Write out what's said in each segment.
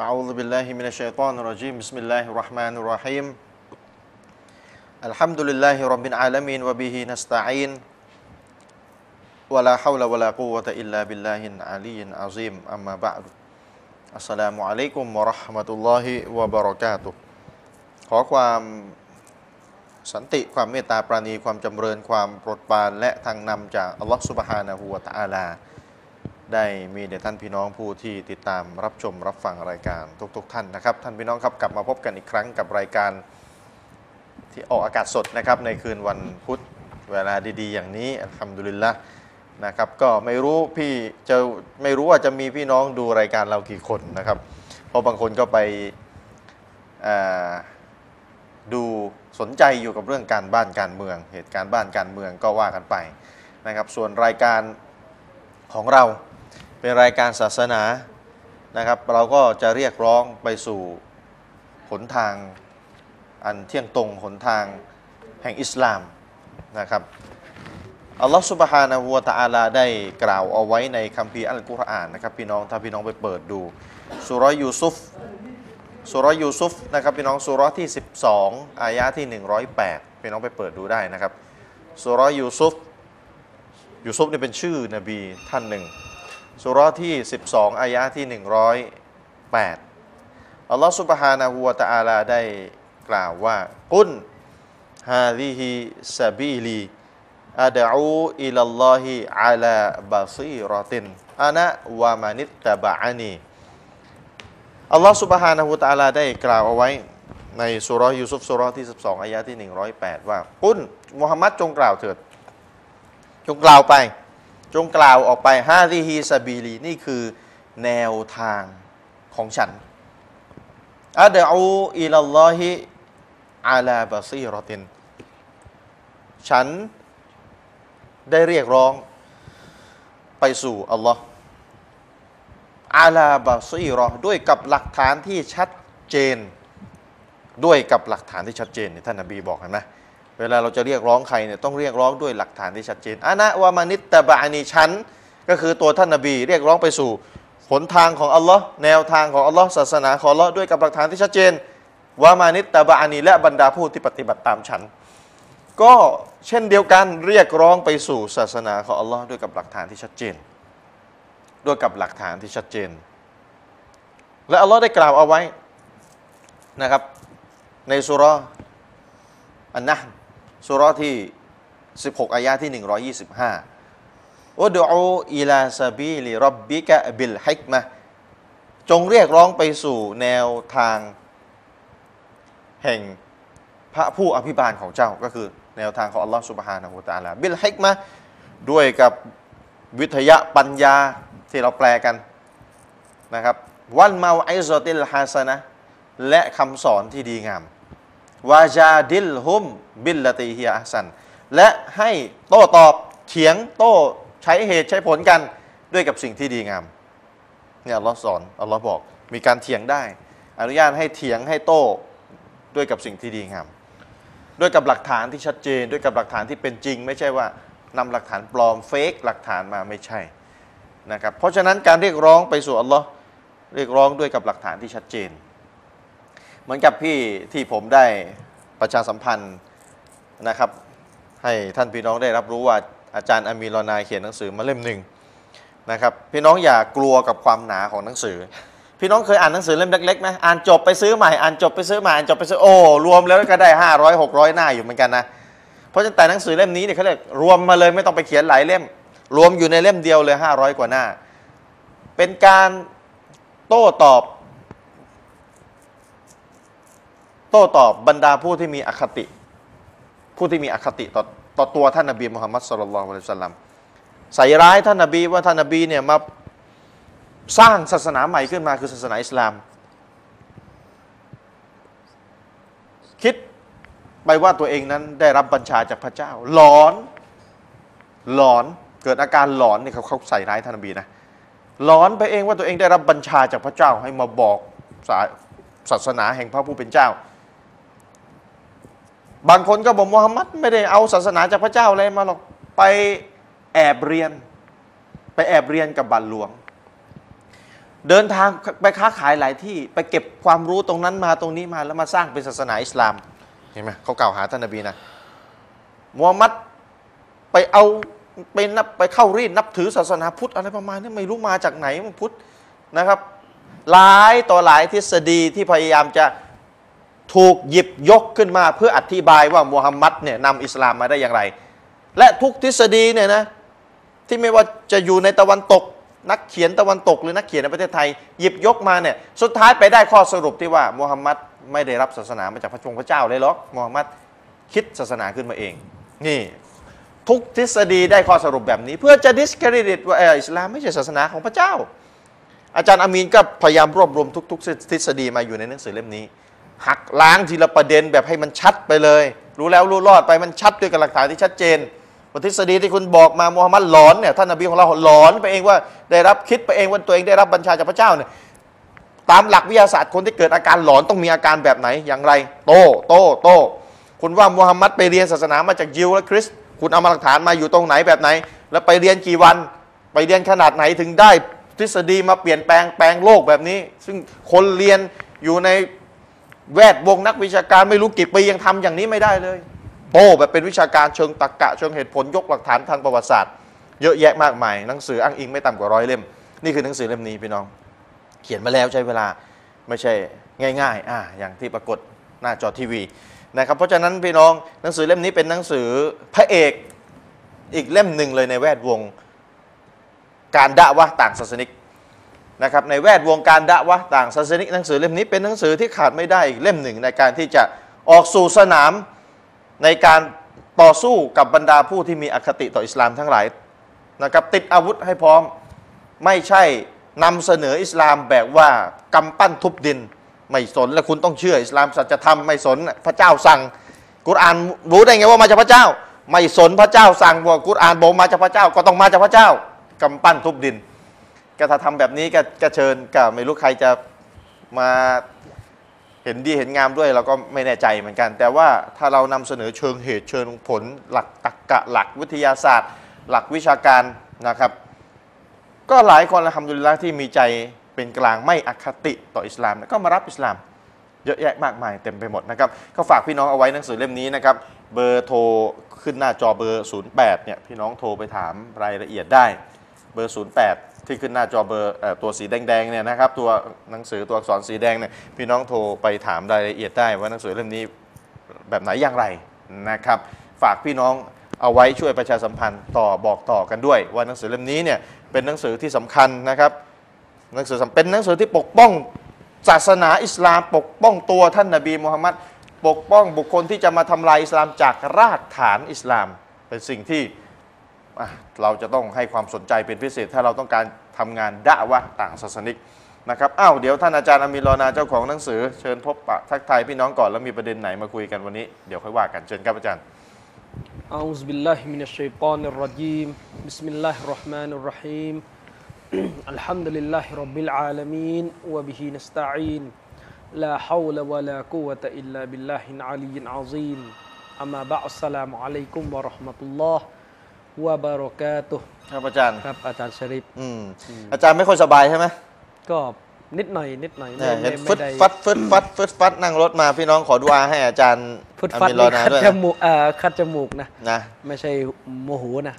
أعوذ بالله من الشيطان الرجيم بسم الله الرحمن الرحيم الحمد لله رب العالمين وبه نستعين ولا حول ولا قوة إلا بالله العلي العظيم أما بعد السلام عليكم ورحمة الله وبركاته ขอความสันติความเมตตาปราณีความจำเริญความโปรดปรานและทางนำจากอัลลอฮฺสุบฮานะฮูวะตะอาลา ได้มีแด่ท่านพี่น้องผู้ที่ติดตามรับชมรับฟังรายการทุกๆท่านนะครับ ท่านพี่น้องครับกลับมาพบกันอีกครั้งกับรายการที่ออกอากาศสดนะครับในคืนวันพุธเวลาดีๆ อย่างนี้อัลฮัมดุลิลละนะครับก็ไม่รู้พี่จะไม่รู้ว่าจะมีพี่น้องดูรายการเรากี่คนนะครับ เพราะบางคนก็ไปเอ่อดูสนใจอยู่กับเรื่องการบ้านการเมือง เหตุการณ์บ้านการเมืองก็ว่ากันไปนะครับ ส่วนรายการ ของเราเป็นรายการศาสนานะครับ เราก็จะเรียกร้องไปสู่หนทางอันเที่ยงตรงหนทางแห่งอิสลามนะครับอัลลอฮฺสุบฮานะฮูวะตะอาลาได้กล่าวเอาไว้ในคัมภีร์อัลกุรอานนะครับพี่น้องถ้าพี่น้องไปเปิดดูสุรยูซุฟสุรยูซุฟนะครับพี่น้องสุรที่ 12 อายะที่ 108 พี่น้องไปเปิดดูได้นะครับสุรยูซุฟ ยูซุฟเนี่ยเป็นชื่อนบีท่านหนึ่งสุเราะห์ที่ 12 อายะห์ที่ 108 อัลลอฮฺสุบฮานะฮูวะตะอาลาได้กล่าวว่า กุลฮาลิฮิซาบีลีอาดะอูอิลัลลอฮิอาลาบาซีรอตินอานะวามานิตตะบะอานี อัลลอฮ์สุบฮานะฮูวะตะอาลาได้กล่าวเอาไว้ ในสุเราะห์ยูซุฟสุเราะห์ที่ 12 อายะห์ที่ 108 ว่า กุลมุฮัมมัดจงกล่าวเถิด จงกล่าวไป จงกล่าวออกไปฮาริฮีซาบีลีนี่คือแนวทางของฉันอัดะอูอิลลลอฮิอาลาบาซีรอติน ฉันได้เรียกร้องไปสู่อัลลอฮ์อาลาบาซีรอด้วยกับหลักฐานที่ชัดเจน ด้วยกับหลักฐานที่ชัดเจนเนี่ยท่านนบีบอกเห็นไหมเวลาเราจะเรียกร้องใครเนี่ยต้องเรียกร้องด้วยหลักฐานที่ชัดเจนอานะวามานิตตะบะอานีชันก็คือตัวท่านนบีเรียกร้องไปสู่หนทางของอัลลอฮ์แนวทางของอัลลอฮ์ศาสนาของอัลลอฮ์ด้วยกับหลักฐานที่ชัดเจนวามานิตตะบะอานีและบรรดาผู้ที่ปฏิบัติตามฉัน ก็เช่นเดียวกันเรียกร้องไปสู่ศาสนาของอัลลอฮ์ด้วยกับหลักฐานที่ชัดเจน ด้วยกับหลักฐานที่ชัดเจน และอัลลอฮ์ได้กล่าวเอาไว้นะครับ ในสุราะห์อันนะห์สุราะห์ที่ 16 อายะที่ 125อุดอูอิลาซาบีลิรับบิกะบิลฮิกมะจงเรียกร้องไปสู่แนวทาง แห่งพระผู้อภิบาลของเจ้าก็คือแนวทางของอัลลอฮ์สุบฮานะฮูวะตะอาลาบิลฮิกมะด้วยกับวิทยะปัญญาที่เราแปลกันนะครับ วันเมาไอซอติลฮาสนะห์และคำสอนที่ดีงาม วาจาดิลฮุมบิลลตีฮิยาอัสซันและให้โต้ตอบเถียงโต้ใช้เหตุใช้ผลกันด้วยกับสิ่งที่ดีงามเนี่ยอัลลอฮ์สอนอัลลอฮ์บอกมีการเถียงได้ อนุญาตให้เถียงให้โต้ด้วยกับสิ่งที่ดีงาม ด้วยกับหลักฐานที่ชัดเจน ด้วยกับหลักฐานที่เป็นจริง ไม่ใช่ว่านำหลักฐานปลอมเฟกหลักฐานมาไม่ใช่นะครับเพราะฉะนั้นการเรียกร้องไปสู่อัลลอฮ์เรียกร้องด้วยกับหลักฐานที่ชัดเจน เหมือนกับพี่ที่ผมได้ประชาสัมพันธ์นะครับ ให้ท่านพี่น้องได้รับรู้ว่าอาจารย์อามีรอนายเขียนหนังสือมาเล่มหนึ่งนะครับพี่น้องอย่ากลัวกับความหนาของหนังสือ พี่น้องเคยอ่านหนังสือเล่มเล็กๆไหมอ่านจบไปซื้อใหม่อ่านจบไปซื้อใหม่อ่านจบไปซื้อโอ้รวมแล้วก็ได้ 500 600 หน้าอยู่เหมือนกันนะเพราะฉะนั้นแต่หนังสือเล่มนี้เนี่ยเขาเรียกรวมมาเลยไม่ต้องไปเขียนหลายเล่ม รวมอยู่ในเล่มเดียวเลย 500 กว่าหน้า เป็นการโต้ตอบ โต้ตอบบรรดาผู้ที่มีอคติ ผู้ที่มีอคติต่อต่อตัวท่านนบีมุฮัมมัดสุลลัลลอฮุอะลัยฮิวะสัลลัมใส่ร้ายท่านนบีว่าท่านนบีเนี่ยมาสร้างศาสนาใหม่ขึ้นมาคือศาสนาอิสลาม คิดไปว่าตัวเองนั้นได้รับบัญชาจากพระเจ้า หลอน หลอนเกิดอาการหลอนเนี่ยเขาเขาใส่ร้ายท่านนบีนะหลอนไปเองว่าตัวเองได้รับบัญชาจากพระเจ้าให้มาบอกสายศาสนาแห่งพระผู้เป็นเจ้า บางคนก็บอกมูฮัมหมัดไม่ได้เอาศาสนาจากพระเจ้าอะไรมาหรอกไปแอบเรียน ไปแอบเรียนกับบัตรหลวง เดินทางไปค้าขายหลายที่ไปเก็บความรู้ตรงนั้นมาตรงนี้มาแล้วมาสร้างเป็นศาสนาอิสลาม เห็นไหมเขากล่าวหาท่านนบีนะมูฮัมมัดไปเอาไปนับไปเข้ารีดนับถือศาสนาพุทธอะไรประมาณนี้ไม่รู้มาจากไหนมันพุทธนะครับ หลายต่อหลายทฤษฎีที่พยายามจะถูกหยิบยกขึ้นมาเพื่ออธิบายว่ามูฮัมมัดเนี่ยนำอิสลามมาได้อย่างไร และทุกทฤษฎีเนี่ยนะ ที่ไม่ว่าจะอยู่ในตะวันตก นักเขียนตะวันตกหรือนักเขียนในประเทศไทย หยิบยกมาเนี่ยสุดท้ายไปได้ข้อสรุปที่ว่ามูฮัมหมัดไม่ได้รับศาสนามาจากพระจงพระเจ้าเลยหรอกมูฮัมหมัดคิดศาสนาขึ้นมาเอง นี่ ทุกทฤษฎีได้ข้อสรุปแบบนี้ เพื่อจะ discredit ว่าเอออิสลามไม่ใช่ศาสนาของพระเจ้า อาจารย์อามีนก็พยายามรวบรวมทุก ๆ ทฤษฎีมาอยู่ในหนังสือเล่มนี้ หักล้างทีละประเด็นแบบให้มันชัดไปเลย รู้แล้วรู้รอดไปมันชัดด้วยกับหลักฐานที่ชัดเจนว่าทฤษฎีที่คุณบอกมามูฮัมหมัดหลอนเนี่ยท่านนบีของเราหลอนไปเองว่าได้รับคิดไปเองว่าตัวเองได้รับบัญชาจากพระเจ้าเนี่ยตามหลักวิทยาศาสตร์คนที่เกิดอาการหลอนต้องมีอาการแบบไหนอย่างไร โตโตโตคุณว่ามูฮัมหมัดไปเรียนศาสนามาจากยิวและคริสต์คุณเอามาหลักฐานมาอยู่ตรงไหนแบบไหน แล้วไปเรียนกี่วัน ไปเรียนขนาดไหนถึงได้ทฤษฎีมาเปลี่ยนแปลงแปลงโลกแบบนี้ ซึ่งคนเรียนอยู่ใน แวดวงนักวิชาการไม่รู้กี่ปียังทำอย่างนี้ไม่ได้เลย โต้แบบเป็นวิชาการเชิงตรรกะเชิงเหตุผลยกหลักฐานทางประวัติศาสตร์ เยอะแยะมากมาย หนังสืออ้างอิงไม่ต่ำกว่าร้อยเล่ม นี่คือหนังสือเล่มนี้พี่น้อง เขียนมาแล้วใช้เวลาไม่ใช่ง่าย ๆ อ่า อย่างที่ปรากฏหน้าจอทีวีนะครับเพราะฉะนั้นพี่น้องหนังสือเล่มนี้เป็นหนังสือพระเอกอีกเล่มหนึ่งเลยในแวดวงการด่าวะห์ต่างศาสนิก นะครับในแวดวงการดะวะห์ต่างศาสนิกหนังสือเล่มนี้เป็นหนังสือที่ขาดไม่ได้อีกเล่มหนึ่งในการที่จะออกสู่สนามในการต่อสู้กับบรรดาผู้ที่มีอคติต่ออิสลามทั้งหลายนะครับติดอาวุธให้พร้อมไม่ใช่นำเสนออิสลามแบบว่ากำปั้นทุบดิน ไม่สนและคุณต้องเชื่ออิสลามสัจธรรมไม่สนพระเจ้าสั่ง กุรอานรู้ได้ไงว่ามาจากพระเจ้า ไม่สนพระเจ้าสั่งว่ากุรอานบอกมาจากพระเจ้าก็ต้องมาจากพระเจ้ากำปั้นทุบดิน ก็ถ้าทำแบบนี้ก็ก็เชิญก็ไม่รู้ใครจะมาเห็นดีเห็นงามด้วยเราก็ไม่แน่ใจเหมือนกัน แต่ว่าถ้าเรานำเสนอเชิงเหตุเชิงผล หลักตรรกะหลักวิทยาศาสตร์ หลักวิชาการนะครับ ก็หลายคนละทำดุลิลละที่มีใจเป็นกลางไม่อคติต่ออิสลามนะก็มารับอิสลาม เยอะแยะมากมายเต็มไปหมดนะครับก็ฝากพี่น้องเอาไว้หนังสือเล่มนี้นะครับ เบอร์โทรขึ้นหน้าจอเบอร์ 08เนี่ยพี่น้องโทรไปถามรายละเอียดได้ เบอร์ 08 ที่ขึ้นหน้าจอเบอร์เอ่อตัวสีแดงๆเนี่ยนะครับตัวหนังสือตัวอักษรสีแดงเนี่ยพี่น้องโทรไปถามรายละเอียดได้ว่าหนังสือเล่มนี้แบบไหนอย่างไรนะครับ ฝากพี่น้องเอาไว้ช่วยประชาสัมพันธ์ต่อบอกต่อกันด้วย ว่าหนังสือเล่มนี้เนี่ยเป็นหนังสือที่สำคัญนะครับหนังสือสำเป็นหนังสือที่ปกป้อง ศาสนาอิสลามปกป้องตัวท่านนาบีมูฮัมมัดปกป้องบุคคลที่จะมาทำลายอิสลามจากรากฐานอิสลาม เป็นสิ่งที่อ่ะเราจะต้องให้ความสนใจเป็นพิเศษ ถ้าเราต้องการทำงานด่าวะห์ต่างศาสนิกนะครับอ้าวเดี๋ยวท่านอาจารย์อามีนรอนาเจ้าของหนังสือเชิญพบปะทักทายพี่น้องก่อนแล้วมีประเด็นไหนมาคุยกันวันนี้เดี๋ยวค่อยว่ากันเชิญครับอาจารย์ أعوذ بالله من الشيطان الرجيم بسم الله الرحمن الرحيم الحمد لله رب العالمين وبه نستعين لا حول ولا قوة إلا بالله العلي العظيم أما بعد السلام عليكم ورحمة الله وبركاته ครับอาจารย์ ครับอาจารย์ชริป อืมอาจารย์ไม่ค่อยสบายใช่ไหม ก็นิดหน่อยนิดหน่อย เนี่ยเห็นฟึด ได้ ฟัดฟึดฟัดฟึดฟัดนั่งรถมาพี่น้องขอดูอาให้อาจารย์ ฟึด อา ฟัด มีนรอ นี่ นา คัด ด้วย จมูกเอ่อคัดจมูกนะ นะ ไม่ใช่โมโหนะ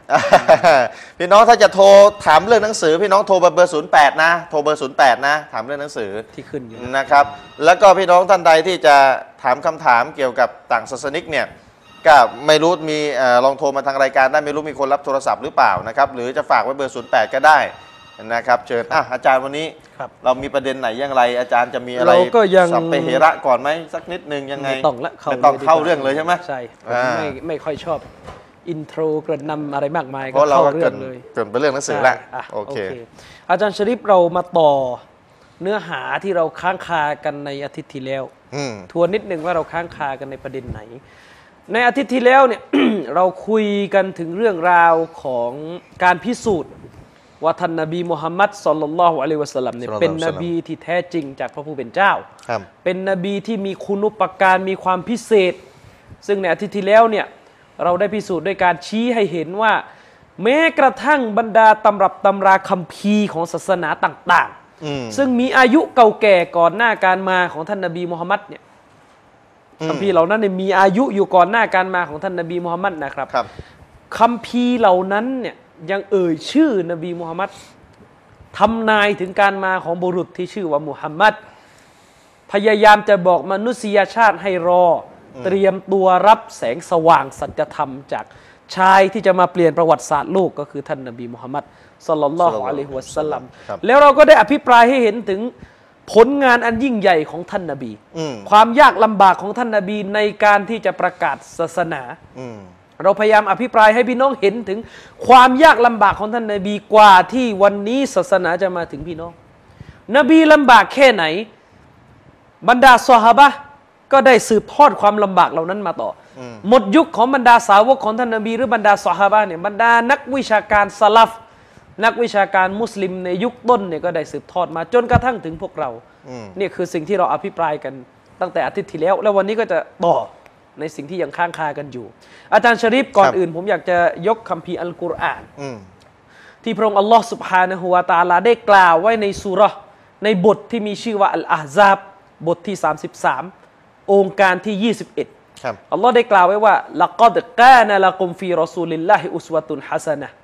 พี่น้องถ้าจะโทรถามเรื่องหนังสือ พี่น้องโทรเบอร์ศูนย์แปดนะโทรเบอร์ศูนย์แปดนะถามเรื่องหนังสือ ที่ขึ้นอยู่นะ นะครับ แล้วก็พี่น้องท่านใดที่จะถามคำถามเกี่ยวกับต่างศาสนิกเนี่ยก็ไม่รู้มีเอ่อลองโทรมาทางรายการได้ไม่รู้มีคนรับโทรศัพท์หรือเปล่านะครับหรือจะฝากไว้เบอร์ศูนย์แปดก็ได้นะครับเชิญอ่ะอาจารย์วันนี้ ครับ เรามีประเด็นไหนอย่างไรอาจารย์จะมีอะไร เราก็ยัง สับไปเหระก่อนไหมสักนิดนึงยังไง ไม่ต้องละเข้า ไม่ต้อง ลยดีกว่ เข้าเรื่องเลยใช่ไหม ใช่ผม อ่า ไม่ไม่ค่อยชอบอินโทรกระนำอะไรมากมาย เพราะเราก็ เรื่ เกริ อนงเลย เกรินไปเรื่องหนังสือแล้ว ใช่อ่ะ โอเค อาจารย์ชริปเรามาต่อเนื้อหาที่เราค้างคากันในอาทิตย์ที่แล้ว อืม ทวนนิดนึงว่าเราค้างคากันในประเด็นไหน ในอาทิตย์ที่แล้วเนี่ย เราคุยกันถึงเรื่องราวของการพิสูจน์ว่าท่านนบีมูฮัมมัดสลลัลลอฮุอะลัยฮิวะสัลลัมเนี่ย ศ็อลลัลลอฮุอะลัยฮิ เป็น วะสัลนลัม บีที่แท้จริงจากพระผู้เป็นเจ้า ครับ เป็นนบีที่มีคุณุปการมีความพิเศษ ซึ่งในอาทิตย์ที่แล้วเนี่ยเราได้พิสูจน์ด้วยการชี้ให้เห็นว่า แม้กระทั่งบรรดาตำรับตำราคัมภีร์ของศาสนาต่าง ๆ อืม ซึ่งมีอายุเก่าแก่ก่อนหน้าการมาของท่านนบีมูฮัมมัดเนี่ย อืม คัมภีร์เหล่านั้นเนี่ยมีอายุอยู่ก่อนหน้าการมาของท่านนบีมูฮัมมัดนะครับ ครับ คัมภีร์เหล่านั้นเนี่ยยังเอ่ยชื่อนบีมูฮัมมัดทำนายถึงการมาของบุรุษที่ชื่อว่ามูฮัมมัดพยายามจะบอกมนุษยชาติให้รออเตรียมตัวรับแสงสว่างสัจธรรม จากชายที่จะมาเปลี่ยนประวัติศาสตร์โลกก็คือท่านนบีมูฮัมมัดสลลัลลอฮุอะลัยฮิวะสัลลัม ครับ แล้วเราก็ได้อภิปรายให้เห็นถึงผลงานอันยิ่งใหญ่ของท่านนาบี อืม ความยากลำบากของท่านนาบีในการที่จะประกาศศาสนา อืม เราพยายามอภิปรายให้พี่น้องเห็นถึงความยากลำบากของท่านนาบีกว่าที่วันนี้ศาสนาจะมาถึงพี่น้อง นบีลำบากแค่ไหน บรรดาซอฮาบะห์ก็ได้สืบทอดความลำบากเหล่านั้นมาต่ออหมดยุคของบรรดาสาวกของท่านนบีหรือบรรดาซอฮาบะห์เนี่ยบรรดานักวิชาการสลัฟ นักวิชาการมุสลิมในยุคต้นเนี่ยก็ได้สืบทอดมาจนกระทั่งถึงพวกเรา อืม เนี่ยคือสิ่งที่เราอภิปรายกันตั้งแต่อาทิตย์ที่แล้ว แล้ววันนี้ก็จะต่อในสิ่งที่ยังค้างคากันอยู่ อาจารย์ชริปก่อนอื่น ผมอยากจะยกคัมภีร์อัลกุรอาน อืม ที่พระองค์อัลลอฮ์สุบฮานะฮูวาตาลาได้กล่าวไว้ในสุราะห์ในบทที่มีชื่อว่าอัลอาซาบบทที่ 33 องค์การที่ 21 ครับ อัลลอฮ์ได้กล่าวไว้ว่าละกอดกานะละกุมฟีรอซูลิลลาฮิอุสวะตุนฮัสนะห์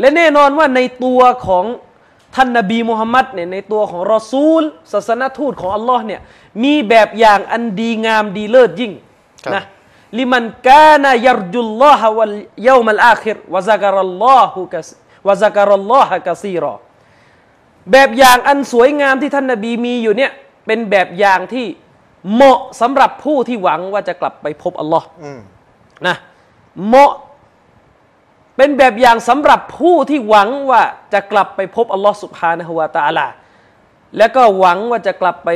และแน่นอนว่าในตัวของท่านนบีมุฮัมมัดเนี่ยในตัวของรอซูล ศาสนทูตของอัลลอฮ์เนี่ยมีแบบอย่างอันดีงามดีเลิศยิ่ง ครับ นะลิมันกานะยัรจุลลอฮะวัลเยามัลอาคิรวะซักรัลลอฮุกะซวะซักรัลลอฮะกะซีรอ แบบอย่างอันสวยงามที่ท่านนาบีมีอยู่เนี่ยเป็นแบบอย่างที่เหมาะสำหรับผู้ที่หวังว่าจะกลับไปพบอัลลอฮ์ อืม นะเหมาะเป็นแบบอย่างสำหรับผู้ที่หวังว่าจะกลับไปพบอัลลอฮ์สุบฮานะฮวาตาลา และก็หวังว่าจะกลับไป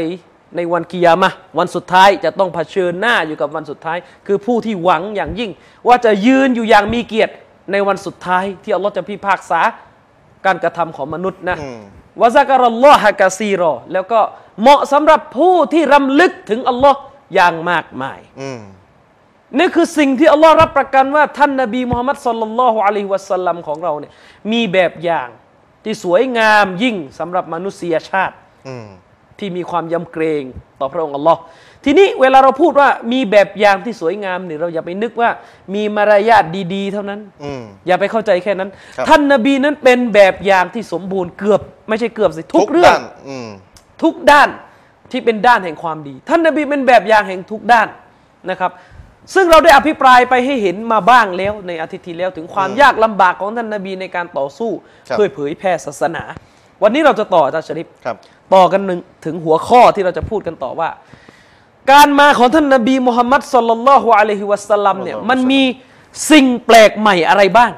ในวันกิยามะห์วันสุดท้ายจะต้องเผชิญหน้าอยู่กับวันสุดท้าย คือผู้ที่หวังอย่างยิ่ง ว่าจะยืนอยู่อย่างมีเกียรติในวันสุดท้าย ที่อัลลอฮ์จะพิพากษาการกระทำของมนุษย์นะ อืม วะซักรัลลอฮะกะซีรอแล้วก็เหมาะสำหรับผู้ที่รำลึกถึงอัลลอฮ์อย่างมากมาย อืม นี่คือสิ่งที่อัลลอฮ์รับประกันว่าท่านนบีมุฮัมมัดสลลัลลอฮุอะลัยฮิวะสัลลัมของเราเนี่ยมีแบบอย่างที่สวยงามยิ่งสำหรับมนุษยชาติ อืม ที่มีความยำเกรงต่อพระองค์อัลลอฮ์ทีนี้เวลาเราพูดว่ามีแบบอย่างที่สวยงามเนี่ยเราอย่าไปนึกว่ามีมารยาทดีๆ เท่านั้น อืม อย่าไปเข้าใจแค่นั้น ครับ ท่านนบีนั้นเป็นแบบอย่างที่สมบูรณ์เกือบ ไม่ใช่เกือบสิทุกเรื่อง ด้านอืม ทุกด้านที่เป็นด้านแห่งความดี ท่านนบีเป็นแบบอย่างแห่งทุกด้านนะครับ ซึ่งเราได้อภิปรายไปให้เห็นมาบ้างแล้วในอาทิตย์ที่แล้วถึงความยากลำบากของท่านนบีในการต่อสู้ ครับ เพื่อเผยแพร่ศาสนา วันนี้เราจะต่ออาจารย์ชริป ครับ ต่อกันหนึ่งถึงหัวข้อที่เราจะพูดกันต่อว่า การมาของท่านนบีมุฮัมมัดสลลัลลอฮุอะลัยฮิวะสัลลัมเนี่ย อัลลอฮุ มันมีสิ่งแปลกใหม่อะไรบ้าง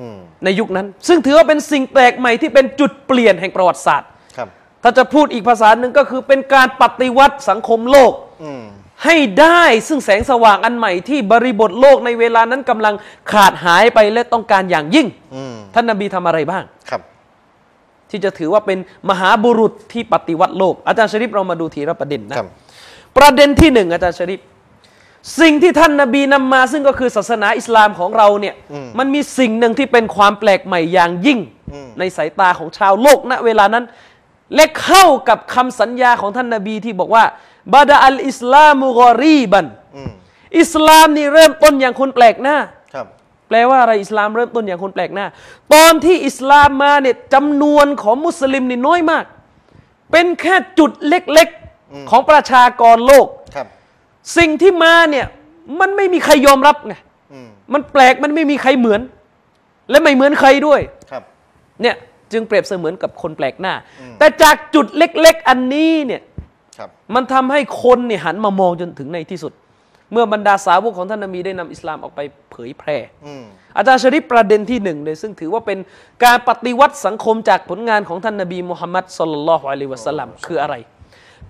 อืม ในยุคนั้น ซึ่งถือว่าเป็นสิ่งแปลกใหม่ที่เป็นจุดเปลี่ยนแห่งประวัติศาสตร์ ครับ ถ้าจะพูดอีกภาษาหนึ่งก็คือเป็นการปฏิวัติสังคมโลก อืม ให้ได้ซึ่งแสงสว่างอันใหม่ที่บริบทโลกในเวลานั้นกำลังขาดหายไปและต้องการอย่างยิ่ง อืม ท่านนบีทำอะไรบ้าง ครับ ที่จะถือว่าเป็นมหาบุรุษที่ปฏิวัติโลก อาจารย์ชริปเรามาดูทีละประเด็นนะครับ ประเด็นที่หนึ่งอาจารย์ชริปสิ่งที่ท่านนบีนำมา ซึ่งก็คือศาสนาอิสลามของเราเนี่ยมันมีสิ่งหนึ่งที่เป็นความแปลกใหม่อย่างยิ่ง ในสายตาของชาวโลกณเวลานั้น และเข้ากับคำสัญญาของท่านนบีที่บอกว่าบาดาอัลอิสลามุกอรีบัน อืม อิสลามนี่เริ่มต้นอย่างคนแปลกหน้า ครับ แปลว่าอะไรอิสลามเริ่มต้นอย่างคนแปลกหน้า ตอนที่อิสลามมาเนี่ยจำนวนของมุสลิมนี่น้อยมาก เป็นแค่จุดเล็กๆของประชากรโลก ครับ สิ่งที่มาเนี่ยมันไม่มีใครยอมรับไง อืม มันแปลกมันไม่มีใครเหมือน และไม่เหมือนใครด้วย ครับ เนี่ยจึงเปรียบเสมือนกับคนแปลกหน้า แต่จากจุดเล็ก ๆ อันนี้เนี่ย ครับ มันทำให้คนเนี่ยหันมามองจนถึงในที่สุด เมื่อบรรดาสาวกของท่านนบีได้นำอิสลามออกไปเผยแพร่ อืม อาจารย์ชริปประเด็นที่หนึ่งเลยซึ่งถือว่าเป็นการปฏิวัติสังคมจากผลงานของท่านนบีมุฮัมมัดสลลัลลอฮุอะลัยวะสัลลัมคืออะไร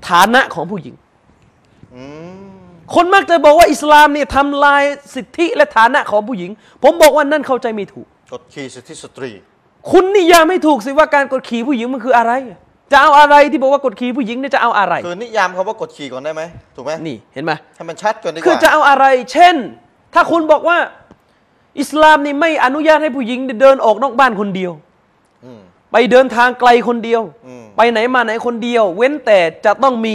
ฐานะของผู้หญิง อืม คนมักจะบอกว่าอิสลามเนี่ยทำลายสิทธิและฐานะของผู้หญิง ผมบอกว่านั่นเข้าใจไม่ถูก กดขี่สิทธิสตรี คุณนิยามไม่ถูกสิว่าการกดขี่ผู้หญิงมันคืออะไร จะเอาอะไรที่บอกว่ากดขี่ผู้หญิงเนี่ยจะเอาอะไร คือนิยามคำว่ากดขี่ก่อนได้ไหมถูกไหม นี่เห็นไหม ให้มันชัดก่อนดีกว่า คือจะเอาอะไร เช่น ถ้าคุณบอกว่า อิสลามนี่ไม่อนุญาตให้ผู้หญิงเดินออกนอกบ้านคนเดียว อืม ไปเดินทางไกลคนเดียว อืม ไปไหนมาไหนคนเดียว เว้นแต่จะต้องมี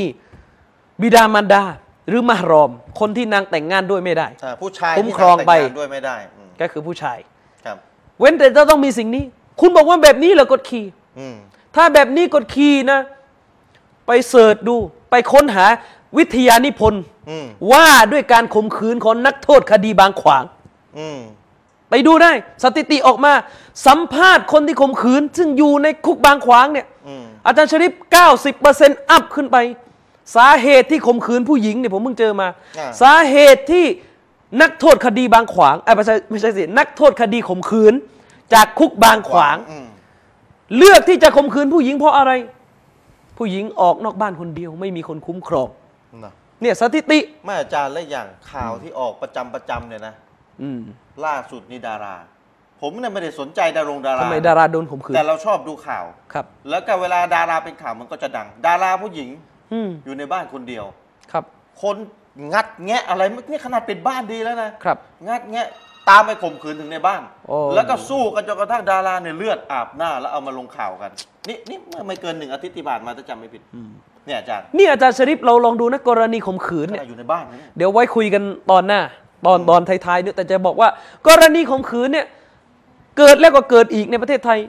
บิดามารดา หรือมหรอม คนที่นางแต่งงานด้วยไม่ได้ อ่าผู้ชาย คุ้มครอง ที่ ไป ทำแต่งานด้วยไม่ได้อืม ก็คือผู้ชาย ครับ เว้นแต่จะต้องมีสิ่งนี้ คุณบอกว่าแบบนี้เหรอกดขี่ อืม ถ้าแบบนี้กดขี่นะ ไปเสิร์ชดู ไปค้นหาวิทยานิพนธ์ อืม ว่าด้วยการข่มขืนของนักโทษคดีบางขวาง อืม ไปดูได้ สถิติออกมา สัมภาษณ์คนที่ข่มขืน ซึ่งอยู่ในคุกบางขวางเนี่ย อืม อาจารย์ชริป 90%อัพขึ้นไป สาเหตุที่ข่มขืนผู้หญิงเนี่ยผมเพิ่งเจอมา า สาเหตุที่นักโทษคดีบางขวางเอ้ยไม่ใช่ไม่ใช่สิ นักโทษคดีข่มขืน จากคุกบางขวาง อืม เลือกที่จะข่มขืนผู้หญิงเพราะอะไร ผู้หญิงออกนอกบ้านคนเดียว ไม่มีคนคุ้มครอง นะ เนี่ยสถิติ ไม่อาจารย์และอย่างข่าวที่ออกประจำประจำเนี่ยนะ อืม ล่าสุดนี่ดารา ผมเนี่ยไม่ได้สนใจดารงดารา ทำไมดาราโดนข่มขืน แต่เราชอบดูข่าว ครับ แล้วก็เวลาดาราเป็นข่าวมันก็จะดัง ดาราผู้หญิง อืม อยู่ในบ้านคนเดียว ครับ คนงัดแงะอะไรไม่นี่ขนาดเป็นบ้านดีแล้วนะ ครับ งัดแงะตามไปข่มขืนถึงในบ้าน โอ้ แล้วก็สู้กันจนกระทั่งดาราเนี่ยเลือดอาบหน้าแล้วเอามาลงข่าวกัน นี่นี่เมื่อไม่เกินหนึ่งอาทิตย์ที่ผ่านมาถ้าจำไม่ผิดเนี่ยอาจารย์ นี่อาจารย์ชริปเราลองดูนะกรณีข่มขืน ข เนี่ย นาดอยู่ในบ้านนะเนี่ย เดี๋ยวไว้คุยกันตอนหน้า ตอนตอนท้ายๆเนี่ยแต่จะบอกว่ากรณีข่มขืนเนี่ย เกิดแล้วก็เกิดอีกในประเทศไทย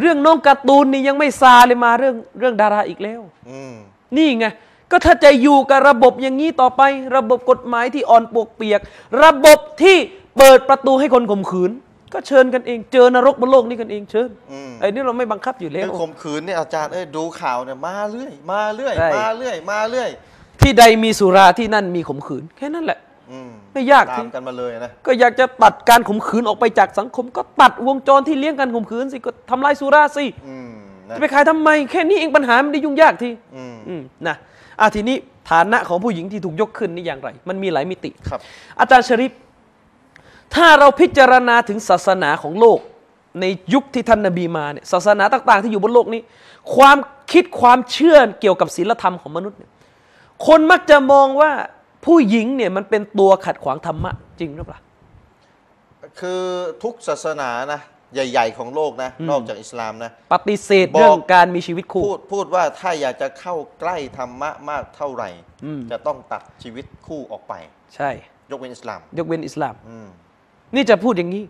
เรื่องน้องการ์ตูนนี่ยังไม่ซาเลยมาเรื่องเรื่องดาราอีกแล้ว อืม นี่ไง ก็ถ้าจะอยู่กับระบบอย่างนี้ต่อไป ระบบกฎหมายที่อ่อนปวกเปียก ระบบที่เปิดประตูให้คนข่มขืน ก็เชิญกันเอง เจอนรกบนโลกนี้กันเองเชิญ อืม ไอ้นี่เราไม่บังคับอยู่แล้ว คือข่มขืนเนี่ยอาจารย์เอ้ยดูข่าวเนี่ยมาเรื่อย มาเรื่อย ใช่ มาเรื่อยมาเรื่อย ที่ใดมีสุราที่นั่นมีข่มขืน แค่นั้นแหละ อืม ไม่ยาก ตา ที่ มกันมาเลยนะ ก็อยากจะตัดการข่มขืนออกไปจากสังคม ก็ตัดวงจรที่เลี้ยงการข่มขืนสิก็ทำลายสุราสิ อืมนะ จะไปขายทำไม แค่นี้เองปัญหาไม่ได้ยุ่งยากที อืม อืมนะอ่ะทีนี้ฐานะของผู้หญิงที่ถูกยกขึ้นนี่อย่างไร มันมีหลายมิติ ครับ อาจารย์ชริป ถ้าเราพิจารณาถึงศาสนาของโลก ในยุคที่ท่านนบีมาเนี่ยศาสนาต่างๆ ที่อยู่บนโลกนี้ ความคิดความเชื่อเกี่ยวกับศีลธรรมของมนุษย์เนี่ยคนมักจะมองว่าผู้หญิงเนี่ยมันเป็นตัวขัดขวางธรรมะจริงหรือเปล่า คือทุกศาสนานะใหญ่ ๆ ของโลกนะนอกจากอิสลามนะ ปฏิเสธ บอก เรื่องการมีชีวิตคู่ พูดพูดว่าถ้าอยากจะเข้าใกล้ธรรมะมากเท่าไหร่ จะต้องตัดชีวิตคู่ออกไป ใช่ ยกเว้นอิสลาม ยกเว้นอิสลาม อืม นี่จะพูดอย่างนี้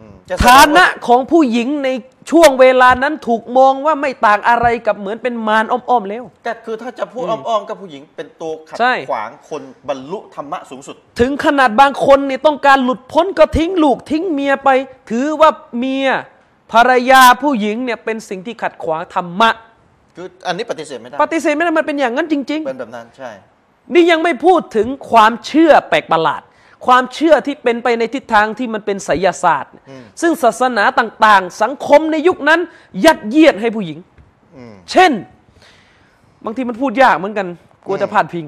อืมจแสดง ฐา ว่ นะของผู้หญิงในช่วงเวลานั้นถูกมองว่าไม่ต่างอะไรกับเหมือนเป็นมารอ้อมๆแล้ว ก็คือถ้าจะพูดอ้อมๆก็ผู้หญิงเป็นตัวขัด ใช่ ขวางคนบรรลุธรรมะสูงสุด ถึงขนาดบางคนเนี่ยต้องการหลุดพ้นก็ทิ้งลูกทิ้งเมียไป ถือว่าเมียภรรยาผู้หญิงเนี่ยเป็นสิ่งที่ขัดขวางธรรมะ คืออันนี้ปฏิเสธไม่ได้ ปฏิเสธไม่ได้มันเป็นอย่างนั้นจริง เป็นแบบนั้นใช่ ๆ นี่ยังไม่พูดถึงความเชื่อแปลกประหลาด ความเชื่อที่เป็นไปในทิศทางที่มันเป็นไสยศาสตร์ อืม ซึ่งศาสนาต่างๆ สังคมในยุคนั้น ยัดเยียดให้ผู้หญิง อืม เช่น บางทีมันพูดยากเหมือนกันกลัวจะพลาดพิง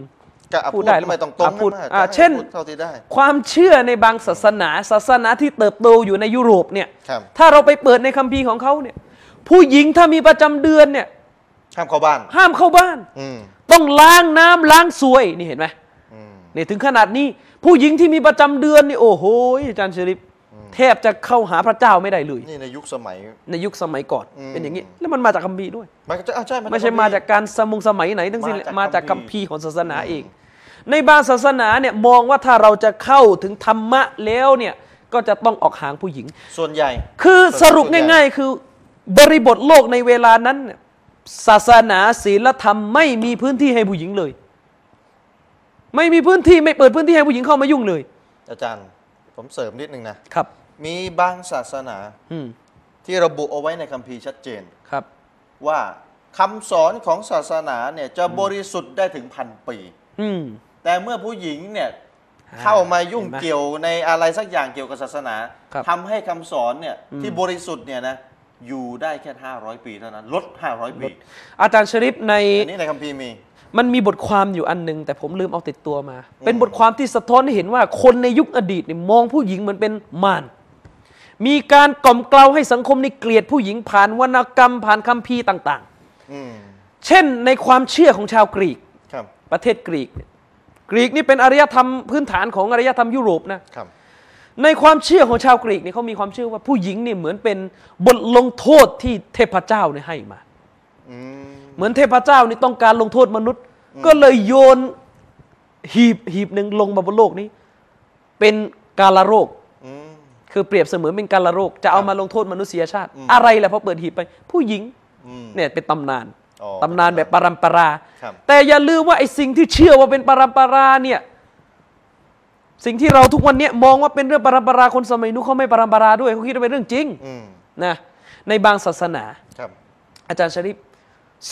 ก็อ่ะ พู พู ด ด ได้หรือ ไม่ต้องตรง อ่ะพูด มาก อ่ะ จะให้ เช่น พูดเท่าที่ได้ ความเชื่อในบางศาสนา ศาสนาที่เติบโตอยู่ในยุโรปเนี่ย ครับ ถ้าเราไปเปิดในคัมภีร์ของเขาเนี่ย ผู้หญิงถ้ามีประจำเดือนเนี่ย ห้ามเข้าบ้าน ห้ามเข้าบ้าน อืม ต้องล้างน้ำล้างสวยนี่เห็นไหม อืม เนี่ยถึงขนาดนี้ ผู้หญิงที่มีประจำเดือนนี่โอ้โหอาจารย์ชริปแทบจะเข้าหาพระเจ้าไม่ได้เลย นี่ในยุคสมัย ในยุคสมัยก่อน อืม เป็นอย่างนี้ แล้วมันมาจากคัมภีร์ด้วย มันก็จะอ่ะใช่น ไม่ใช่มาจากการสมงสมัยไหนทั้งสิ้น มาจาก มาจาก คั คัม มภีร์ ภีร์ของศาสนาเอง ในบางศาสนาเนี่ยมองว่าถ้าเราจะเข้าถึงธรรมะแล้วเนี่ยก็จะต้องออกห่างผู้หญิง ส่วนใหญ่ คือสรุป ส่วนใหญ่ ง่าย ๆ คือบริบทโลกในเวลานั้นเนี่ยศาสนาศีลธรรมไม่มีพื้นที่ให้ผู้หญิงเลย ไม่มีพื้นที่ไม่เปิดพื้นที่ให้ผู้หญิงเข้ามายุ่งเลย อาจารย์ ผมเสริมนิดนึงนะ ครับ มีบางศาสนา อืม ที่ระบุเอาไว้ในคัมภีร์ชัดเจน ครับ ว่าคำสอนของศาสนาเนี่ยจะบริสุทธิ์ได้ถึงพันปี อืม แต่เมื่อผู้หญิงเนี่ย อ่า เข้ามายุ่ง เห็นไหม เกี่ยวในอะไรสักอย่างเกี่ยวกับศาสนา ครับ ทำให้คำสอนเนี่ยที่บริสุทธิ์เนี่ยนะอยู่ได้แค่ 500 ปีเท่านั้น ลด 500 ปี ลด อาจารย์ชริปใน อันนี้ในคัมภีร์มี มันมีบทความอยู่อันหนึ่งแต่ผมลืมเอาติดตัวมา เป็นบทความที่สะท้อนให้เห็นว่าคนในยุคอดีตเนี่ยมองผู้หญิงเหมือนเป็นมารมีการกล่อมเกลาให้สังคมในเกลียดผู้หญิงผ่านวรรณกรรมผ่านคัมภีร์ต่าง อืม ๆ เช่นในความเชื่อของชาวกรีก ครับ ประเทศกรีกเนี่ยกรีกนี่เป็นอารยธรรมพื้นฐานของอารยธรรมยุโรปนะ ครับ ในความเชื่อของชาวกรีกเนี่ยเขามีความเชื่อว่าผู้หญิงเนี่ยเหมือนเป็นบทลงโทษที่เทพเจ้าเนี่ยให้มา อืม เหมือนเทพเจ้านี่ต้องการลงโทษมนุษย์ ก็เลยโยนหีบหีบหนึ่งลงมาบนโลกนี้ เป็นกาลโรค อืม คือเปรียบเสมือนเป็นการละโรค จะเอามาลงโทษมนุษยชาติ อะไรแหละพอเปิดหีบไป ผู้หญิง อืม เนี่ยเป็นตำนาน อ๋อ ตำนานแบบปรัมปรา ครับ แต่อย่าลืมว่าไอ้สิ่งที่เชื่อว่าเป็นปรัมปราเนี่ยสิ่งที่เราทุกวันเนี้มองว่าเป็นเรื่องปรัมปราคนสมัยนู้นเขาไม่ปรัมปราด้วยเขาคิดว่าเป็นเรื่องจริง อืม นะในบางศาสนา ครับ อาจารย์ชริป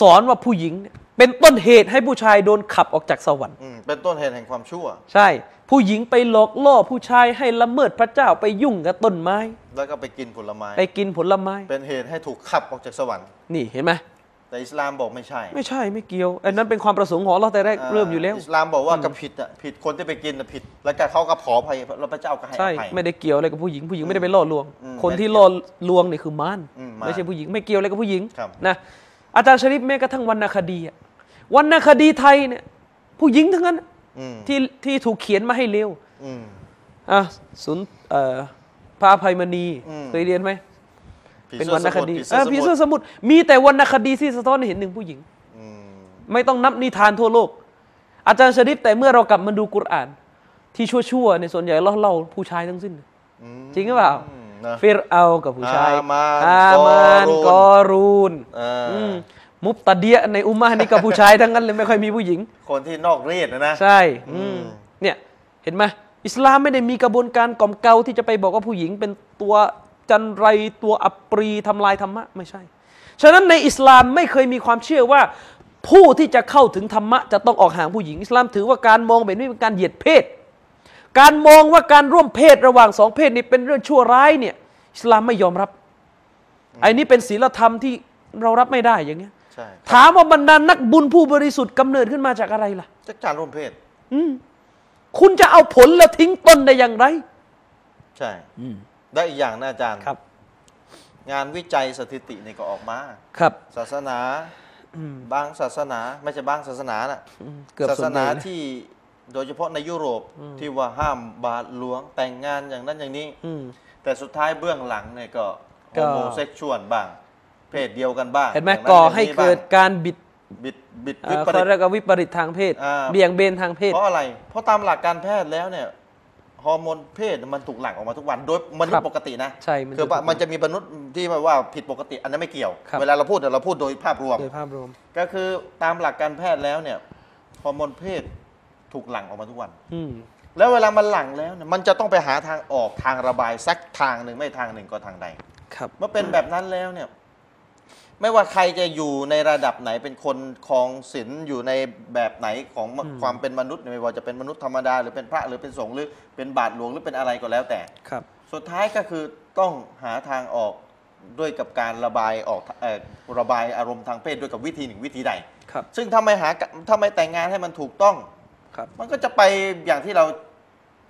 สอนว่าผู้หญิงเนี่ยเป็นต้นเหตุให้ผู้ชายโดนขับออกจากสวรรค์ อืมเป็นต้นเหตุแห่งความชั่ว ใช่ ผู้หญิงไปหลอกล่อผู้ชายให้ละเมิดพระเจ้าไปยุ่งกับต้นไม้ แล้วก็ไปกินผลไม้ ไปกินผลไม้ เป็นเหตุให้ถูกขับออกจากสวรรค์ นี่เห็นไหม แต่อิสลามบอกไม่ใช่ ไม่ใช่ไม่เกี่ยว อันนั้นเป็นความประสงค์ของเราแต่แรก า เริ่มอยู่แล้ว อิสลามบอกว่าก็ผิดอ่ะผิดคนที่ไปกินอ่ะผิด แล้วก็เขาก็ขออภัยแล้วพระเจ้าก็ให้อ ใช่ ภัย ไม่ได้เกี่ยวอะไรกับผู้หญิงผู้หญิงไม่ได้ไปล่อลวง อืม คนที่ล่อลวงนี่คือมาร อืมมาร ไม่ใช่ผู้หญิงไม่เกี่ยวอะไรกับผู้หญิง ครับ นะอาจารย์ชริปแม้กระทั่งวรรณคดีอะวรรณคดีไทยเนี่ยผู้หญิงทั้งนั้น อืม ที่ที่ถูกเขียนมาให้เร็ว อืม อ่ะศูนย์เอ่อพระอภัยมณี อืม เคยเรียนไหม ผี เป็น สื้ ว อ รรณ ส ค มุ ดี ผี เอ เสื้อ อ ส ผี มุ เสื้อสมุทรมีแต่วรรณคดีที่สะท้อนให้เห็นหนึ่งผู้หญิง อืม ไม่ต้องนับนิทานทั่วโลก อาจารย์ชริปแต่เมื่อเรากลับมาดูกุรอาน ที่ชั่วๆในยส่วนใหญ่เล่าเล่าผู้ชายทั้งสิ้น อืม จริงหรือเปล่า อืมนะ ฟิรเอากับผู้ชาย อามาน มาน ก ก อ อรูน อ่า อืมมุบตะเดียในอุมมะนี่กับผู้ชายทั้งนั้นเลยไม่ค่อยมีผู้หญิง คนที่นอกรีดนะนะ ใช่อืมเนี่ย เห็นไหมอิสลามไม่ได้มีกระบวนการกล่อมเกลาที่จะไปบอกว่าผู้หญิงเป็นตัวจันไรตัวอัปรีทำลายธรรมะ ไม่ใช่ ฉะนั้นในอิสลามไม่เคยมีความเชื่อว่า ผู้ที่จะเข้าถึงธรรมะ จะต้องออกห่างผู้หญิง อิสลามถือว่าการมองแบบนี้เป็นการเหยียดเพศ การมองว่าการร่วมเพศระหว่างสองเพศนี่เป็นเรื่องชั่วร้ายเนี่ย อิสลามไม่ยอมรับไอ้นี่เป็นศีลธรรมที่เรารับไม่ได้อย่างเงี้ย ใช่ ถามว่าบรรดานักบุญผู้บริสุทธิ์กำเนิดขึ้นมาจากอะไรล่ะ จักการร่วมเพศ คุณจะเอาผลแล้วทิ้งต้นได้อย่างไร ใช่และอีกอย่างนะอาจารย์ ครับ งานวิจัยสถิตินี่ก็ออกมา ครับ ศาสนาบางศาสนาไม่ใช่บางศาสนาน่ะ อืมเกือบ ศา ส่ว ส นห นา นึ่งนะ ที่โดยเฉพาะในยุโรปที่ว่าห้ามบาทหลวงแต่งงานอย่างนั้นอย่างนี้ อืม แต่สุดท้ายเบื้องหลังเนี่ยก็โฮ ก็ โมเซ็กชวลบ้าง เพศเดียวกันบ้าง เห็นไหม ย่าง ก่อ อย่าง ให้ บ้าง เกิดการบิด บิดบิด เอ่ วิ อ ปริ เขา ต เรียกว่าวิปริตทางเพศ อ่า เบี่ยงเบนทางเพศ เพราะอะไร เพราะตามหลักการแพทย์แล้วเนี่ยฮอร์โมนเพศมันถูกหลั่งออกมาทุกวันโดยมนุษ ครับ ย์ปกตินะ ใช่มัน คือว่ามันจะมีมนุษย์ที่แบบว่าผิดปกติ อันนั้นไม่เกี่ยว ครับ เวลาเราพูดเนี่ยเราพูดโดยภาพรวม โดยภาพรวม ก็คือตามหลักการแพทย์แล้วเนี่ยฮอร์โมนเพศถูกหลั่งออกมาทุกวัน อืม แล้วเวลามันหลั่งแล้วเนี่ยมันจะต้องไปหาทางออกทางระบายสักทางหนึ่งไม่ทางหนึ่งก็ทางใด ครับ เมื่อเป็นแบบนั้นแล้วเนี่ย ไม่ว่าใครจะอยู่ในระดับไหนเป็นคนครองศีลอยู่ในแบบไหนของความเป็นมนุษย์เนี่ยไม่ว่าจะเป็นมนุษย์ธรรมดาหรือเป็นพระหรือเป็นสงฆ์หรือเป็นบาทหลวงหรือเป็นอะไรก็แล้วแต่ ครับ สุดท้ายก็คือต้องหาทางออกด้วยกับการระบายออกเอ่อระบายอารมณ์ทางเพศด้วยกับวิธีหนึ่งวิธีใด ครับ ซึ่งถ้าไม่หาถ้าไม่แต่งงานให้มันถูกต้อง ครับ มันก็จะไปอย่างที่เรา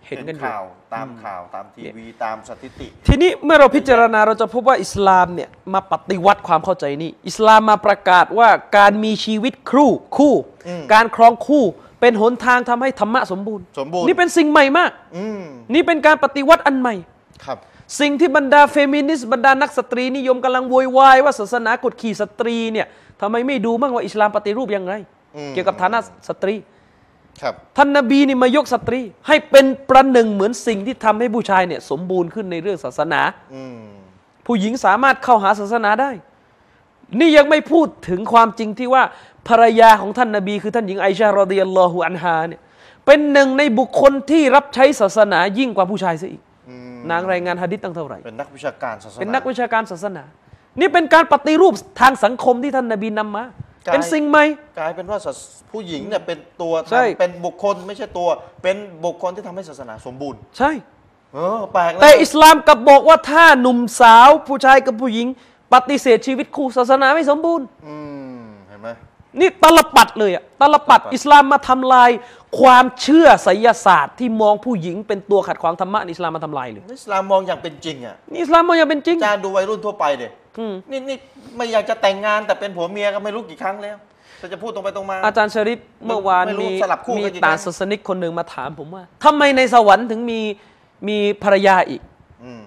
เห็นกันอยู่ ข่าวตามข่าวตามทีวีตามสถิติ ทีนี้เมื่อเราพิจารณาเราจะพบว่าอิสลามเนี่ยมาปฏิวัติความเข้าใจนี้ อิสลามมาประกาศว่าการมีชีวิตครู่คู่ อืม การครองคู่เป็นหนทางทำให้ธรรมะสมบูรณ์ สมบูรณ์ นี่เป็นสิ่งใหม่มาก อืม นี่เป็นการปฏิวัติอันใหม่ ครับ สิ่งที่บรรดาเฟมินิสต์บรรดานักสตรีนิยมกำลังโวยวายว่าศาสนากดขี่สตรีเนี่ยทำไมไม่ดูบ้างว่าอิสลามปฏิรูปอย่างไร อืม เกี่ยวกับฐานะสตรี ครับ ท่านนบีนี่มายกสตรี ให้เป็นประหนึ่งเหมือนสิ่งที่ทำให้ผู้ชายเนี่ยสมบูรณ์ขึ้นในเรื่องศาสนา อืม ผู้หญิงสามารถเข้าหาศาสนาได้ นี่ยังไม่พูดถึงความจริงที่ว่าภรรยาของท่านนบี คือท่านหญิงไอชารอดิยัลลอฮุอันฮาเนี่ยเป็นหนึ่งในบุคคลที่รับใช้ศาสนายิ่งกว่าผู้ชายเสียอีก อืม นางรายงานฮะดิษตั้งเท่าไหร่ เป็นนักวิชาการศาสนา เป็นนักวิชาการศาสนา นี่เป็นการปฏิรูปทางสังคมที่ท่านนบีนำมา การ เป็นสิ่งใหม่ กลายเป็นว่าศาสผู้หญิงเนี่ยเป็นตัว ใช่ ทำเป็นบุคคลไม่ใช่ตัว เป็นบุคคลที่ทำให้ศาสนาสมบูรณ์ ใช่ เออแปลกนะ แต่อิสลามกลับบอกว่าถ้าหนุ่มสาวผู้ชายกับผู้หญิง ปฏิเสธชีวิตคู่ศาสนาไม่สมบูรณ์ อืมเห็นไหม นี่ตลปัดเลยอะตลปัด ตลปัด อิสลามมาทำลาย ความเชื่อไสยศาสตร์ที่มองผู้หญิงเป็นตัวขัดขวางธรรมะนี่อิสลามมาทำลายเลย อิสลามมองอย่างเป็นจริงอ่ะ นี่อิสลามมันยังเป็นจริง อาจารย์ดูวัยรุ่นทั่วไปเด็ อืม นี่นี่ไม่อยากจะแต่งงานแต่เป็นผัวเมียก็ไม่รู้กี่ครั้งแล้วแต่จะพูดตรงไปตรงมา อาจารย์ชริปเมื่อวาน ไม่รู้ มี สลับคู่ มี กันกี่ครั้ง ต่างศาสนิกคนหนึ่งมาถามผมว่าทำไมในสวรรค์ถึงมี มีภรรยาอีก อืม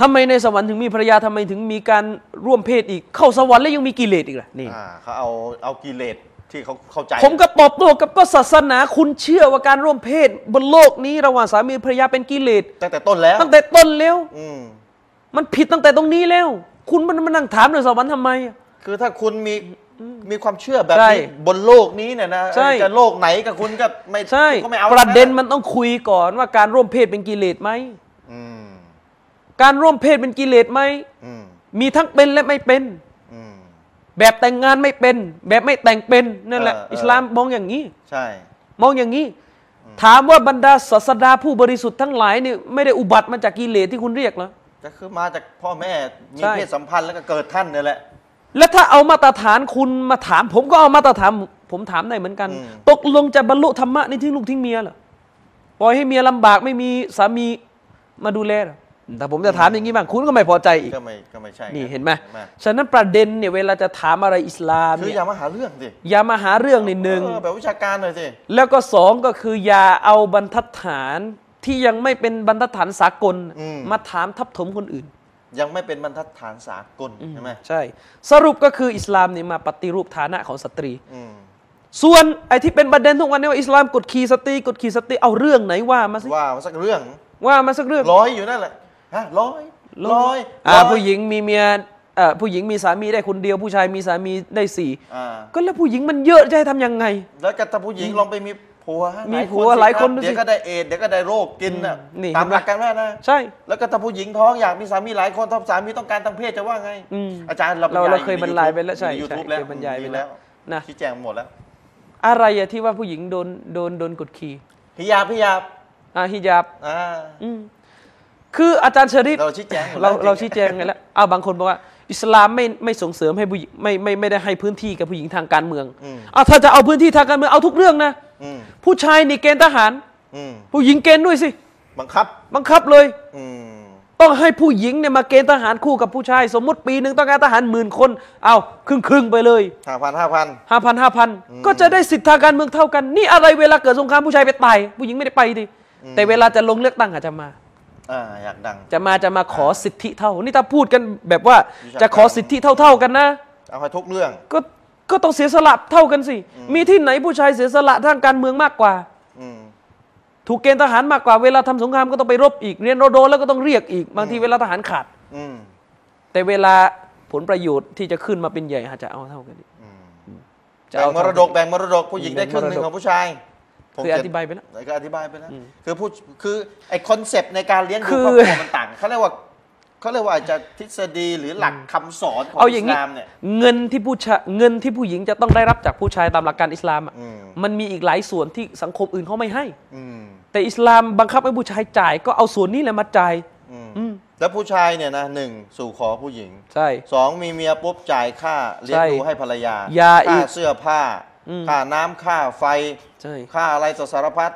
ทำไมในสวรรค์ถึงมีภรรยาทำไมถึงมีการร่วมเพศอีก เข้าสวรรค์แล้วยังมีกิเลสอีกล่ะนี่ อ่าเขาเอาเอากิเลสที่เขาเข้าใจ ผมก็ตอบโตัวกับก็ศาสนาคุณเชื่อว่าการร่วมเพศ บนโลกนี้ระหว่างสามีภรรยาเป็นกิเลส ตั้งแต่ต้นแล้ว ตั้งแต่ต้นแล้ว อืม มันผิดตั้งแต่ตรงนี้แล้ว คุณมันมานั่งถามเรื่องสวรรค์ทำไมอะ คือถ้าคุณมีมีความเชื่อแบบ ใช่ นี้บนโลกนี้เนี่ยนะ ใช่ จะโลกไหนกับคุณก็ไม่ ใช่ ก็ไม่เอา ประเด็นมันต้องคุยก่อนว่าการร่วมเพศเป็นกิเลสไหม อืม การร่วมเพศเป็นกิเลสไหม อืม มีทั้งเป็นและไม่เป็น อืม แบบแต่งงานไม่เป็น แบบไม่แต่งเป็นนั่นแหละ เอออิ อิสลามมองอย่างนี้ ใช่ มองอย่างนี้ ถามว่าบรรดาศาสดาผู้บริสุทธิ์ทั้งหลายเนี่ยไม่ได้อุบัติมาจากกิเลสที่คุณเรียกเหรอ ก็คือมาจากพ่อแม่มี ใช่ เพศสัมพันธ์แล้วก็เกิดท่านเนี่ยแหละ แล้วถ้าเอามาตรฐานคุณมาถาม ผมก็เอามาตรฐานผมถามได้เหมือนกัน อืม ตกลงจะบรรลุธรรมะนี่ทิ้งลูกทิ้งเมียเหรอปล่อยให้เมียลำบากไม่มีสามีมาดูแลเหรอแต่ผมจะถามอย่างนี้บ้างคุณก็ไม่พอใจอีก ก็ไม่ก็ไม่ใช่ นี่ ไง เห็นไหมฉะนั้นประเด็นเนี่ยเวลาจะถามอะไรอิสลาม คือ เนี่ อย ย่ามาหาเรื่องสิ อย่ามาหาเรื่องในหนึ่ง เออแบบวิชาการหน่อยสิ แล้วก็สองก็คืออย่าเอาบรรทัดฐานที่ยังไม่เป็นบรรทัดฐานสากล อืม ถามทับถมคนอื่น ยังไม่เป็นบรรทัดฐานสากลใช่ไหม ใช่ สรุปก็คืออิสลามเนี่ยมาปฏิรูปฐานะของสตรี อืม ส่วนไอ้ที่เป็นประเด็นทุกวันนี้ว่าอิสลามกดขี่สตรีกดขี่สตรีเอาเรื่องไหนว่ามาสิ ว่ามาสักเรื่อง ว่ามาสักเรื่อง ร้อยอยู่นั่นแหละฮะร้อยร้อย อ่า ร้ย ผู้หญิงมีเมียเอ่อผู้หญิงมีสามีได้คนเดียว ผู้ชายมีสามีได้สี่ อ่า ก็แล้วผู้หญิงมันเยอะจะให้ทำยังไง แล้วก็ถ้าผู้หญิงลองไปมีผัว มีผัวหลายคนดูสิ เดี๋ยวก็ได้เอดส์เดี๋ยวก็ได้โรคกินน่ะ อืมนี่ ตาม เห็นไหม หลักการแม่นะ ใช่ แล้วก็ถ้าผู้หญิงท้องอยากมีสามีหลายคนถ้าสามีต้องการทางเพศจะว่าไง อืม อาจารย์เรา เราเราเคยบรรยายไปแล้วใช่ ยูทูบ ใช่ แล้ว เคยบรรยายไปแล้วนะ ชี้แจงหมดแล้ว อะไรอะที่ว่าผู้หญิงโดนโดนโดนกดขี่ พิยาพิยา อาฮิญาบ อ่า อืมคืออาจารย์ชริต เราชี้แจงหมดแล้ว เราเรา จริงๆ ชี้แจงไงแล้ว เอาบางคนบอกว่า อิสลามไม่ไม่ส่งเสริมให้ผู้หญิงไม่ไม่ไม่ได้ให้พื้นที่กับผู้หญิงทางการเมือง อืม เอาถ้าจะเอาพื้นที่ทางการเมืองเอาทุกเรื่องนะ อืม ผู้ชายนี่เกณฑ์ทหาร อืม ผู้หญิงเกณฑ์ด้วยสิ บังคับ บังคับเลย อืม ต้องให้ผู้หญิงเนี่ยมาเกณฑ์ทหารคู่กับผู้ชาย สมมติปีหนึ่งต้องการทหารหมื่นคน เอาครึ่งครึ่งๆไปเลย ห้าพันห้าพัน ห้าพันห้าพันก็จะได้สิทธิทางการเมืองเท่ากัน นี่อะไรเวลาเกิดสงครามผู้ชายไปตายผู้หญิงไม่ได้ไปดิ อืม แต่เวลาจะลงเลือกตั้งอาจจะมา อ่าอยากดัง จะมาจะมาขอสิทธิเท่า นี่ถ้าพูดกันแบบว่า วิชาการ จะขอสิทธิเท่า ๆกันนะ เอาให้ทุกเรื่อง ก็ก็ต้องเสียสละเท่ากันสิ มีที่ไหนผู้ชายเสียสละทางการเมืองมากกว่า อืม ถูกเกณฑ์ทหารมากกว่าเวลาทำสงครามก็ต้องไปรบอีกเรียนรอโดแล้วก็ต้องเรียกอีก บางทีเวลาทหารขาด อืม แต่เวลาผลประโยชน์ที่จะขึ้นมาเป็นใหญ่อาจจะเอาเท่ากันอีกจะ แบ่ เอา งม เท่าร กัน ดกแบ่งมรดกผู้หญิงได้ครึ่งหนึ่งของผู้ชายผม คืออธิบายไปแล้ว ก็อธิบายไปแล้วคือผู้คือไอคอนเซปต์ในการเลี้ยง คื ดูคอรอบครัวมันต่างเขาเรียกว่าเขาเรียกว่าอาจจะทฤษฎีหรือหลักคำสอนของ เอาอ อิ ย่าง ส นี้ ลามเนี่ย เงินที่ผู้ชายเงินที่ผู้หญิงจะต้องได้รับจากผู้ชายตามหลักการอิสลามอะ อืม มันมีอีกหลายส่วนที่สังคมอื่นเขาไม่ให้ อืม แต่อิสลามบังคับให้ผู้ชายจ่ายก็เอาส่วนนี้แหละมาจ่าย อืม อืม แล้วผู้ชายเนี่ยนะหนึ่งสู่ขอผู้หญิง ใช่ สองมีเมียปุ๊บจ่ายค่าเลี้ยงดู ใช่ ให้ภรรยา อย่าอี ค่าก เสื้อผ้า อืม ค่าน้ำค่าไฟ ใช่ ค่าอะไรสสารพัด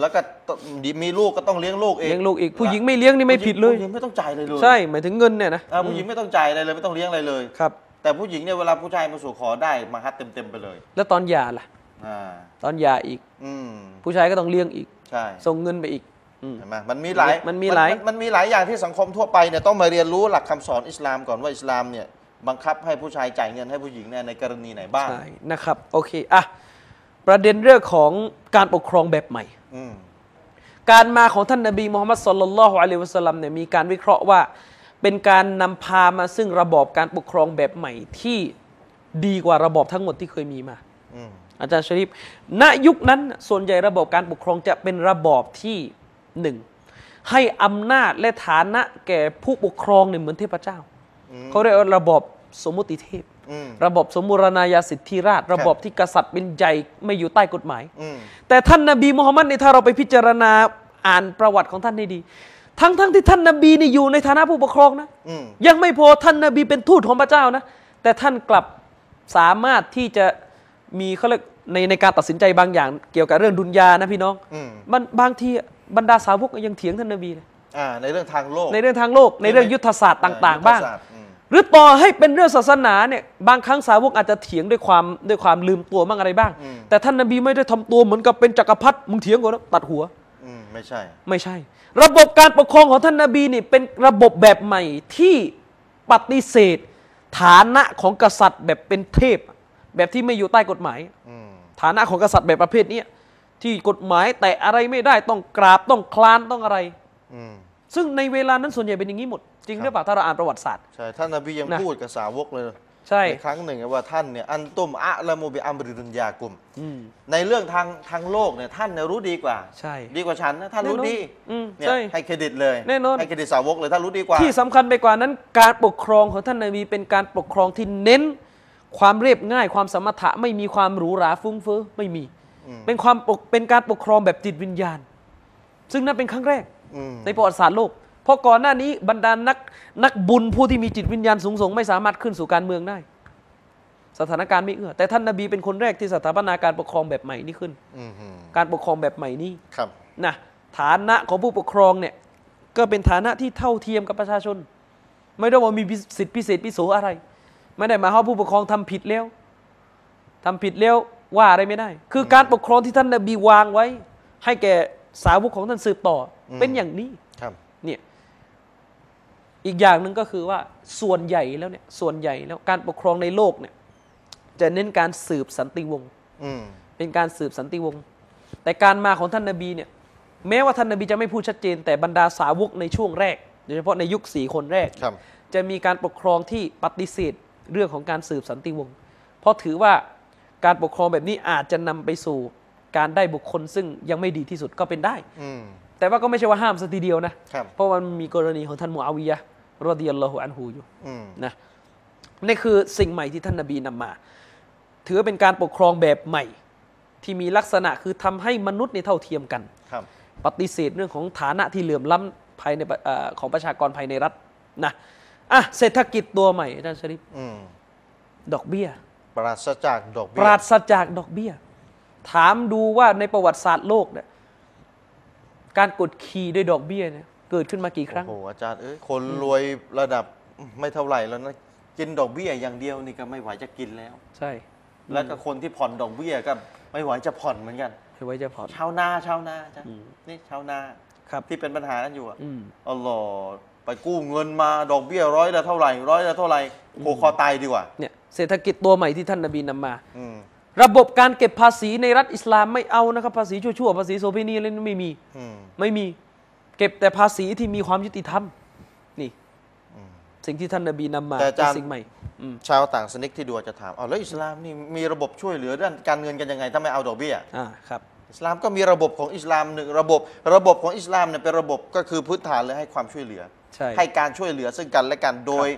แล้วก็ต้องมีลูกก็ต้องเลี้ยงลูกเอง เลี้ยงลูกอีกผู้หญิงไม่เลี้ยงนี่ไม่ผิดเลย ผู้หญิงไม่ต้องจ่ายเลยเลย ใช่หมายถึงเงินเนี่ยนะ อ่าผู้หญิงไม่ต้องจ่ายอะไรเลยไม่ต้องเลี้ยงอะไรเลย ครับ แต่ผู้หญิงเนี่ยเวลาผู้ชายมาสู่ขอได้มาฮัดเต็มๆไปเลย แล้วตอนหย่าล่ะ อ่า ตอนหย่าอีก อืม ผู้ชายก็ต้องเลี้ยงอีก ใช่ ส่งเงินไปอีกอืม เห็นไหมมันมีหลาย มันมีหลาย นมันมีหลายอย่างที่สังคมทั่วไปเนี่ยต้องมาเรียนรู้หลักคำสอนอิสลามก่อนว่าอิสลามเนี่ยบังคับให้ผู้ชายจ่ายเงินให้ผู้หญิงเนี่ยในกรณีไหนบ้าง ใช่นะครับโอเคอ่ะประเด็นเรื่องของการปกครองแบบใหม่ อืม การมาของท่านนบีมูฮัมมัดสุลลัลลอฮุอะลัยฮิวะสัลลัมเนี่ยมีการวิเคราะห์ว่า เป็นการนำพามาซึ่งระบอบการปกครองแบบใหม่ที่ดีกว่าระบอบทั้งหมดที่เคยมีมา อืม อาจารย์ชริปณยุคนั้นน่ะส่วนใหญ่ระบบการปกครองจะเป็นระบอบที่หนึ่งให้อำนาจและฐานะแก่ผู้ปกครองเนี่ยเหมือนเทพเจ้า เขาเรียกว่าระบอบสมมุติเทพ อืม ระบอบสมมูรณาญาสิทธิราช ระบอบที่กษัตริย์เป็นใหญ่ไม่อยู่ใต้กฎหมาย อืม แต่ท่านนบีมูฮัมมัดเนี่ยถ้าเราไปพิจารณาอ่านประวัติของท่านให้ดี ทั้งๆที่ท่านนบีเนี่ยอยู่ในฐานะผู้ปกครองนะ อืม ยังไม่พอท่านนาบีเป็นทูตของพระเจ้านะ แต่ท่านกลับสามารถที่จะมีเขาเรียกในในการตัดสินใจบางอย่าง เกี่ยวกับเรื่องดุนยานะพี่น้อง อืม มันบางทีบรรดาสาวกยังเถียงท่านนาบีเลย อ่าในเรื่องทางโลก ในเรื่องทางโลกในเรื่องยุทธศาสตร์ต่าง ๆ บ้าง ยุทธศสตร์อืม หรือต่อให้เป็นเรื่องศาสนาเนี่ยบางครั้งสาวกอาจจะเถียงด้วยความด้วยความลืมตัวบ้างอะไรบ้าง อืม แต่ท่านนาบีไม่ได้ทำตัวเหมือนกับเป็นจักรพรรดิมึงเถียงกูนะตัดหัว อืม ไม่ใช่ ไม่ใช่ ระบบการปกครองของท่านนาบีนี่เป็นระบบแบบใหม่ที่ปฏิเสธ ฐานะของกษัตริย์แบบเป็นเทพ แบบที่ไม่อยู่ใต้กฎหมาย อืม ฐานะของกษัตริย์แบบประเภทเนี้ยที่กฎหมายแต่อะไรไม่ได้ต้องกราบต้องคลานต้องอะไร อืม ซึ่งในเวลานั้นส่วนใหญ่เป็นอย่างนี้หมด จริงหรือเปล่าถ้าเราอ่านประวัติศาสตร์ ใช่ท่านนบียัง นะ พูดกับสาวกเลย ใช่ ในครั้งหนึ่งว่าท่านเนี่ยอันตุมอะละโมบิอัมริดุนยากุม อืม ในเรื่องทางทางโลกเนี่ยท่านเนี่ยรู้ดีกว่า ใช่ ดีกว่าฉันนะท่านรู้ แน่นอน ดี อืม เนี่ย ใช่ ให้เครดิตเลย แน่นอน ให้เครดิตสาวกเลยท่านรู้ดีกว่า ที่สำคัญไปกว่านั้นการปกครองของท่านนาบีเป็นการปกครองที่เน้น ความเรียบง่ายความสมถะไม่มีความหรูหราฟุ้งเฟ้อไม่มี อืม เป็นความปกเป็นการปกครองแบบจิตวิญญาณ ซึ่งนั่นเป็นครั้งแรก อืม ในประวัติศาสตร์โลก เพราะก่อนหน้านี้บรรดานักนักบุญผู้ที่มีจิตวิญญาณสูงส่งไม่สามารถขึ้นสู่การเมืองได้ สถานการณ์ไม่เอื้อ แต่ท่านนาบีเป็นคนแรกที่สถาปนาการปกครองแบบใหม่นี้ขึ้น อืมอืม การปกครองแบบใหม่นี้ ครับ นะฐานะของผู้ปกครองเนี่ยก็เป็นฐานะที่เท่าเทียมกับประชาชน ไม่ได้ว่ามีพิสิทธิพิเศษพิโสอะไร ไม่ได้หมายความว่าผู้ปกครองทำผิดแล้วทำผิดแล้วว่าอะไรไม่ได้ คือการปกครองที่ท่านนาบีวางไว้ ให้แก่สาวกของท่านสืบต่ออ ม เป็นอย่างนี้ ครับ เนี่ยอีกอย่างหนึ่งก็คือว่าส่วนใหญ่แล้วเนี่ยส่วนใหญ่แล้วการปกครองในโลกเนี่ยจะเน้นการสืบสันติวงศ์ อืม เป็นการสืบสันติวงศ์แต่การมาของท่านนาบีเนี่ยแม้ว่าท่านนาบีจะไม่พูดชัดเจน แต่บรรดาสาวกในช่วงแรกโดยเฉพาะในยุคสี่คนแรก ครับ จะมีการปกครองที่ปฏิเสธเรื่องของการสืบสันติวงศ์เพราะถือว่าการปกครองแบบนี้อาจจะนำไปสู่การได้บุคคลซึ่งยังไม่ดีที่สุดก็เป็นได้ อืม แต่ว่าก็ไม่ใช่ว่าห้ามซะทีเดียวนะ ครับ เพราะมันมีกรณีของท่านมูอาวิยะห์รอดิยัลลอฮุอันฮูอยู่ อืม นะนี่คือสิ่งใหม่ที่ท่านนบีนำมา ถือว่าเป็นการปกครองแบบใหม่ ที่มีลักษณะคือทำให้มนุษย์ในยเท่าเทียมกัน ครับ ปฏิเสธเรื่องของฐานะที่เหลื่อมล้ำภายในประเอ่อของประชากรภายในรัฐนะอ่ะเศรษฐกิจตัวใหม่อาจารย์ชริป อืม ดอกเบี้ย ปราศจากดอก ป เบี้ย ราศจากดอกเบี้ย ถามดูว่าในประวัติศาสตร์โลกเนี่ยการกดขี่ด้วยดอกเบี้ยเนี่ยเกิดขึ้นมากี่ครั้ง โอ้โหอาจารย์เอ้ยคนรวยระดับไม่เท่าไหร่แล้วนะกินดอกเบี้ยอย่างเดียวนี่ก็ไม่ไหวจะกินแล้ว ใช่ แล้วก็คนที่ผ่อนดอกเบี้ยก็ไม่ไหวจะผ่อนเหมือนกัน ไม่ไว้จะผ่อน ชาวนาชาวนาอาจ้ะนี่ชาวนา ครับ ที่เป็นปัญหากันอยู่อะ อืม อ๋อหรอไปกู้เงินมาดอกเบี้ยร้อยละเท่าไหร่ร้อยละเท่าไหร่ผูกคอตายดีกว่า เนี่ยเศรษฐกิจตัวใหม่ที่ท่านนบีนำมา อืม ระบบการเก็บภาษีในรัฐอิสลามไม่เอานะครับ ภาษีชั่วๆ ภาษีโสเภณีอะไรนั้นไม่มี อืม ไม่มีเก็บแต่ภาษีที่มีความยุติธรรม นี่สิ่งที่ท่านนบีนำมา แต่อาจาร เป็น ย์ สิ่งใหม่ อืม ชาวต่างสนิกที่ดูอาจจะถามเอาวแล้วอิสลามนี่มีระบบช่วยเหลือด้านการเงินกันยังไงถ้าไม่เอาดอกเบี้ย อ่าครับ อิสลามก็มีระบบของอิสลามหนึ่งระบบ ระบบของอิสลามเนี่ยเป็นระบบก็คือพื้นฐานเลยให้ความช่วยเหลือ ใช่ การช่วยเหลือซึ่งกันและกันโดย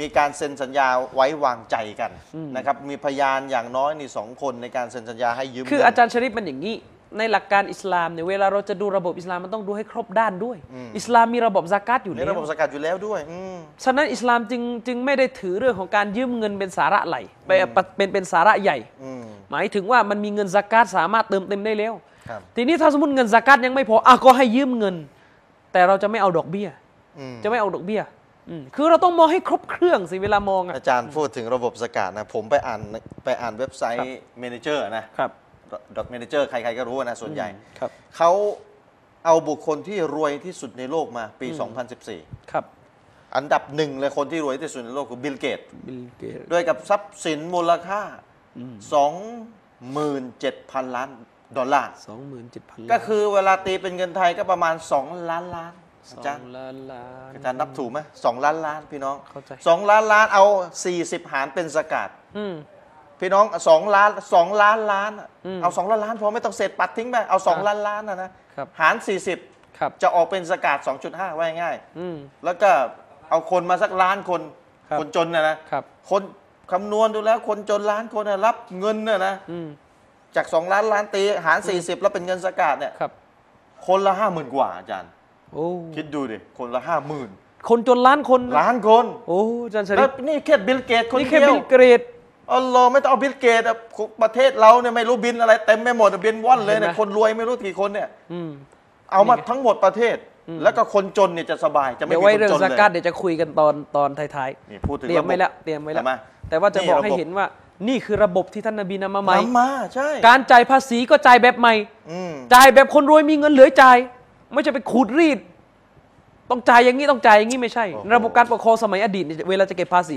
มีการเซ็นสัญญาไว้วางใจกัน อืม นะครับมีพยานอย่างน้อยนี่สองคนในการเซ็นสัญญาให้ยืม คือ เงิน อาจารย์ชริปมันอย่างนี้ ในหลักการอิสลามเนี่ยเวลาเราจะดูระบบอิสลามมันต้องดูให้ครบด้านด้วย อืม อิสลามมีระบบซากาตอยู่ ใน แล้ ระ ว บบสกัดอยู่แล้วด้วยอืม ฉะนั้นอิสลามจึงจึงไม่ได้ถือเรื่องของการยืมเงินเป็นสาระไหลไปเป็นเป็นสาระใหญ่ อืม หมายถึงว่ามันมีเงินสากาตสามารถเติมเต็มได้แล้ว ครับ ทีนี้ถ้าสมมติเงินสากาตยังไม่พออ่ะก็ให้ยืมเงิน แต่เราจะไม่เอาดอกเบี้ย อืม จะไม่เอาดอกเบี้ยอืมคือเราต้องมองให้ครบเครื่องสิเวลามองอ่ะ อาจารย์พูดถึงระบบสกัดนะผมไปอ่านไปอ่านเว็บไซ ครับ ต์เมนเจอร์นะครับ ดอกเมนเจอร์ใครๆก็รู้นะส่วนใหญ่ ครับ เขาเอาบุคคลที่รวยที่สุดในโลกมาปี 2014 ครับ อันดับหนึ่งเลยคนที่รวยที่สุดในโลกคือบิลเกตส์ บิลเกตส์ ด้วยกับทรัพย์สินมูลค่า 27,000 ล้านดอลลาร์ สองหมื่นเจ็ดพัน ก็คือเวลาตีเป็นเงินไทยก็ประมาณ 2 ล้านล้าน ส อา อ จารง ย์ ล้านล้าน อาจารย์นับถูกไหมสองล้านล้านพี่น้อง เข้าใจ สองล้านล้านเอา 40 หารเป็นสกัด อืม พี่น้องสองล้านสองล้านล้านอะ อืม เอาสองล้านล้านพอไม่ต้องเศษปัดทิ้งไปเอาสอง ครับ ล้านล้านนะนะครับ หาร ครับ 40 จะออกเป็นสกัด2.5ไว้ง่าย อืม แล้วก็เอาคนมาสักล้านคน ครับ นจนนะนะ ครับ คนคำนวณดูแล้วคนจนล้านคนน่ะรับเงินน่ะนะ อืม จาก 2 ล้านล้านตีหาร 40 แล้วเป็นเงินสกัดเนี่ย ครับ คนละ 5 0,000 กว่าอาจารย์ โอ้ คิดดูดิ คนละ 5 0,000 คนจนล้านคนนะ ล้านคน โอ้อาจารย์ช แล้ ริ ว ป นี่แค่บิลเกตคน นี่ เดี แค่ ย บิ ว ลเกรต อ๋อเหรอไม่ต้องเอาบิลเกตอะประเทศเราเนี่ยไม่รู้บินอะไรเต็มไปหมดอะบินว่อนเลยเนี่ย เห็นไหม คนรวยไม่รู้กี่คนเนี่ย อืม เอามา นี่ไง ทั้งหมดประเทศ แล้วก็คนจนเนี่ยจะสบายจะไม่ เดี๋ยว มี ไว้ คน เรื่อง จน ส เลย กัดเดี๋ยวจะคุยกันตอนตอนท้ายๆ นี่พูดถึง เตรียม ระบบ ไว้แล้วเตรียมไว้แล้ว เห็นไหม แต่ว่าจะ นี่ บอกให้ ระบบ เห็นว่านี่คือระบบที่ท่านนบีนำมาใหม่ นำมาใช่ การจ่ายภาษีก็จ่ายแบบใหม่ อืม จ่ายแบบคนรวยมีเงินเหลือจ่าย ไม่ใช่ไปขูดรีด ต้องจ่ายอย่างนี้ต้องจ่ายอย่างนี้ไม่ใช่ โอ้โห ระบบการปกครองสมัยอดีตเนี่ยเวลาจะเก็บภาษี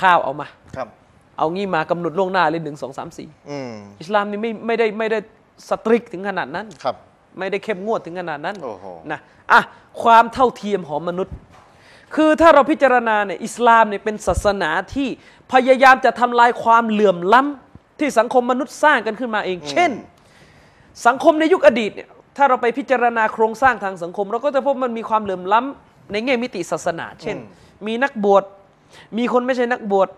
ข้าวเอามา ครับ เอางี้มากำหนดล่วงหน้าเลยหนึ่งสองสามสี่ อืม อิสลามนี่ไม่ไม่ได้ไม่ได้สตริกถึงขนาดนั้น ครับ ไม่ได้เข้มงวดถึงขนาดนั้น โอ้โห นะอ่ะความเท่าเทียมของมนุษย์ คือถ้าเราพิจารณาเนี่ยอิสลามเนี่ยเป็นศาสนาที่พยายามจะทำลายความเหลื่อมล้ำที่สังคมมนุษย์สร้างกันขึ้นมาเอง เช่น สังคมในยุคอดีตเนี่ยถ้าเราไปพิจารณาโครงสร้างทางสังคม เราก็จะพบมันมีความเหลื่อมล้ำในแง่มิติศาสนา เช่น มีนักบวชมีคนไม่ใช่นักบวช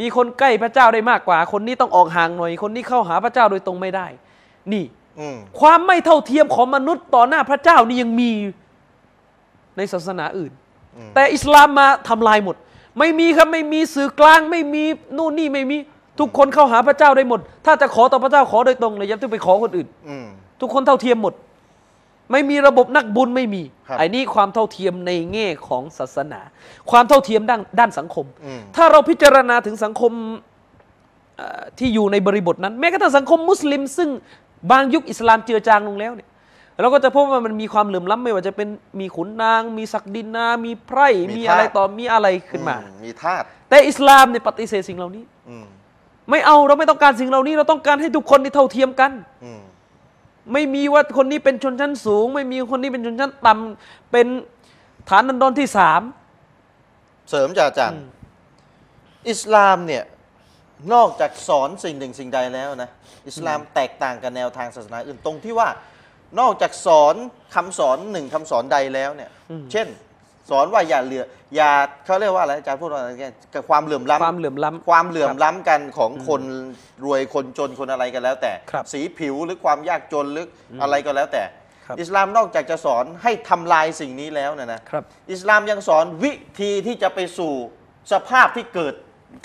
มีคนใกล้พระเจ้าได้มากกว่า คนนี้ต้องออกห่างหน่อย คนนี้เข้าหาพระเจ้าโดยตรงไม่ได้ นี่ อืม ความไม่เท่าเทียมของมนุษย์ต่อหน้าพระเจ้านี่ยังมีในศาสนาอื่น แต่อิสลามมาทำลายหมด ไม่มีครับไม่มีสื่อกลางไม่มีนู่นนี่ไม่มีทุกคนเข้าหาพระเจ้าได้หมด ถ้าจะขอต่อพระเจ้าขอโดยตรงเลยอยับต้องไปขอคนอื่น อืม ทุกคนเท่าเทียมหมด ไม่มีระบบนักบุญไม่มี ครับ ไอ้นี่ความเท่าเทียมในแง่ของศาสนา ความเท่าเทียมด้านด้านสังคม อืม ถ้าเราพิจารณาถึงสังคมเอ่อที่อยู่ในบริบทนั้น แม้กระทั่งสังคมมุสลิม ซึ่งบางยุคอิสลามเจือจางลงแล้วเนี่ยเราก็จะพบว่ามันมีความเหลื่อมล้ำไม่ว่าจะเป็นมีขุนนาง มีศักดินา มีไพร่ มี มี ทาส อะไรต่อมีอะไรขึ้นมา อืมีธาตุ แต่อิสลามเนี่ยปฏิเสธสิ่งเหล่านี้ อืม ไม่เอาเราไม่ต้องการสิ่งเหล่านี้ เราต้องการให้ทุกคนนี่เท่าเทียมกัน อืม ไม่มีว่าคนนี้เป็นชนชั้นสูง ไม่มีคนนี้เป็นชนชั้นต่ำเป็นฐานดันดอนที่สาม เสริมจากอาจารย์ อิสลามเนี่ย นอกจากสอนสิ่งหนึ่งสิ่งใดแล้วนะ อิสลามแตกต่างกับแนวทางศาสนาอื่นตรงที่ว่า นอกจากสอนคำสอนหนึ่งคำสอนใดแล้วเนี่ย เช่น สอนว่าอย่าเหลือ อย่าเขาเรียกว่าอะไรอาจารย์พูดว่าอะไรเนี่ยกับความเหลื่อมล้ำ ความเหลื่อมล้ำ ความเหลื่อมล้ำกันของคนรวยคนจนคนอะไรกันแล้วแต่ ครับ สีผิวหรือความยากจนหรืออะไรก็แล้วแต่ ครับ อิสลามนอกจากจะสอนให้ทำลายสิ่งนี้แล้วเนะนะครับ อิสลามยังสอนวิธีที่จะไปสู่สภาพที่เกิด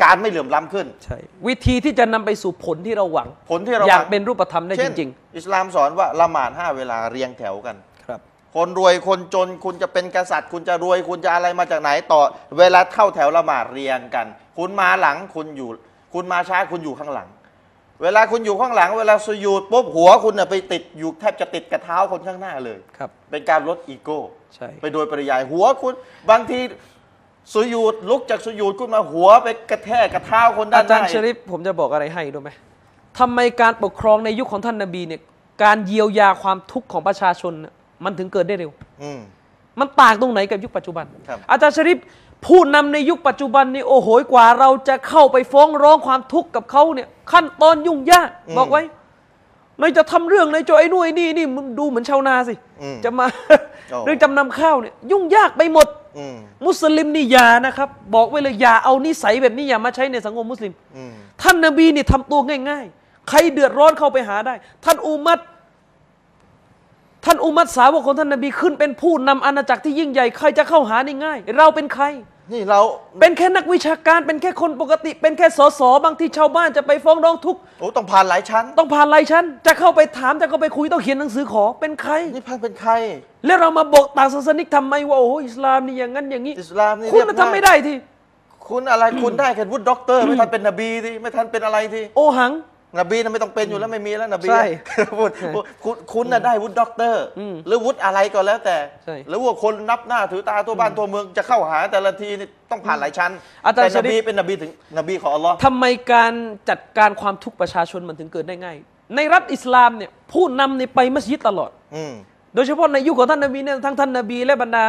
การไม่เหลื่อมล้ำขึ้น ใช่ วิธีที่จะนำไปสู่ผลที่เราหวัง ผลที่เรา อยาก หวัง เป็นรูปธรรมได้จ เช่น ริง อิสลามสอนว่าละหมาดห้าเวลาเรียงแถวกัน ๆ ครับ คนรวยคนจนคุณจะเป็นกษัตริย์ คุณจะรวยคุณจะอะไรมาจากไหนต่อ เวลาเข้าแถวละหมาดเรียงกัน คุณมาหลังคุณอยู่ คุณมาช้าคุณอยู่ข้างหลัง เวลาคุณอยู่ข้างหลัง เวลาสยูดปุ๊บหัวคุณน่ะไปติดอยู่แทบจะติดกระเท้าคนข้างหน้าเลย ครับ เป็นการลดอีโก้ ใช่ ไปโดยปริยายหัวคุณ บางทีสยูดลุกจากสยูดคุณมาหัวไปกระแทกกระเท้าคนด้า อาน ห จา น้าร ย์ชริฟผมจะบอกอะไรให้รู้ไหมทำไมการปกครองในยุคของท่านนาบีเนี่ยการเยียวยาความทุกข์ของประชาชนน่ะมันถึงเกิดได้เร็ว อืม มันต่างตรงไหนกับยุคปัจจุบัน ครับ อาจารย์ชริปผู้นำในยุคปัจจุบันนี่โอ้โหกว่าเราจะเข้าไปฟ้องร้องความทุกข์กับเขาเนี่ยขั้นตอนยุ่งยากบอกไว้นายจะทำเรื่องนายจะไอ้นู่นไอ้นี่นี่มึงดูเหมือนชาวนาสิ อืม จะมา โอ้ เรื่องจำนำข้าวเนี่ยยุ่งยากไปหมด อืม มุสลิมนี่อย่านะครับ บอกไว้เลยอย่าเอานิสัยแบบนี้อย่ามาใช้ในสังคมมุสลิม อืม ท่านนาบีเนี่ยทำตัวง่าย ๆ ใครเดือดร้อนเข้าไปหาได้ ท่านอุมัตท่านอุมัตสาวกของท่านนาบีขึ้นเป็นผู้นำอาณาจักรที่ยิ่งใหญ่ใครจะเข้าหาได้ง่าย เราเป็นใคร นี่เรา เป็นแค่นักวิชาการเป็นแค่คนปกติ เป็นแค่สสบางที่ชาวบ้านจะไปฟ้องร้องทุกข์ โอ้ต้องผ่านหลายชั้น ต้องผ่านไลายชั้นจะเข้าไปถามจะเข้าไปคุยต้องเขียนหนังสือขอเป็นใคร นี่พันเป็นใคร แล้วเรามาบอกต่างศาสนิกทำไมว่าโอ้โหอิสลามนี่อย่างนั้นอย่างนี้ อิสลามนี่ คุณ เรียบ ทำ ง่าย ไม่ได้ที่ คุณอะไร คุณได้แค่วุฒิด็อกเตอร์ไม่ทันเป็นนบีที่ไม่ทันเป็นอะไรที่ โอหัง นบีน่ะไม่ต้องเป็นอยู่แล้วไม่มีแล้วนบี ใช่ พูดพูดคุณคุณน่ะได้วุฒิด็อกเตอร์ อืม หรือวุฒิอะไรก็แล้วแต่ ใช่ หรือว่าคนนับหน้าถือตาตัวบ้านตัวเมืองจะเข้าหาแต่ละทีนี่ต้องผ่านหลายชั้น อาจารย์ แต่นบี ชะดิษ เป็นนบีถึงนบีของอัลลอฮ์ ทำไมการจัดการความทุกข์ประชาชนมันถึงเกิดได้ง่าย ในรัฐอิสลามเนี่ยผู้นำเนี่ยไปมัสยิดตลอด อืม โดยเฉพาะในยุคของท่านนบีเนี่ยทั้งท่านนบีและบรรดา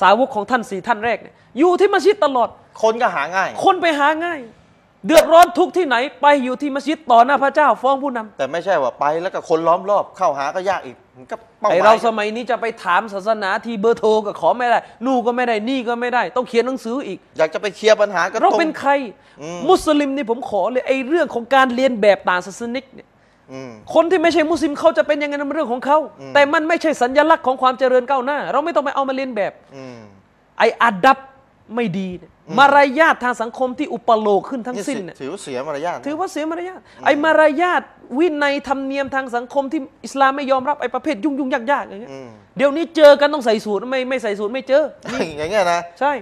สาวกของท่านสี่ท่านแรกเนี่ยอยู่ที่มัสยิดตลอด คนก็หาง่าย คนไปหาง่าย เดือดร้อนทุกข์ที่ไหนไปอยู่ที่มัสยิดต่อหน้าพระเจ้าฟ้องผู้นำ แต่ไม่ใช่ว่าไปแล้วก็คนล้อมรอบเข้าหาก็ยากอีกมันก็เป้าห ไอ มาย เราสมัยนี้จะไปถามศาสนาทีเบอร์โทรก็ขอไม่ได้ นู่นก็ไม่ได้นี่ก็ไม่ได้ ต้องเขียนหนังสืออีก อยากจะไปเคลียร์ปัญหาก็ เรา ตรง เป็นใคร มุสลิมนี่ผมขอเลยไอเรื่องของการเรียนแบบต่างศาสนิกเนี่ย อืม คนที่ไม่ใช่มุสลิมเขาจะเป็นยังไงนั้นเป็นเรื่องของเขา แต่มันไม่ใช่สัญลักษณ์ของความเจริญก้าวหน้า เราไม่ต้องไปเอามาเลียนแบบ อืม ไอ้อาดับไม่ดีเนี่ยมารยาททางสังคมที่อุปโลกขึ้นทั้งสิ้นเนี่ย ถือว่าเสียมารยาทนะ ถือว่าเสียมารยาทไอ้มารยาทวินัยธรรมเนียมทางสังคมที่อิสลามไม่ยอมรับไอ้ประเภทยุ่งยุ่งยากยากๆอย่างเงี้ย อืม เดี๋ยวนี้เจอกันต้องใส่สูตรไม่ไม่ใส่สูตรไม่เจอ อย่างเงี้ยนะ ใช่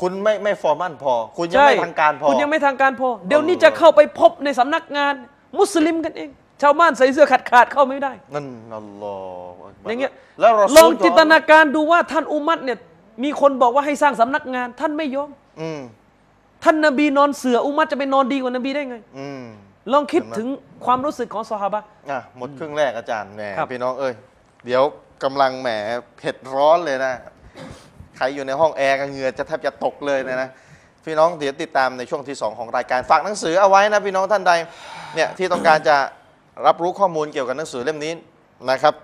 คุณไม่ไม่ฟอร์มั่นพอ คุณยัง ใช่ ไม่ทางการพอ คุณยังไม่ทางการพอ เดี๋ยวนี้ เออ จะเข้าไปพบในสำนักงาน มุสลิมกันเอง ชาวบ้านใส่เสื้อขาดขาดๆเข้าไม่ได้ นั่นอัลลอฮฺ อ อย่าง เงี้ย แล้วรอ ล ซู อง ล จินตนาการดูว่าท่านอุมัตเนี่ยมีคนบอกว่าให้สร้างสำนักงาน ท่านไม่ยอม อืม ท่านนบีนอนเสืออุมัตจะไปนอนดีกว่านบีได้ไง อืม ลองคิดถึงความรู้สึกของสหาบะ อ่ะหมดครึ่งแรกอาจารย์แหม ครับ พี่น้องเอ้ยเดี๋ยวกำลังแหมเผ็ดร้อนเลยนะ ใครอยู่ในห้องแอร์ก็เหงื่อจะแทบจะตกเลยนะนะพี่น้องเดี๋ยวติดตามในช่วงที่ 2 ของรายการฝากหนังสือเอาไว้นะพี่น้องท่านใดเนี่ยที่ต้องการจะรับรู้ข้อมูลเกี่ยวกับหนังสือเล่มนี้นะครับ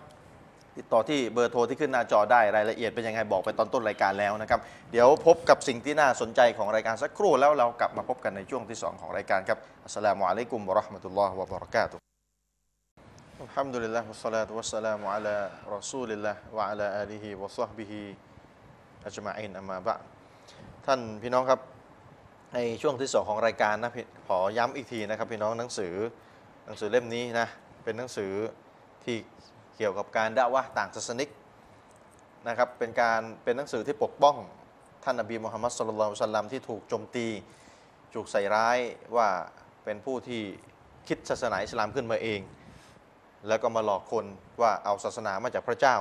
ติดต่อที่เบอร์โทรที่ขึ้นหน้าจอได้รายละเอียดเป็นยังไงบอกไปตอนต้นรายการแล้วนะครับ เดี๋ยวพบกับสิ่งที่น่าสนใจของรายการสักครู่แล้วเรากลับมาพบกันในช่วงที่ 2 ของรายการครับอัสสลามุอะลัยกุมวะเราะห์มะตุลลอฮ์วะบะเราะกาตุฮ์อัลฮัมดุลิลลาฮ์วัสสลาตุวัสสลามุอะลารอซูลิลลาฮ์วะอะลาอาลีฮิวะศอฮบิฮิอัจมาอินอัมมาบะอ์ท่านพี่น้องครับ ในช่วงที่สองของรายการนะพี่ขอย้ำอีกทีนะครับ พี่น้องหนังสือหนังสือเล่มนี้นะเป็นหนังสือที่เกี่ยวกับการด่าวะห์ต่างศาสนิกนะครับเป็นการเป็นหนังสือที่ปกป้องท่านนบีมูฮัมมัดสุลลัลลอฮุอะลัยฮิวะสัลลัมที่ถูกโจมตีถูกใส่ร้ายว่าเป็นผู้ที่คิดศาสนาอิสลามขึ้นมาเอง แล้วก็มาหลอกคนว่าเอาศาสนามาจากพระเจ้า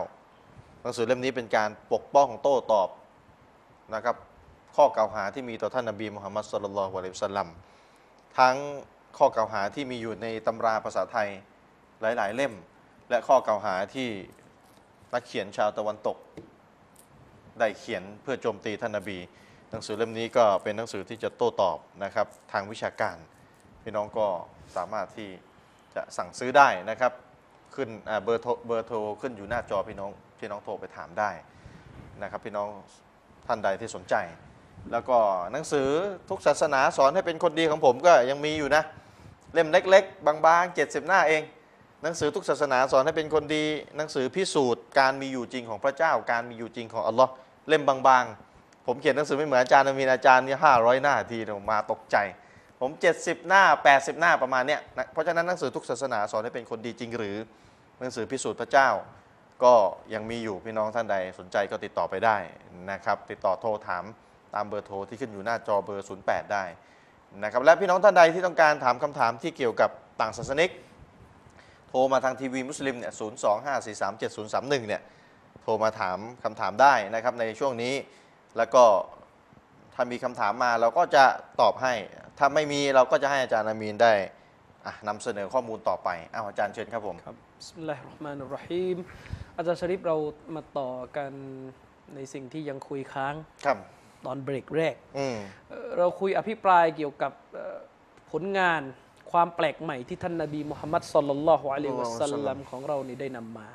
หนังสือเล่มนี้เป็นการปกป้องโต้ตอบ นะครับข้อกล่าวหาที่มีต่อท่านนบีมุฮัมมัดสุลลัลลอฮุอะลัยฮิวะสัลลัมทั้งข้อกล่าวหาที่มีอยู่ในตำราภาษาไทยหลาย ๆ เล่ม และข้อกล่าวหาที่นักเขียนชาวตะวันตก ได้เขียนเพื่อโจมตีท่านนบี หนังสือเล่มนี้ก็เป็นหนังสือที่จะโต้ตอบนะครับทางวิชาการ พี่น้องก็สามารถที่จะสั่งซื้อได้นะครับขึ้นอ่าเบอร์โทรเบอร์โทรขึ้นอยู่หน้าจอพี่น้องพี่น้องโทรไปถามได้นะครับพี่น้อง ท่านใดที่สนใจ แล้วก็หนังสือทุกศาสนาสอนให้เป็นคนดีของผมก็ยังมีอยู่นะ เล่มเล็ก ๆ บางๆ70 หน้าเอง หนังสือทุกศาสนาสอนให้เป็นคนดี หนังสือพิสูจน์การมีอยู่จริงของพระเจ้า การมีอยู่จริงของอัลลอฮ์เล่มบางๆ ผมเขียนหนังสือไม่เหมือนอาจารย์นะมีอาจารย์นี่ห้าร้อยหน้าทีเนี่ยผมมาตกใจ ผม 70 หน้า 80 หน้าประมาณเนี้ยนะเพราะฉะนั้นหนังสือทุกศาสนาสอนให้เป็นคนดีจริงหรือ หนังสือพิสูจน์พระเจ้า ก็ยังมีอยู่พี่น้องท่านใดสนใจก็ติดต่อไปได้นะครับ ติดต่อโทรถามตามเบอร์โทรที่ขึ้นอยู่หน้าจอเบอร์ 08 ได้นะครับและพี่น้องท่านใดที่ต้องการถามคำถามที่เกี่ยวกับต่างศาสนิก โทรมาทางทีวีมุสลิมเนี่ยศูนย์สองห้าสี่สามเจ็ดศูนย์สามหนึ่งเนี่ยโทรมาถามคำถามได้นะครับในช่วงนี้แล้วก็ถ้ามีคำถามมาเราก็จะตอบให้ ถ้าไม่มีเราก็จะให้อาจารย์อามีนได้อ่ะนำเสนอข้อมูลต่อไปอ้าวอาจารย์เชิญครับผม ครับบิสมิลลาฮิรเราะห์มานิรเราะฮีมอาจารย์ชริปเรามาต่อกันในสิ่งที่ยังคุยค้าง ครับ ตอนเบรกแรก อืม เอ่อเราคุยอภิปรายเกี่ยวกับเอ่อผลงานความแปลกใหม่ที่ท่านนบีมุฮัมมัดสลลัลลอฮุอะลัยฮิวะสัลลัมของเรานี่ได้นำมา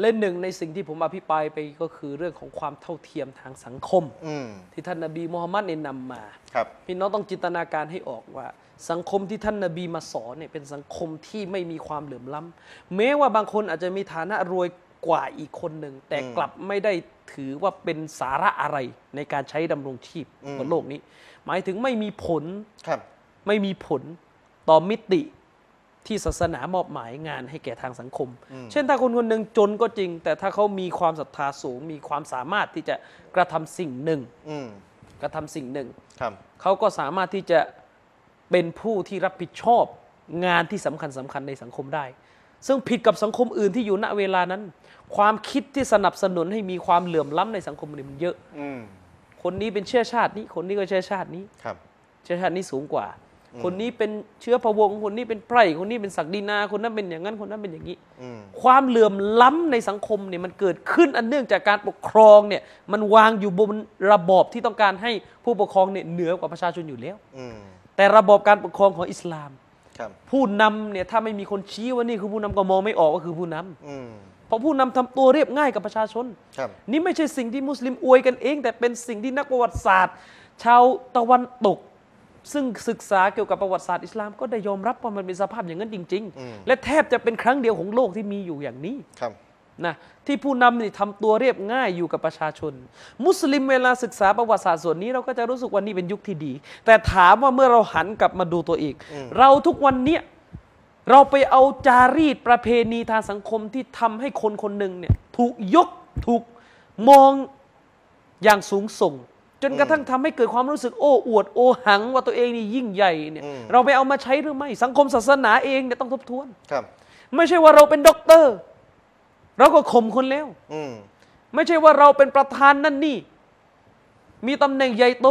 และหนึ่งในสิ่งที่ผมอภิปรายไปก็คือเรื่องของความเท่าเทียมทางสังคม อืม ที่ท่านนบีมุฮัมมัดเนี่ยนำมา ครับ พี่น้องต้องจินตนาการให้ออกว่า สังคมที่ท่านนาบีมาสอนเนี่ยเป็นสังคมที่ไม่มีความเหลื่อมล้ำแม้ว่าบางคนอาจจะมีฐานะรวยกว่าอีกคนหนึ่ง แต่ อืม กลับไม่ได้ถือว่าเป็นสาระอะไรในการใช้ดำรงชีพ อืม บนโลกนี้ หมายถึงไม่มีผล ครับ ไม่มีผลต่อมิติที่ศาสนามอบหมายงานให้แก่ทางสังคม อืม เช่นถ้าคนคนหนึ่งจนก็จริง แต่ถ้าเขามีความศรัทธาสูง มีความสามารถที่จะกระทำสิ่งหนึ่ง อืม กระทำสิ่งหนึ่ง ครับ เขาก็สามารถที่จะเป็นผู้ที่รับผิดชอบงานที่สำคัญสำคัญในสังคมได้ ซึ่งผิดกับสังคมอื่นที่อยู่ณเวลานั้น ความคิดที่สนับสนุนให้มีความเหลื่อมล้ำในสังคมเนี่ยมันเยอะ อืม คนนี้เป็นเชื้อชาตินี้ คนนี้ก็เชื้อชาตินี้ ครับ เชื้อชาตินี้สูงกว่า คนนี้เป็นเชื้อพระวงศ์คนนี้เป็นไพร่คนนี้เป็นศักดินา คนนั้นเป็นอย่างนั้นคนนั้นเป็นอย่างนี้ อืม ความเหลื่อมล้ำในสังคมเนี่ยมันเกิดขึ้นอันเนื่องจากการปกครองเนี่ยมันวางอยู่บนระบอบที่ต้องการให้ผู้ปกครองเนี่ยเหนือกว่าประชาชนอยู่แล้ว อืม แต่ระบบการปกครองของอิสลาม ครับ ผู้นำเนี่ยถ้าไม่มีคนชี้ว่านี่คือผู้นำก็มองไม่ออกว่าคือผู้นำ อืม เพราะผู้นำทำตัวเรียบง่ายกับประชาชน ครับ นี่ไม่ใช่สิ่งที่มุสลิมอวยกันเอง แต่เป็นสิ่งที่นักประวัติศาสตร์ ชาวตะวันตก ซึ่งศึกษาเกี่ยวกับประวัติศาสตร์อิสลามก็ได้ยอมรับว่ามันเป็นสภาพอย่างนั้นจริง อืม ๆ และแทบจะเป็นครั้งเดียวของโลกที่มีอยู่อย่างนี้ ครับ นะที่ผู้นำนี่ทำตัวเรียบง่ายอยู่กับประชาชน มุสลิมเวลาศึกษาประวัติศาสตร์ส่วนนี้เราก็จะรู้สึกวันนี้เป็นยุคที่ดี แต่ถามว่าเมื่อเราหันกลับมาดูตัวเอง อืม เราทุกวันเนี้ยเราไปเอาจารีตประเพณีทางสังคมที่ทำให้คนคนหนึ่งเนี่ยถูกยกถูกมองอย่างสูงส่ง จนกระทั่งทำให้เกิดความรู้สึกโอ้อวดโอหัง ว่าตัวเองนี่ยิ่งใหญ่เนี่ยเราไปเอามาใช้หรือไม่สังคมศาสนาเองเนี่ยต้องทบทวน ครับ ไม่ใช่ว่าเราเป็นด็อกเตอร์ เราก็ข่มคนแล้ว อืม ไม่ใช่ว่าเราเป็นประธานนั่นนี่ มีตำแหน่งใหญ่โต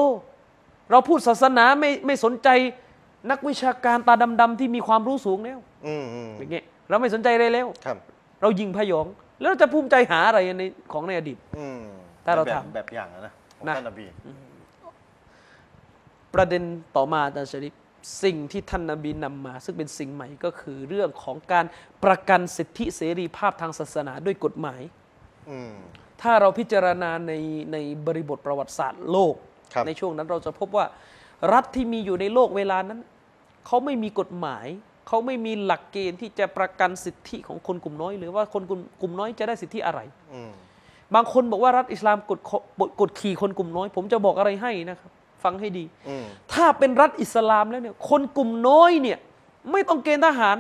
เราพูดศาสนาไม่ไม่สนใจนักวิชาการตาดำๆที่มีความรู้สูงแล้ว อืมอืม อย่างเงี้ยเราไม่สนใจอะไรแล้ว ครับ เรายิงพยอง แล้วเราจะภูมิใจหาอะไรในของในอดีต อืม ถ้าเรา แบบ ทำ แบบอย่างอะนะของ นะ ท่านนบี ประเด็นต่อมาอาจารย์ชริปสิ่งที่ท่านนบีนำมา ซึ่งเป็นสิ่งใหม่ก็คือเรื่องของการประกันสิทธิเสรีภาพทางศาสนาด้วยกฎหมาย อืม ถ้าเราพิจารณาในในบริบทประวัติศาสตร์โลก ครับ ในช่วงนั้นเราจะพบว่า รัฐที่มีอยู่ในโลกเวลานั้น เขาไม่มีกฎหมาย เขาไม่มีหลักเกณฑ์ที่จะประกันสิทธิของคนกลุ่มน้อย หรือว่าคนกลุ่มกลุ่มน้อยจะได้สิทธิอะไร อืม บางคนบอกว่ารัฐอิสลามกดขกดขี่คนกลุ่มน้อย ผมจะบอกอะไรให้นะครับฟังให้ดี อืม ถ้าเป็นรัฐอิสลามแล้วเนี่ยคนกลุ่มน้อยเนี่ยไม่ต้องเกณฑ์ทหาร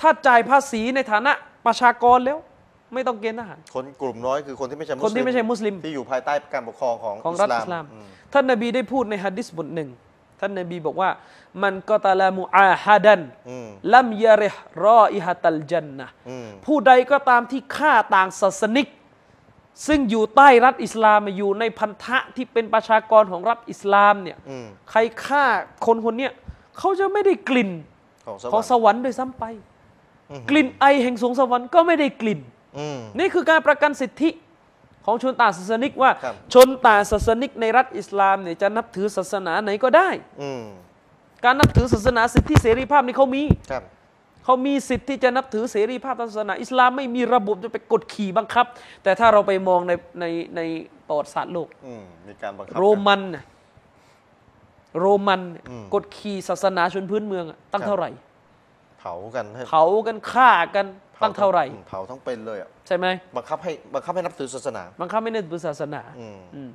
ถ้าจ่ายภาษีในฐานะประชากรแล้ว ไม่ต้องเกณฑ์ทหาร คนกลุ่มน้อยคือคนที่ไม่ใช่มุสลิม คนที่ไม่ใช่มุสลิม ที่อยู่ภายใต้การปกครองของ ของรัฐอิสลาม อืม ท่านนบีได้พูดในฮะดิษบทหนึ่ง ท่านนบีบอกว่า มันก็ตะลามูอาฮาดัน อืม ลัมยาริห์รออิฮะตัลจันนะห์ อืม ผู้ใดก็ตามที่ฆ่าต่างศาสนิก ซึ่งอยู่ใต้รัฐอิสลามอยู่ในพันธะที่เป็นประชากรของรัฐอิสลามเนี่ย อืม ใครฆ่าคนคนเนี้ยเขาจะไม่ได้กลิ่น ของส ของส วรรค์ วรรค์ด้วยซ้ำไป อืม กลิ่นไอแห่งสวงสวรรค์ก็ไม่ได้กลิ่น อืม นี่คือการประกันสิทธิของชนต่างศาสนิกว่า ครับ ชนต่างศาสนิกในรัฐอิสลามเนี่ยจะนับถือศาสนาไหนก็ได้ อืม การนับถือศาสนาสิทธิเสรีภาพนี่เขามี ครับ เขามีสิทธิที่จะนับถือเสรีภาพทางศาสนา อิสลามไม่มีระบบจะไปกดขี่บังคับ แต่ถ้าเราไปมองในในในประวัติศาสตร์โลก อืมมีการบังคับ โรมันน่ะโรมันเนี่ย อืม กดขี่ศาสนาชนพื้นเมืองอะตั้คงรับ เท่าไหร่ เผากันให้ เผากันฆ่ากันตั้งเท่าไหร่ อืมเผาทั้งเป็นเลยอ่ะ ใช่ไหม บังคับให้บังคับให้นับถือศาสนา บังคับไม่ได้เป็นศาสนา อืม อืม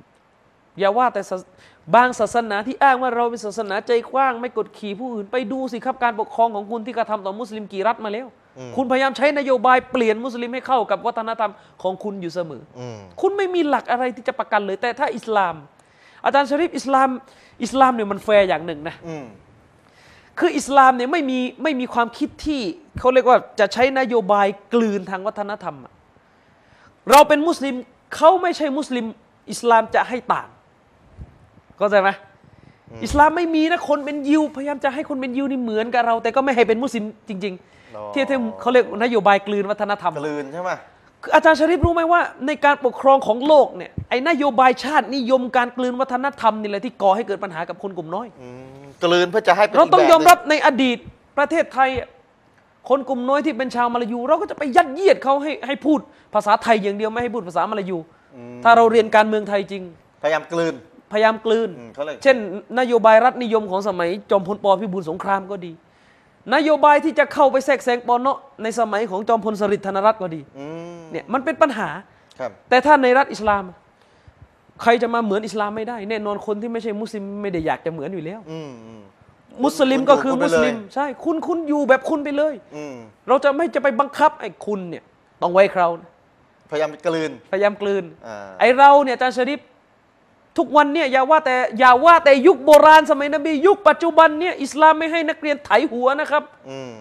อย่าว่าแต่ศาสบางศาสนาที่อ้างว่าเราเป็นศาสนาใจกว้าง ไม่กดขี่ผู้อื่น ไปดูสิครับการปกครองของคุณที่กระทำต่อมุสลิมกี่รัฐมาแล้ว คุณพยายามใช้นโยบายเปลี่ยนมุสลิมให้เข้ากับวัฒนธรรมของคุณอยู่เสมอ อืม คุณไม่มีหลักอะไรที่จะประกันเลย แต่ถ้าอิสลาม อาจารย์ชริฟอิสลาม อิสลามเนี่ยมันแฟร์อย่างหนึ่งนะ อืม คืออิสลามเนี่ยไม่มีไม่มีความคิดที่เขาเรียกว่าจะใช้นโยบายกลืนทางวัฒนธรรมอะเราเป็นมุสลิมเขาไม่ใช่มุสลิม อิสลามจะให้ต่างเข้าใจไหมอิสลามไม่มีนะคนเป็นยิว พยายามจะให้คนเป็นยิวนี่เหมือนกับเรา แต่ก็ไม่ให้เป็นมุสลิมจริง ๆ ที่ที่เขาเรียกนโยบายกลืนวัฒนธรรม ก อะ ลืนใช่ไหม คืออาจารย์ชริปรู้ไหมว่าในการปกครองของโลกเนี่ยไอ้นโยบายชาตินิยมการกลืนวัฒนธรรมนี่แหละที่ก่อให้เกิดปัญหากับคนกลุ่มน้อย อืมกลืนเพื่อจะให้ป็น เราต้อง กแห ยอมรับในอดีตประเทศไทยอะคนกลุ่มน้อยที่เป็นชาวมาลายู เราก็จะไปยัดเยียดเขาให้ให้พูดภาษาไทยอย่างเดียวไม่ให้พูดภาษามาลายู ถ้าเราเรียนการเมืองไทยจริง พยายามกลืน พยายามกลืน อืมเขาเลย เช่น นโยบายรัฐนิยมของสมัยจอมพลปพิบูลสงครามก็ดี นโยบายที่จะเข้าไปแทรกแซงปอนเนาะในสมัยของจอมพลสฤษดิ์ธนรัตน์ก็ดี อืม เนี่ยมันเป็นปัญหา ครับ แต่ถ้าในรัฐอิสลาม ใครจะมาเหมือนอิสลามไม่ได้แน่นอนคนที่ไม่ใช่มุสลิมไม่ได้อยากจะเหมือนอยู่แล้ว อืมอืม มุสลิม คุณ ก็คือ คุณไป มุสลิม เลย ใช่คุณคุณอยู่แบบคุณไปเลย อืม เราจะไม่จะไปบังคับไอ้คุณเนี่ยต้องไว้คราวนะ พยายามกลืน พยายามกลืน อ่า ไอ้เราเนี่ยอาจารย์ชริปทุกวันเนี่ยอย่าว่าแต่อย่าว่าแต่ยุคโบราณสมัยนบียุคปัจจุบันเนี่ยอิสลามไม่ให้นักเรียนไถหัวนะครับ อืม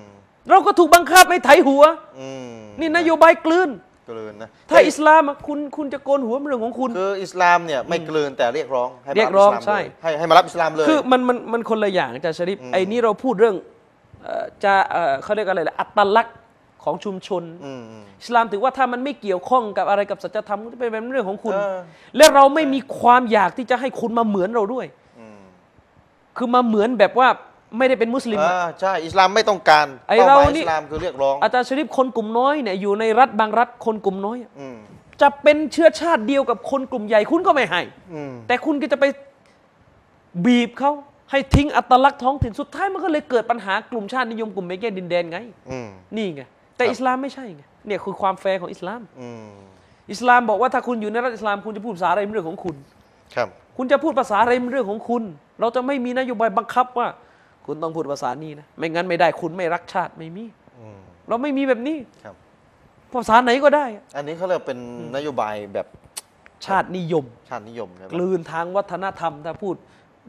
เราก็ถูกบังคับให้ไถหัว อืม นี่นโยบายกลืน กลืนนะ ถ้าอิสลามอะคุณคุณจะโกนหัวมันเรื่องของคุณ คืออิสลามเนี่ยไม่กลืนแต่เรียกร้องให้มา เรียกร้อง บสลาม ใช่ เลยให้ให้มารับอิสลามเลย คือมันมันมันคนละอย่างอาจารย์ชริปไอ้นี่เราพูดเรื่องเอ่อจะเอ่อเขาเรียกอะไรล่ะอัตลักษณ์ของชุมชน มอืม อิสลามถือว่าถ้ามันไม่เกี่ยวข้องกับอะไรกับสัจธรรมก็จะเป็นเรื่องของคุณ เออ และเราไม่มีความอยากที่จะให้คุณมาเหมือนเราด้วย อืม คือมาเหมือนแบบว่าไม่ได้เป็นมุสลิมอะ อ่าใช่อิสลามไม่ต้องการ ไอ้ เป้าห เรา มาย นี่ อิสลามคือเรียกร้อง อาจารย์ชริปคนกลุ่มน้อยเนี่ยอยู่ในรัฐบางรัฐคนกลุ่มน้อยอะ อืม จะเป็นเชื้อชาติเดียวกับคนกลุ่มใหญ่คุณก็ไม่ให้ อืม แต่คุณก็จะไปบีบเขาให้ทิ้งอัตลักษณ์ท้องถิ่นสุดท้ายมันก็เลยเกิดปัญหากลุ่มชาตินิยมกลุ่มเมกแยกดินแดนไง อืม นี่ไงแต่อิสลามไม่ใช่ไงเนี่ยคือความแฟร์ของอิสลาม อืม อิสลามบอกว่าถ้าคุณอยู่ในรัฐอิสลามคุณจะพูดภาษาอะไรเป็นเรื่องของคุณ ครับ คุณจะพูดภาษาอะไรเป็นเรื่องของคุณ เราจะไม่มีนโยบายบังคับว่า คุณต้องพูดภาษานี้นะไม่งั้นไม่ได้คุณไม่รักชาติไม่มี อืม เราไม่มีแบบนี้ ครับ ภาษาไหนก็ได้อะ อันนี้เขาเรียกเป็นนโยบายแบบ ชาตินิยม ชาตินิยมใช่ไหม กลืนทางวัฒนธรรมถ้าพูด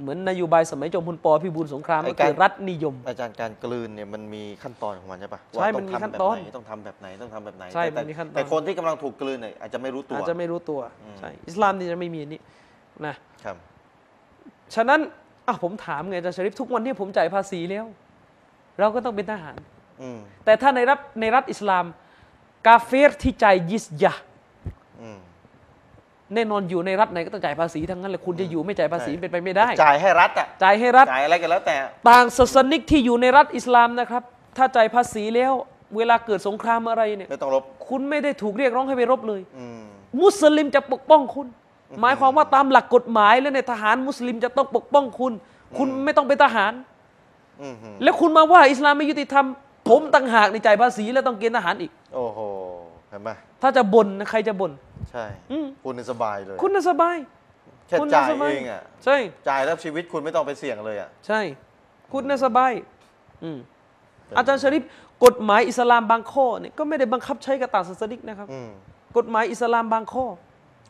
เหมือนนโยบายสมัยจอมพลปพิบูลสงคราม ไอ้ ก็คื การอรัฐนิยม อาจารย์การกลืนเนี่ยมันมีขั้นตอนของมันใช่ปะ ใช่ ว่า มันมีขั้นตอน ทำแบบไหต้องทำแบบไหนต้องทำแบบไหน ใช่ แต่ มันมีขั้นตอน แต่คนที่กำลังถูกกลืนเนี่ยอาจจะไม่รู้ตัว อาจจะไม่รู้ตัว อืม ใช่อิสลามนี่จะไม่มีอันนี้นะครับ ฉะนั้นอ่ะผมถามไงอาจารย์ชริฟทุกวันนี้ผมจ่ายภาษีแล้ว เราก็ต้องเป็นทหาร อืม แต่ถ้าในรัฐในรัฐอิสลาม กาเฟรที่จ่ายยิสยาห์ อืม แน่นอนอยู่ในรัฐไหนก็ต้องจ่ายภาษีทั้งนั้นแหละคุณจะอยู่ไม่จ่ายภาษีเป็นไปไม่ได้ จ่ายให้รัฐอ่ะ จ่ายให้รัฐ จ่ายอะไรกันแล้วแต่ ต่างศาสนิกที่อยู่ในรัฐอิสลามนะครับ ถ้าจ่ายภาษีแล้ว เวลาเกิดสงครามอะไรเนี่ย ไม่ต้องลบ คุณไม่ได้ถูกเรียกร้องให้ไปรบเลย อืม มุสลิมจะปกป้องคุณ หมายความว่าตามหลักกฎหมายแล้วเนี่ยทหารมุสลิมจะต้องปกป้องคุณ คุณไม่ต้องเป็นทหาร อืม แล้วคุณมาว่าอิสลามไม่ยุติธรรม ผมต่างหากในจ่ายภาษีแล้วต้องเกณฑ์ทหารอีก โอ้โหเห็นไหม ถ้าจะบ่นนะใครจะบ่น ใช่ อืม คุณนี่สบายเลย คุณน่ะสบาย แค่ คุณ จ่า น่ะ ย สบ เองอ่ะ ใช่ จ่ายแล้วชีวิตคุณไม่ต้องไปเสี่ยงเลยอ่ะ ใช่ คุณน่ะสบายอืมอาจารย์ชริปกฎหมายอิสลามบางข้อเนี่ยก็ไม่ได้บังคับใช้กับต่างศาสนิกนะครับ อืม กฎหมายอิสลามบางข้อ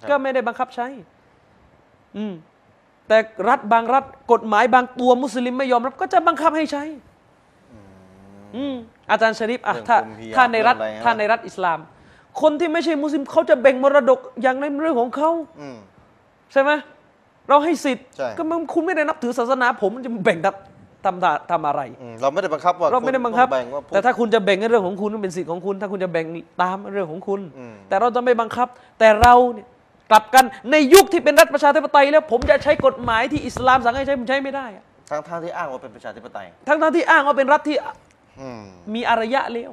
ครับ ก็ไม่ได้บังคับใช้ อืม แต่รัฐบางรัฐ กฎหมายบางตัวมุสลิมไม่ยอมรับ ก็จะบังคับให้ใช้ อืม อาจารย์ชริปอ่ะ เรื่อง ถ้า คุมเฮีย ถ้าในรัฐ เรื่องอะไรฮะ ถ้าในรัฐอิสลาม คนที่ไม่ใช่มุสลิมเขาจะแบ่งมรดกอย่างในเรื่องของเขา อืม ใช่ไหมเราให้สิทธิ์ ใช่ ก็มันคุณไม่ได้นับถือศาสนาผมจะแบ่งทำทำทำทำอะไร อืมเราไม่ได้บังคับว่า เราไม่ได้บังคับ ณต้อแบ่งว่าผู้ แต่ถ้าคุณจะแบ่งก็เรื่องของคุณมันเป็นสิทธิ์ของคุณ ถ้าคุณจะแบ่งตามเรื่องของคุณ อืม แต่เราจะไม่บังคับ แต่เราเนี่ยกลับกันในยุคที่เป็นรัฐประชาธิปไตยแล้ว ผมจะใช้กฎหมายที่อิสลามสั่งให้ใช้ผมใช้ไม่ได้อะ ทั้งทางที่อ้างว่าเป็นประชาธิปไตย ทั้งทั้งที่อ้างว่าเป็นรัฐที่ อืม มีอารยะเลว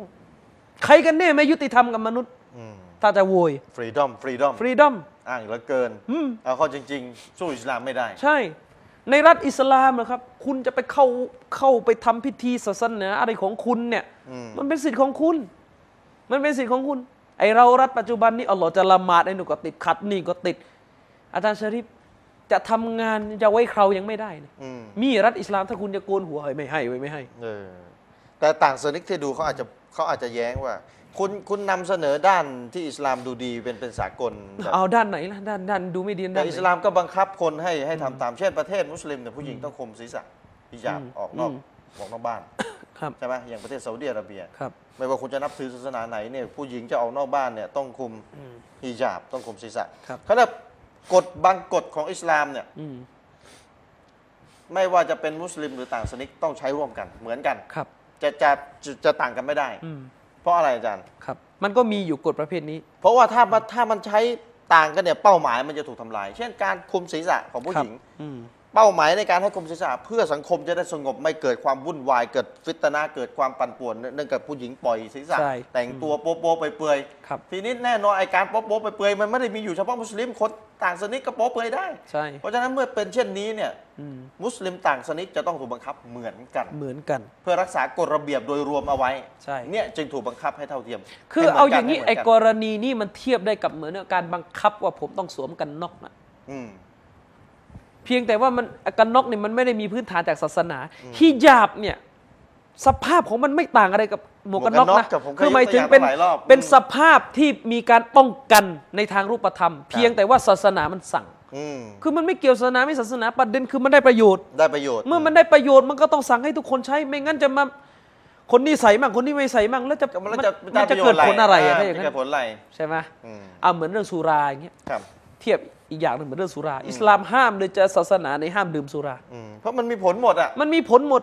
ใครกันแน่ไม่ยุติธรรมกับมนุษย์ อืม ถ้าจะโวย ฟรีดอมฟรีดอม ฟรีดอม อ้างเหลือเกินเอาเข้อจริง ๆ สู้อิสลามไม่ได้ ใช่ ในรัฐอิสลามนะครับ คุณจะไปเข้าเข้าไปทำพิธีศาสนาอะไรของคุณเนี่ย อืม นเป็นสิทธิ์ของคุณ มันเป็นสิทธิ์ของคุณ ไอเรารัฐปัจจุบันนี้อัลลอฮ์จะละหมาดไอ้หนูก็ติดขัดนี่ก็ติด อาจารย์ชะริฟจะทำงานจะไว้เครายังไม่ได้นะ อืม มีรัฐอิสลามถ้าคุณจะโกนหัวเฮ้ยไม่ให้เว้ยไม่ให้ เออแต่ต่างสนิกที่ดูเขาอาจจะเขาอาจจะแย้งว่า คุณคุณนำเสนอด้านที่อิสลามดูดีเป็นเป็นสากลแบบ เอาด้านไหนล่ะด้านด้านดูไม่ดี แต่ ด้านไหน อิสลามก็บังคับคนให้ให้ทำตามเช่นประเทศมุสลิมเนี่ยผู้หญิงต้องคุมศีรษะฮิญาบ อืม ออกนอก อืม ออกนอกบ้าน ครับ ใช่ไหมอย่างประเทศซาอุดิอาระเบีย ครับ ไม่ว่าคุณจะนับถือศาสนาไหนเนี่ยผู้หญิงจะออกนอกบ้านเนี่ยต้องคุมฮิญาบต้องคุมศีรษะ ครับ เขาเรียกกฎบางกฎของอิสลามเนี่ย อืม ไม่ว่าจะเป็นมุสลิมหรือต่างศาสนิกต้องใช้ร่วมกันเหมือนกัน ครับ จะจะจะจะต่างกันไม่ได้ อืม เพราะอะไรอาจารย์ ครับ มันก็มีอยู่กฎประเภทนี้ เพราะว่าถ้ามันถ้ามันใช้ต่างกันเนี่ยเป้าหมายมันจะถูกทำลาย เช่นการคุมศีรษะของผู้ ครั ห บ ญิง อืม เป้าหมายในการให้คุมศีรษะเพื่อสังคมจะได้สงบไม่เกิดความวุ่นวายเกิดฟิตนาเกิดความปั่นป่วนเนื่องเนื่องจากผู้หญิงปล่อยศีรษะ ใช่ แต่งตัวโป๊ะๆไปเปื่อยๆ ครับ ทีนี้แน่นอนไอการโป๊ะๆไปเปื่อยๆมันไม่ได้มีอยู่เฉพาะมุสลิมคนต่างศาสนิกก็โป๊ะเปื่อยได้ ใช่ เพราะฉะนั้นเมื่อเป็นเช่นนี้เนี่ย อืม มุสลิมต่างศาสนิกจะต้องถูกบังคับเหมือนกัน เหมือนกัน เพื่อรักษากฎระเบียบโดยรวมเอาไว้ ใช่ เนี่ยจึงถูกบังคับให้เท่าเทียม คือ ให้หมื เอา น อย่างนี้ ให้หมื ไอ้ กั กรณีนี่มันเทียบได้กับเหมือนกับการบังคับว่าผมต้องสวมกันน็อกนะ อืม เพียงแต่ว่ามันกันน็อกเนี่ยมันไม่ได้มีพื้นฐานจากศาสนาฮิญาบเนี่ยสภาพของมันไม่ต่างอะไรกับหมวกกันน็อกนะ บผม คื คือ หมามหาย ย ถึ ถึ ง ง เป็ เป็น นรอบ เป็นสภาพที่มีการป้องกันในทางรูปธรรม เพียงแต่ว่าศาสนามันสั่ง อืม คือมันไม่เกี่ยวศาสนาไม่ศาสนาประเด็นคือมันได้ประโยชน์ ได้ประโยชน์ เมื่อมันได้ประโยชน์มันก็ต้องสั่งให้ทุกคนใช้ไม่งั้นจะมาคนนี้ใส่มั่งคนนี้ไม่ใส่มั่งแล้วจะ มัน มัน จะ มันจะเกิดผลอะไรอะถ้าอย่าง นั้ นั้น เกิดผลอะไร ใช่ไหม อืม เอาเหมือนเรื่องสุราอย่างเงี้ย ครับ เทียบอีกอย่างหนึ่งเหมือนเรื่องสุรา อิสลามห้ามเลยจะศาสนาในห้ามดื่มสุรา อืมเพราะมันมีผลหมดอ่ะ มันมีผลหมด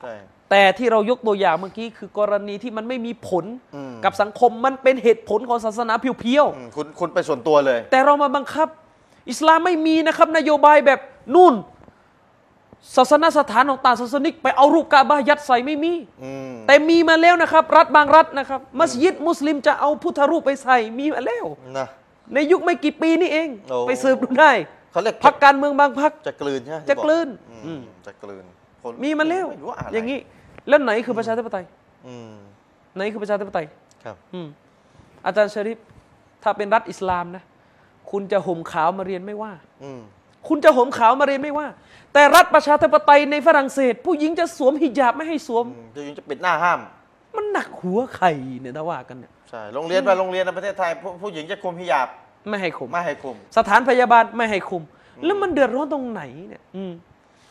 ใช่ แต่ที่เรายกตัวอย่างเมื่อกี้คือกรณีที่มันไม่มีผล อืม กับสังคมมันเป็นเหตุผลของศาสนาเพียว อืมคุณคุณไปส่วนตัวเลย ๆแต่เรามาบังคับ อิสลามไม่มีนะครับ นโยบายแบบนู่น ศาสนาสถานของต่างศาสนิก ไปเอารูปกาบะยัดใส่ไม่มี อืม แต่มีมาแล้วนะครับ รัฐบางรัฐนะครับ มัสยิดมุสลิมจะเอาพุทธรูปไปใส่มีมาแล้ว นะ ในยุคไม่กี่ปีนี่เอง โอ้ ไปสืบดูได้ เขาเรียก พักการเมืองบางพัก จะกลืนใช่ไหมที่ จะกลืน บอกอืมจะกลืนผ มีมันเร็ว ไรู้อะไร อย่างนี้ แล้วไหนคือประชาธิปไตย อืม ไหนคือประชาธิปไตย ครับ อืมอาจารย์ชริปถ้าเป็นรัฐอิสลามนะ คุณจะห่มขาวมาเรียนไม่ว่า อืม คุณจะห่มขาวมาเรียนไม่ว่า แต่รัฐประชาธิปไตยในฝรั่งเศส ผู้หญิงจะสวมฮิญาบไม่ให้สวม อืมจะยังจะปิดหน้าห้าม มันหนักหัวใครเนี่ยถ้าว่ากันเนี่ย ใช่โรงเรียนไปโรงเรียนในประเทศไทยผู้ผู้หญิงจะคุมฮิญาบ ไม่ให้คุม ไม่ให้คุม สถานพยาบาลไม่ให้คุม แล้วมันเดือดร้อนตรงไหนเนี่ย อืม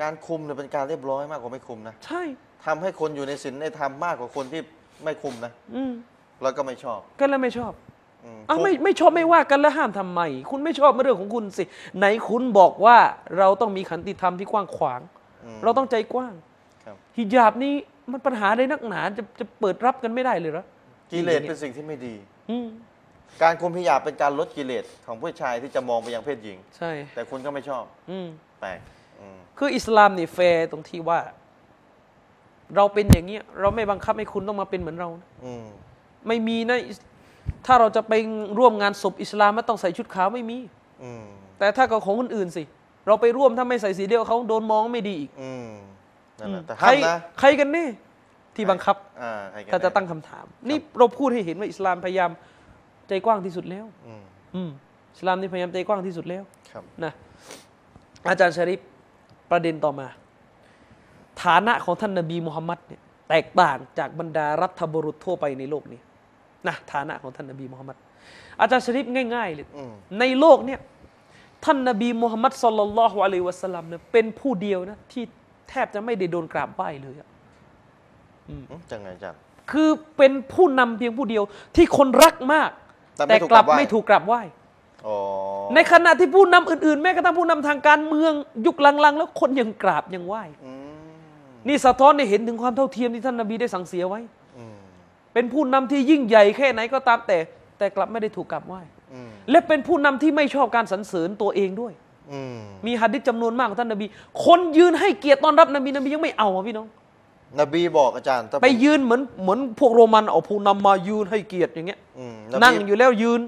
การคุมเนี่ยเป็นการเรียบร้อยมากกว่าไม่คุมนะ ใช่ ทำให้คนอยู่ในศีลในธรรมมากกว่าคนที่ไม่คุมนะ อืม แล้วก็ไม่ชอบ ก็แล้วไม่ชอบ อืม เอา คุ ไม่ไม่ชอบไม่ว่ากันแล้วห้ามทำไม คุณไม่ชอบมันเรื่องของคุณสิ ไหนคุณบอกว่าเราต้องมีขันติธรรมที่กว้างขวาง อืม เราต้องใจกว้าง ครับ ฮิญาบนี่มันปัญหาในนักหนาจะจะเปิดรับกันไม่ได้เลยเหรอ กิเลสเป็นสิ่งที่ไม่ดี อืม การคุมพิยาบเป็นการลดกิเลสของผู้ชายที่จะมองไปยังเพศหญิง ใช่ แต่คุณก็ไม่ชอบ อืม แปลกอืม คืออิสลามนี่แฟร์ตรงที่ว่า เราเป็นอย่างเงี้ยเราไม่บังคับให้คุณต้องมาเป็นเหมือนเรานะ อืม ไม่มีนะอิสถ้าเราจะไปร่วมงานศพอิสลามไม่ต้องใส่ชุดขาวไม่มี อืม แต่ถ้ากับของคนอื่นสิ เราไปร่วมถ้าไม่ใส่สีเดียวเขาโดนมองไม่ดีอีก อืมนั่นแหละแต่ ใคร ห้ามนะ ใครกันแน่ที่บังคับ อ่าใครกัน ถ้าจะตั้งคำถาม นี่เราพูดให้เห็นว่าอิสลามพยายามใจกว้างที่สุดแล้ว อืม อืมอิสลามนี่พยายามใจกว้างที่สุดแล้ว ครับ นะอาจารย์ชริปประเด็นต่อมา ฐานะของท่านนบีมูฮัมมัดเนี่ยแตกต่างจากบรรดารัฐบุรุษทั่วไปในโลกนี้นะฐานะของท่านนบีมูฮัมมัดอาจารย์ชริปง่ายๆเลย อืม ในโลกเนี่ยท่านนบีมูฮัมมัดสลลัลลอฮุอะลัยฮิวะสัลลัมเนี่ยเป็นผู้เดียวนะที่แทบจะไม่ได้โดนกราบไหว้เลยอะ อืมจังไงจัง คือเป็นผู้นำเพียงผู้เดียวที่คนรักมาก แต่ไม่ แต่ ถูก กลับ กราบไหว้ ไม่ถูกกราบไหว้ อ๋อ ในขณะที่ผู้นำอื่นๆ แม้กระทั่งผู้นำทางการเมืองยุคหลังๆ แล้วคนยังกราบยังไหว้ อืม นี่สะท้อนให้เห็นถึงความเท่าเทียมที่ท่านนบีได้สั่งเสียไว้ อืม เป็นผู้นำที่ยิ่งใหญ่แค่ไหนก็ตามแต่ แต่กลับไม่ได้ถูกกราบไหว้ อืม และเป็นผู้นำที่ไม่ชอบการสรรเสริญตัวเองด้วย อืม มีหะดิษจำนวนมากของท่านนบี คนยืนให้เกียรติต้อนรับนบีนบียังไม่เอาอ่ะพี่น้อง นบีบอกอาจารย์ถ้า ไปยืนเหมือนเหมือนพวกโรมันเอาผู้นำมายืนให้เกียรติอย่างเงี้ย อืม นั่ง นบี อยู่แล้วยืน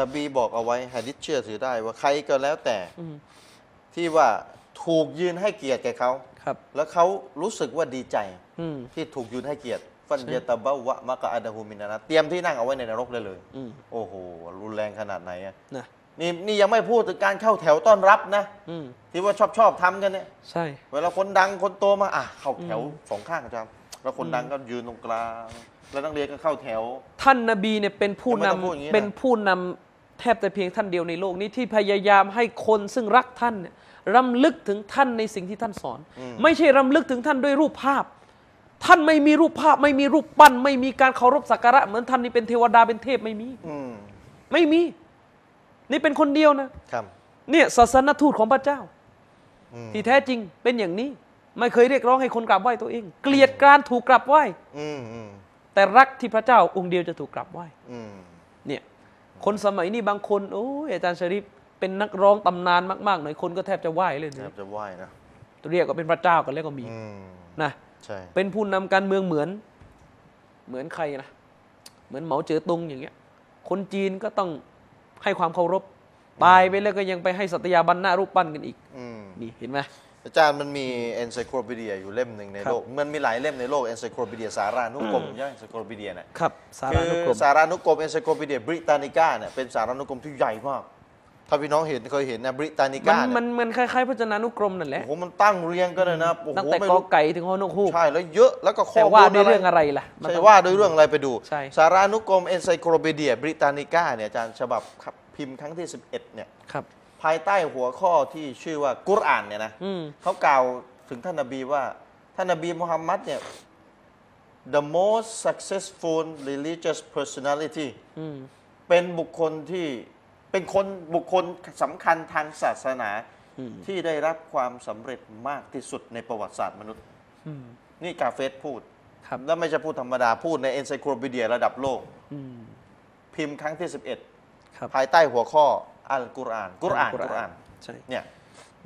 นบีบอกเอาไว้หะดิษเชื่อถือได้ว่าใครก็แล้วแต่ที่ว่าถูกยืนให้เกียรติแก่เขา ครับ แล้วเขารู้สึกว่าดีใจ อืม ที่ถูกยืนให้เกียรติ ฟันเยตะบะวะมะกะอาดะฮูมินานะเตรียมที่นั่งเอาไว้ในนรกได้เลย อืม โอ้โห รุนแรงขนาดไหนอะ นะ นี่นี่ยังไม่พูดถึงการเข้าแถวต้อนรับนะ อืม ที่ว่าชอบชอบทำกันเนี่ย ใช่ เวลาคนดังคนโตมา อ่ะ เข้าแถวสองข้างอาจารย์แล้วคนดังก็ยืนตรงกลาง แล้วนักเรียนก็เข้าแถว ท่านนบีเนี่ยเป็นผู้ ทำไม นำ ต้องพูดอย่างนี้นะ เป็นผู้นำแทบแต่เพียงท่านเดียวในโลกนี้ที่พยายามให้คนซึ่งรักท่านเนี่ยรำลึกถึงท่านในสิ่งที่ท่านสอน ไม่ใช่รำลึกถึงท่านด้วยรูปภาพ ท่านไม่มีรูปภาพ ไม่มีรูปปั้น ไม่มีการเคารพสักการะเหมือนท่านนี่เป็นเทวดาเป็นเทพไม่มี อืม ไม่มี นี่เป็นคนเดียวนะ ครับ เนี่ยศาสนทูตของพระเจ้า อืม ที่แท้จริงเป็นอย่างนี้ ไม่เคยเรียกร้องให้คนกราบไหว้ตัวเอง เกลียดการถูกกราบไหว้ อืมอืม แต่รักที่พระเจ้าองค์เดียวจะถูกกราบไหว้ อืม เนี่ยคนสมัยนี้บางคนโอ้ยอาจารย์ชริปเป็นนักร้องตำนานมากๆหน่อยคนก็แทบจะไหว้เลย แท นะ บจะไหวนะ เรียกว่าเป็นพระเจ้ากันแล้วก็มี อืม นะ ใช่ เป็นผู้นำการเมืองเหมือน เหมือนใครนะเหมือนเหมาเจ๋อตุงอย่างเงี้ย คนจีนก็ต้องให้ความเคารพตายไปแล้วก็ยังไปให้สัตยาบันหน้ารูปปั้นกันอีก อืม นี่เห็นไหม อาจารย์มันมี encyclopedia อยู่เล่มหนึ่งใน ครับ โลก มันมีหลายเล่มในโลก encyclopedia สารานุกรมใช่ encyclopedia น่ะ ครับ สารานุก คื ร อ ม สารานุกรม encyclopedia Britannica เนี่ยเป็นสารานุกรมที่ใหญ่มาก ถ้าพี่น้องเห็นเคยเห็นนะ Britannica มัน เนี่ย มันมันคล้ายๆพจนานุกรมนั่นแหละ โอ้โหมันตั้งเรียงกันเลยนะโอ้โห ตั้งแต่ ไม่ กอ รู้ ไก่ถึงฮอนกฮูก ใช่แล้วเยอะแล้วก็ข้อ แต่ มู ว่า ล ด้วอะไรยเรื่องอะไรล่ะมัน ใช่ ต้อง ว่าด้วยเรื่องอะไรไปดู ใช่ สารานุกรม encyclopedia Britannica เนี่ยอาจารย์ฉบับครับพิมพ์ครั้งที่ 11เนี่ย ครับ ภายใต้หัวข้อที่ชื่อว่ากุรอานเนี่ยนะ อืม เขากล่าวถึงท่านนบีว่า ท่านนบีมุฮัมมัดเนี่ย the most successful religious personality อืม เป็นบุคคลที่เป็นคนบุคคลสำคัญทางศาสนาที่ได้รับความสำเร็จมากที่สุดในประวัติศาสตร์มนุษย์ อืม นี่กาเฟสพูด ครับ แล้วไม่ใช่พูดธรรมดาพูดใน encyclopedia ระดับโลก อืม พิมพ์ครั้งที่ ครับ 11 ภายใต้หัวข้ออัลกุรอานกุรอาน กุรอาน กุรอาน ใช่ เนี่ย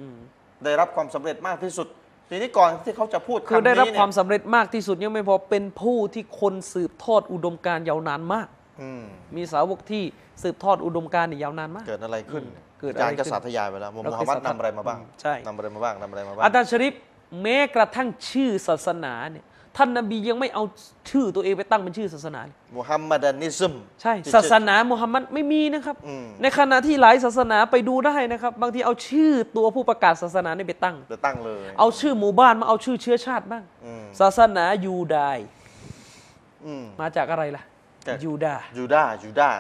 อืม ได้รับความสำเร็จมากที่สุด ทีนี้ก่อนที่เขาจะพูด คือได้รัำบนี้ ค เนี่ วาม ย สำเร็จมากที่สุดยังไม่พอเป็นผู้ที่คนสืบทอดอุดมการณ์ยาวนานมาก อืม มีสาวกที่สืบทอดอุดมการณ์เนี่ยยาวนานมาก เกิดอะไรขึ้นเนี่ย เกิด อาจาร อะไร ย์ ขึ้ ก็ น สาธยายไปแล้วมุ เรา ฮัมมัด เคยสาธยาย นำอะไรมาบ้าง ใช่ นำอะไรมาบ้างนำอะไรมาบ้าง อาจารย์ชริปแม้กระทั่งชื่อศาสนาเนี่ยท่านนบียังไม่เอาชื่อตัวเองไปตั้งเป็นชื่อศาสนาเลย มุฮัมมัดนิซึม ใช่ศาสนามุฮัมมัดไม่มีนะครับ อืม ในขณะที่หลายศาสนาไปดูได้นะครับ บางทีเอาชื่อตัวผู้ประกาศศาสนาเนี่ยไปตั้ง จะตั้งเลย เอาชื่อหมู่บ้านมาเอาชื่อเชื้อชาติบ้าง อืม ศาสนายูดาย อืม มาจากอะไรล่ะ จาก ยูดาห์ ยูดาห์ยูดาห์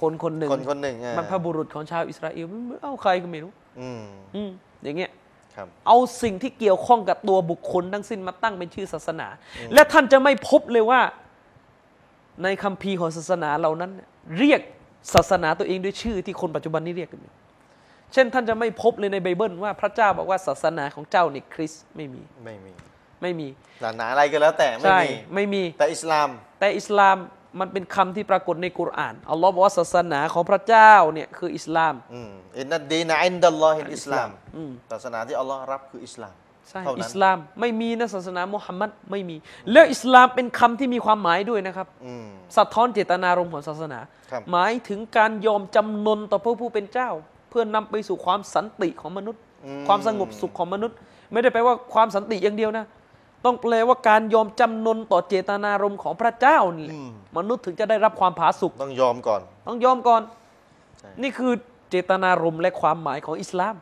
คนคนหนึ่ง คนคนหนึ่งอ่ะ บรรพบุรุษของชาวอิสราเอลไม่ไม่เอาใครก็ไม่รู้ อืม อืมอย่างเงี้ย ครับ เอาสิ่งที่เกี่ยวข้องกับตัวบุคคลทั้งสิ้นมาตั้งเป็นชื่อศาสนา และท่านจะไม่พบเลยว่า ในคัมภีร์ของศาสนาเหล่านั้นเนี่ยเรียกศาสนาตัวเองด้วยชื่อที่คนปัจจุบันนี้เรียกกันอยู่เช่นท่านจะไม่พบเลยในไบเบิลว่าพระเจ้าบอกว่าศาสนาของเจ้าเนี่ยคริสต์ไม่มี ไม่มี ไม่มี ศาสนาอะไรก็แล้วแต่ไม่ ใช่ มี ไม่มี แต่อิสลาม แต่อิสลามมันเป็นคำที่ปรากฏในกุรอานอัลลอฮ์บอกว่าศาสนาของพระเจ้าเนี่ยคืออิสลาม อืมอินนัดดีนอินดัลลอฮิอิสลาม อืม ศาสนาที่อัลลอฮ์รับคืออิสลาม ใช่ เท่า อิ นั้น สลามไม่มีนะศาสนามุฮัมมัดไม่มี แล้วอิสลามเป็นคำที่มีความหมายด้วยนะครับ อืม สะท้อนเจตนารมณ์ของศาสนา ครับ หมายถึงการยอมจำนนต่อพระผู้เป็นเจ้า เพื่อนำไปสู่ความสันติของมนุษย์ ความสงบสุขของมนุษย์ ไม่ได้แปลว่าความสันติอย่างเดียวนะ ต้องแปลว่าการยอมจำนนต่อเจตนารมณ์ของพระเจ้านี่แหละมนุษย์ถึงจะได้รับความผาสุก ต้องยอมก่อน ต้องยอมก่อน ใช่ นี่คือเจตนารมณ์และความหมายของอิสลาม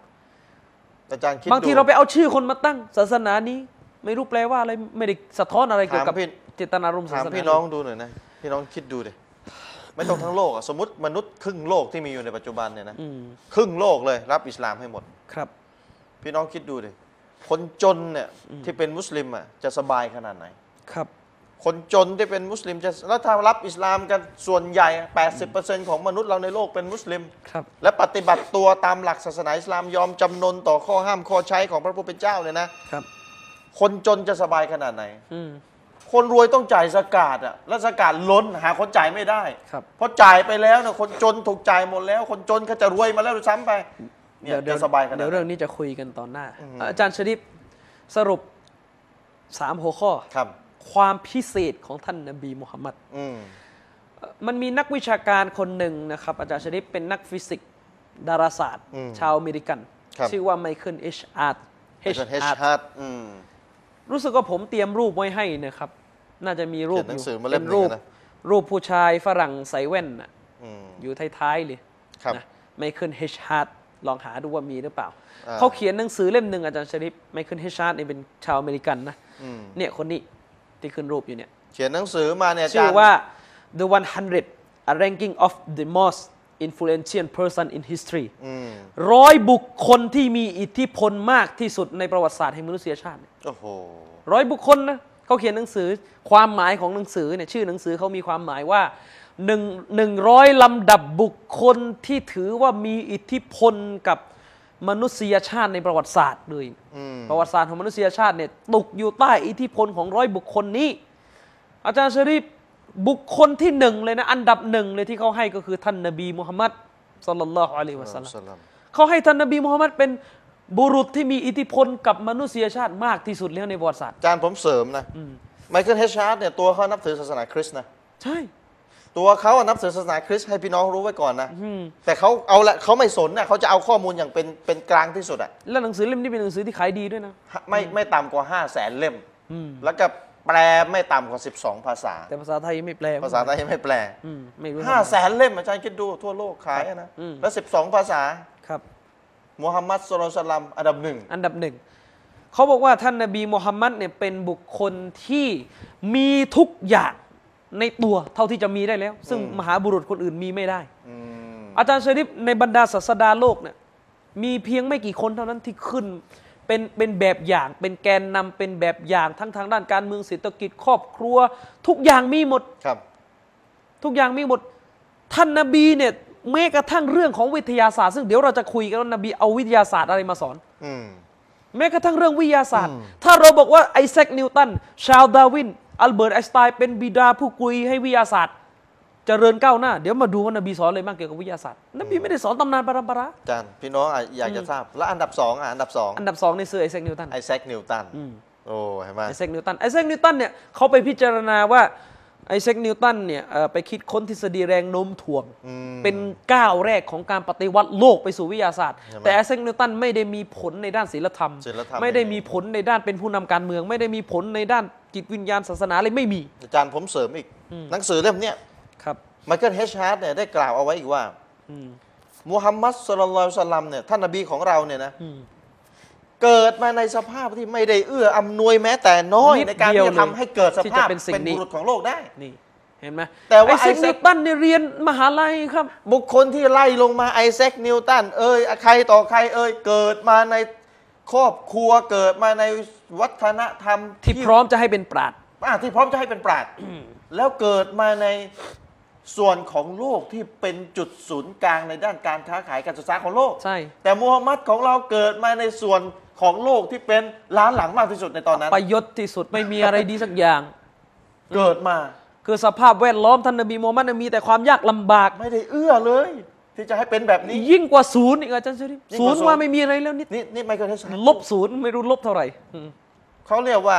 อาจารย์คิด บางที ดู เราไปเอาชื่อคนมาตั้ง ศาสนานี้ ไม่รู้แปลว่าอะไรไม่ได้สะท้อนอะไรเกี่ยวกับ ถามพี่ เจตนารมณ์ศา ถาม สนา พี่น้องดูหน่อยนะ พี่น้องคิดดูดิไม่ต้องทั้งโลกอะสมมติมนุษย์ครึ่งโลกที่มีอยู่ในปัจจุบันเนี่ยนะ อืม ครึ่งโลกเลยรับอิสลามให้หมด ครับ พี่น้องคิดดูดิคนจนเนี่ยที่เป็นมุสลิมอะจะสบายขนาดไหน ครับ คนจนที่เป็นมุสลิมจะแล้วถ้ารับอิสลามกันส่วนใหญ่ 80%ของมนุษย์เราในโลกเป็นมุสลิม ครับ และปฏิบัติตัวตามหลักศาสนาอิสลามยอมจำนนต่อข้อห้ามข้อใช้ของพระผู้เป็นเจ้าเลยนะ ครับ คนจนจะสบายขนาดไหน อืม คนรวยต้องจ่ายสกาดอ่ะและสกาดล้นหาคนจ่ายไม่ได้ ครับ เพราะจ่ายไปแล้วนะคนจนถูกจ่ายหมดแล้ว คนจนก็จะรวยมาแล้วด้วยซ้ำไปเนี่ยจะสบายขนาดเดี๋ยว ไห เรื่ น องนี้จะคุยกันตอนหน้า อืม อาจารย์ชริปสรุปสามหัวข้อ ครับ ความพิเศษของท่านนบีมุฮัมมัด อืม มันมีนักวิชาการคนหนึ่งนะครับ อาจารย์ชริปเป็นนักฟิสิกส์ดาราศาสตร์ ชาวอเมริกัน ชื่อว่าไมเคิลเอชอาร์ตเอช เป็นเฮช อาร์ต ฮาร์ดอืม รู้สึกว่าผมเตรียมรูปไว้ให้นะครับ น่าจะมีรูป เขียนหนัง ยู่ สือมาเล่มหป็นึ่ รู ง ป นะ รูปผู้ชายฝรั่งใส่แว่นน่ะ อืม อยู่ท้ายๆเลย ครับ นะไมเคิลเฮชฮาร์ดลองหาดูว่ามีหรือเปล่า อ่า เขาเขียนหนังสือเล่มหนึ่งอาจารย์ชริปไมเคิลเฮชฮาร์ดเนี่ยเป็นชาวอเมริกันนะ อืม เนี่ยคนนี้ที่ขึ้นรูปอยู่เนี่ย เขียนหนังสือมาเนี่ย ชื่ จ อ รย์ ว่า The 100 A Ranking of the Most Influential Person in History อืม ร้อยบุคคลที่มีอิทธิพลมากที่สุดในประวัติศาสตร์แห่งมนุษยชาติ โอ้โห ร้อยบุคคลนะเขาเขียนหนังสือความหมายของหนังสือเนี่ยชื่อหนังสือเขามีความหมายว่าหนึ่งหนึ่งร้อยลำดับบุคคลที่ถือว่ามีอิทธิพลกับมนุษยชาติในประวัติศาสตร์เลย อืม ประวัติศาสตร์ของมนุษยชาติเนี่ยตกอยู่ใต้อิทธิพลของร้อยบุคคลนี้ อาจารย์ชะรีฟบุคคลที่หนึ่งเลยนะอันดับหนึ่งเลยที่เขาให้ก็คือท่านนบีมุฮัมมัดสลลัลลอฮุอะลัยฮิวะสัลลัม สลัม เขาให้ท่านนบีมุฮัมมัดเป็นบุรุษที่มีอิทธิพลกับมนุษยชาติมากที่สุดแล้วในประวัติศาสตร์ อาจารย์ผมเสริมนะไมเคิลเฮชฮาร์ดเนี่ยตัวเขานับถือศาสนาคริสต์นะ ใช่ ตัวเขาอะนับถือศาสนาคริสต์ให้พี่น้องรู้ไว้ก่อนนะแต่เขาเอาละเขาไม่สนนะเขาจะเอาข้อมูลอย่างเป็นเป็นกลางที่สุดอะ แล้วหนังสือเล่มนี้เป็นหนังสือที่ขายดีด้วยนะ ไม่ไม่ต่ำกว่า 5 0 0แสนเล่ม แล้วก็แปลไม่ต่ำกว่า 12 ภาษา แต่ภาษาไทยไม่แปล ภาษาไทยไม่แปล อืมไม่รู้ 5 0 0แสนเล่มอาจารย์คิดดูทั่วโลกขายอะนะ แล้ว 12 ภาษา ครับ มูฮัมมัดสุลตัลลัมอันดับหนึ่ง อันดับหนึ่งเขาบอกว่าท่านนบีมุฮัมมัดเนี่ยเป็นบุคคลที่มีทุกอย่างในตัวเท่าที่จะมีได้แล้ว ซึ่งมหาบุรุษคนอื่นมีไม่ได้ อืม อาจารย์ชริฟในบรรดาศาสดาโลกเนี่ยมีเพียงไม่กี่คนเท่านั้นที่ขึ้น เป็นเป็นแบบอย่าง เป็นแกนนำเป็นแบบอย่างทั้งทางด้านการเมืองเศรษฐกิจครอบครัว ทุกอย่างมีหมด ครับ ทุกอย่างมีหมด ท่านนบีเนี่ยแม้กระทั่งเรื่องของวิทยาศาสตร์ ซึ่งเดี๋ยวเราจะคุยกันว่านบีเอาวิทยาศาสตร์อะไรมาสอน อืม แม้กระทั่งเรื่องวิทยาศาสตร์ ถ้าเราบอกว่าไอแซคนิวตัน ชาร์ลส์ดาร์วิน อัลเบิร์ตไอน์สไตน์เป็นบิดาผู้กุยให้วิทยาศาสตร์เจริญก้าวหน้า เดี๋ยวมาดูว่านบีสอนอะไรบ้างเกี่ยวกับวิทยาศาสตร์ นบีไม่ได้สอนตำนานปรัมปรา อาจารย์พี่น้องอะอยากจะทราบ แล้วอันดับสองอ่ะอันดับสอง อันดับสองในเซอร์ไอแซคนิวตัน ไอแซคนิวตันโอ้เห็นไหม ไอแซคนิวตัน ไอแซคนิวตันเนี่ยเขาไปพิจารณาว่าไอแซคนิวตันเนี่ยเอ่อไปคิดค้นทฤษฎีแรงโน้มถ่วง เป็นก้าวแรกของการปฏิวัติโลกไปสู่วิทยาศาสตร์ แต่ไอแซคนิวตันไม่ได้มีผลในด้านศีลธรรม ศิลธรรม ไม่ได้มีผลในด้านเป็นผู้นำการเมือง ไม่ได้มีผลในด้านจิตวิญญาณศาสนาอะไรไม่มี อาจารย์ผมเสริมอีก หนังสือเล่มเนี้ย ครับ ไมเคิลเฮชฮาร์ดเนี่ยได้กล่าวเอาไว้อีกว่ามูฮัมมัดสุลลัลลอฮุสลัมเนี่ยท่านนบีของเราเนี่ยนะเกิดมาในสภาพที่ไม่ได้เอื้ออำนวยแม้แต่น้อยในการที่จะทำให้เกิดสภาพเป็นบุรุษของโลกได้ นี่เห็นไหม แต่ว่า ไอแซค Isaac นิวตันเนี่ยเรียนมหาลัยครับ บุคคลที่ไล่ลงมาไอแซคนิวตันเอ้ยใครต่อใครเอ้ยเกิดมาใน ครอบครัวเกิดมาในวัฒนธรรม ที่พร้อมจะให้เป็นปราด อ่ะที่พร้อมจะให้เป็นปราชญ์แล้วเกิดมาในส่วนของโลกที่เป็นจุดศูนย์กลางในด้านการค้าขายการศึกษาของโลก ใช่ แต่มูฮัมหมัดของเราเกิดมาในส่วนของโลกที่เป็นล้านหลังมากที่สุดในตอนนั้น ประยศที่สุดไม่มีอะไรดีสักอย่าง เกิดมา คือสภาพแวดล้อมท่านนบีมูฮัมมัดเนี่ยมีแต่ความยากลำบาก ไม่ได้เอื้อเลย ที่จะให้เป็นแบบนี้ ยิ่งกว่าศูนย์อีกอาจารย์เชอริฟ ยิ่งกว่าศู ศู น น ย์ ย์ว่าไม่มีอะไรแล้วนิด นี่นี่ไมเคิลเทสลา ลบศูนย์ไม่รู้ลบเท่าไหร่อืม เขาเรียกว่า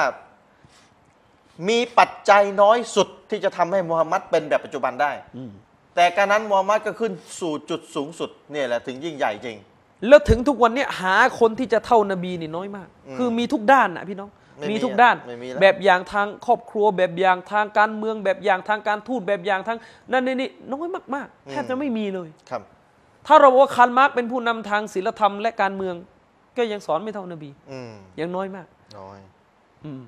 มีปัจจัยน้อยสุดที่จะทำให้มูฮัมหมัดเป็นแบบปัจจุบันได้ แต่การนั้นมูฮัมหมัดก็ขึ้นสู่จุดสูงสุดเนี่ยแหละถึงยิ่งใหญ่จริง แล้วถึงทุกวันเนี้หาคนที่จะเท่านบีนี่น้อยมาก อืม คือมีทุกด้านนะพี่น้อง ไม่มี มีทุกด้าน ไม่มีแล้ว แบบอย่างทางครอบครัว แบบอย่างทางการเมือง แบบอย่างทางการทูตแบบอย่างทางนั่นนี่นี่น้อยมากๆแทบจะไม่มีเลย ครับ ถ้าเราบอกว่าคาร์ลมาร์กเป็นผู้นำทางศีลธรรมและการเมือง ก็ยังสอนไม่เท่านบี อืม ยังน้อยมาก น้อย อืม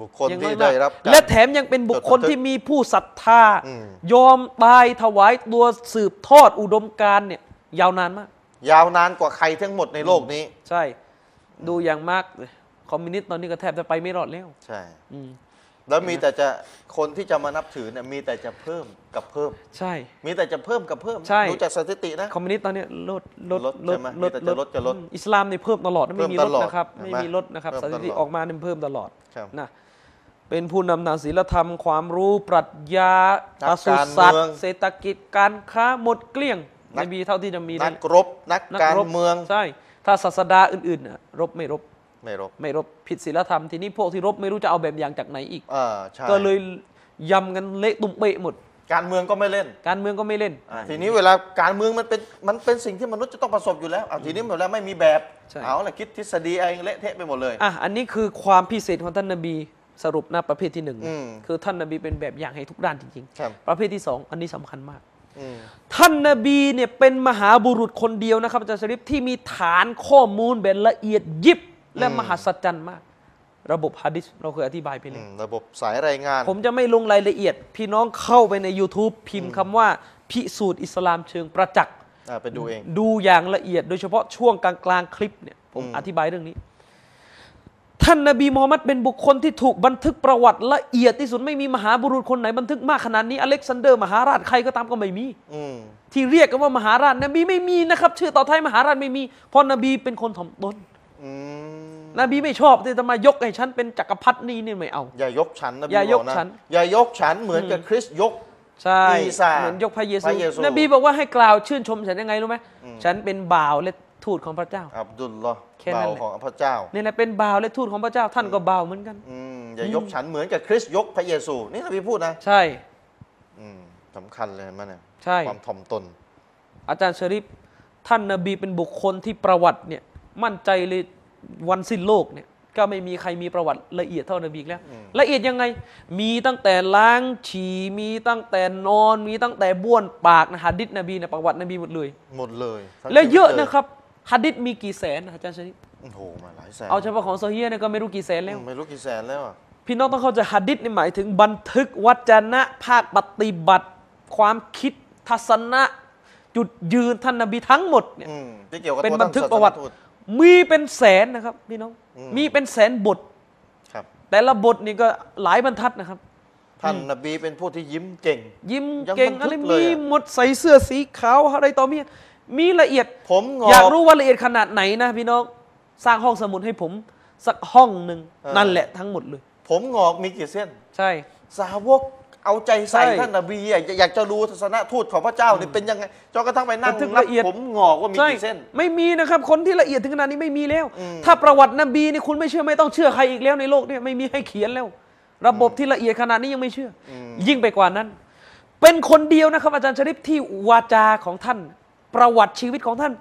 บุคคล ยังน้ ที่ อยมา ได้ ก รับการ และแถมยังเป็นบุคคล จดบันทึก ที่มีผู้ศรัทธา อืม ยอมตายถวายตัวสืบทอดอุดมการณ์เนี่ย ยาวนานมาก ยาวนานกว่าใครทั้งหมดในโลกนี้ ใช่ ดูอย่างมากเลยคอมมิวนิสต์ตอนนี้ก็แทบจะไปไม่รอดแล้ว ใช่ อืม แล้วมีแต่จะคนที่จะมานับถือเนี่ยมีแต่จะเพิ่มกับเพิ่ม ใช่ มีแต่จะเพิ่มกับเพิ่ม ใช่ ดูจากสถิตินะ คอมมิวนิสต์ตอนเนี้ยลดลด ลดใช่ไหมมีแต่จะลดจะลด อืมอิสลามเนี่ยเพิ่มตลอดนะ เพิ่ ไม่ ม มี ต ลด ลอด นะครับ เห็นไหม ไม่มีลดนะครับ เพิ่มสถิติ ตลอด ออกมาเนี่ยเพิ่มตลอด ครับ นะเป็นผู้นำทางศีลธรรม ความรู้ปรัชญาปศุสัตว์เศรษฐกิจการค้าหมดเกลี้ยงในบีเท่าที่จะมี นั ได้ กรบ นัก นั การ บ เมือง ใช่ ถ้าศาสดาอื่นๆน่ะรบไม่รบ ไม่รบ ไม่รบผิดศีลธรรมทีนี้พวกที่รบไม่รู้จะเอาแบบอย่างจากไหนอีก เอ่าใช่ ก็เลยยำกันเละตุ่มเปะหมด การเมืองก็ไม่เล่น การเมืองก็ไม่เล่น อ่ะทีนี้เวลาการเมืองมันเป็นมันเป็นสิ่งที่มนุษย์จะต้องประสบอยู่แล้วอ่ะทีนี้เวลาไม่มีแบบ ใช่ เอาละคิดทฤษฎีเองเละเทะไปหมดเลย อ่ะอันนี้คือความพิเศษของท่านนบีสรุปนะประเภทที่หนึ่งนะ อืม คือท่านนบีเป็นแบบอย่างให้ทุกด้านจริง ครับ ๆ ประเภทที่สองอันนี้สำคัญมาก อืม ท่านนบีเนี่ยเป็นมหาบุรุษคนเดียวนะครับอาจารย์ชริปที่มีฐานข้อมูลแบบละเอียดยิบและมหัศจรรย์มาก ระบบฮะดิษเราเคยอธิบายไป อื แล้ว มระบบสายรายงาน ผมจะไม่ลงรายละเอียด พี่น้องเข้าไปใน YouTube พิมพ์คำว่า พิสูจน์อิสลามเชิงประจักษ์ อ่ะไปดูเอง ดูอย่างละเอียดโดยเฉพาะช่วงกลางๆคลิปเนี่ยผม อืม อธิบายเรื่องนี้ ท่านนบีมูฮัมมัดเป็นบุคคลที่ถูกบันทึกประวัติละเอียดที่สุดไม่มีมหาบุรุษคนไหนบันทึกมากขนาดนี้อเล็กซานเดอร์มหาราชใครก็ตามก็ไม่มี อืม ที่เรียกกันว่ามหาราชนบีไม่มีนะครับ ชื่อต่อท้ายมหาราชไม่มี เพราะนบีเป็นคนถ่อมตน อืม นบีไม่ชอบที่จะมายกให้ฉันเป็นจักรพรรดินี่เนี่ยไม่เอา อย่ายกฉันนะ อย่ายก บะ ฉัน อย่ายกฉันเหมือนกับคริสต์ยก ใช่ อีสาน เหมือนยกพระเยซู พระเยซู นบีบอกว่าให้กล่าวชื่นชมฉันยังไงรู้ไหมฉันเป็นบ่าวและทูตของพระเจ้า อับดุลลอฮ์ แค่นั้ เบาน แหละ ของพระเจ้า เนี่ยนะเป็นบ่าวและทูตของพระเจ้าท่านก็บ่าวเหมือนกัน อืมอย่ายกฉันเหมือนกับคริสต์ยกพระเยซู นี่นบีพูดนะ ใช่ อืมสำคัญเลยเห็นไหมันเนี่ย ใช่ ความถ่อมตน อาจารย์ชริปท่านนบีเป็นบุคคลที่ประวัติเนี่ยมั่นใจเลยวันสิ้นโลกเนี่ยก็ไม่มีใครมีประวัติละเอียดเท่านบีอีกแล้ว ละเอียดยังไง มีตั้งแต่ล้างฉี่มีตั้งแต่นอน มีตั้งแต่บ้วนปากนะฮัดดิษนบีนะประวัตินบีหมดเลย หมดเลยทั้ง และเยอะ ชีตล นะครับฮัดดิษมีกี่แสนนะอาจารย์ชริป โอ้โหมาหลายแสน เอาเฉพาะของโซเฮียเนี่ยก็ไม่รู้กี่แสนแล้ว ไม่รู้กี่แสนแล้วอ่ะ พี่น้องต้องเข้าใจหัดดิษนี่หมายถึงบันทึกวจนะ ภาคปฏิบัติ ความคิดทัศนะ จุดยืนท่านนบีทั้งหมดเนี่ย อืมที่เกี่ยวกับ เป็น ตั บันทึก ศาส ประวัติ ทูต มีเป็นแสนนะครับพี่น้อง อืม มีเป็นแสนบท ครับ แต่ละบทนี่ก็หลายบรรทัดนะครับ ท่านนบีเป็นผู้ที่ยิ้มเก่ง ยิ้ม ยัง เก่ง บั อะ นทึกไรเลย มี อะ หมดใส่เสื้อสีขาวอะไรต่อมีมีละเอียด ผมงอก อยากรู้ว่าละเอียดขนาดไหนนะพี่น้องสร้างห้องสมุดให้ผมสักห้องหนึ่ง เออ นั่นแหละทั้งหมดเลย ผมงอกมีกี่เส้น ใช่ สาวกเอาใจใส่ ใช่ ท่านนบีอะอยากจะรู้ศาสนทูตของพระเจ้าเนี่ยเป็นยังไงจนกระทั่งไปนั่ง บันทึก นับ ละเอียด ผมงอกว่ามี ใช่ กี่เส้น ไม่มีนะครับ คนที่ละเอียดถึงขนาดนี้ไม่มีแล้ว อืม ถ้าประวัตินบีนี่คุณไม่เชื่อไม่ต้องเชื่อใครอีกแล้วในโลกเนี่ยไม่มีให้เขียนแล้ว ระบบที่ละเอียดขนาดนี้ยังไม่เชื่ออยิ่งไปกว่านั้น เป็นคนเดียวนะครับ อาจารย์ชริปที่วาจาของท่าน ประวัติชีวิตของท่าน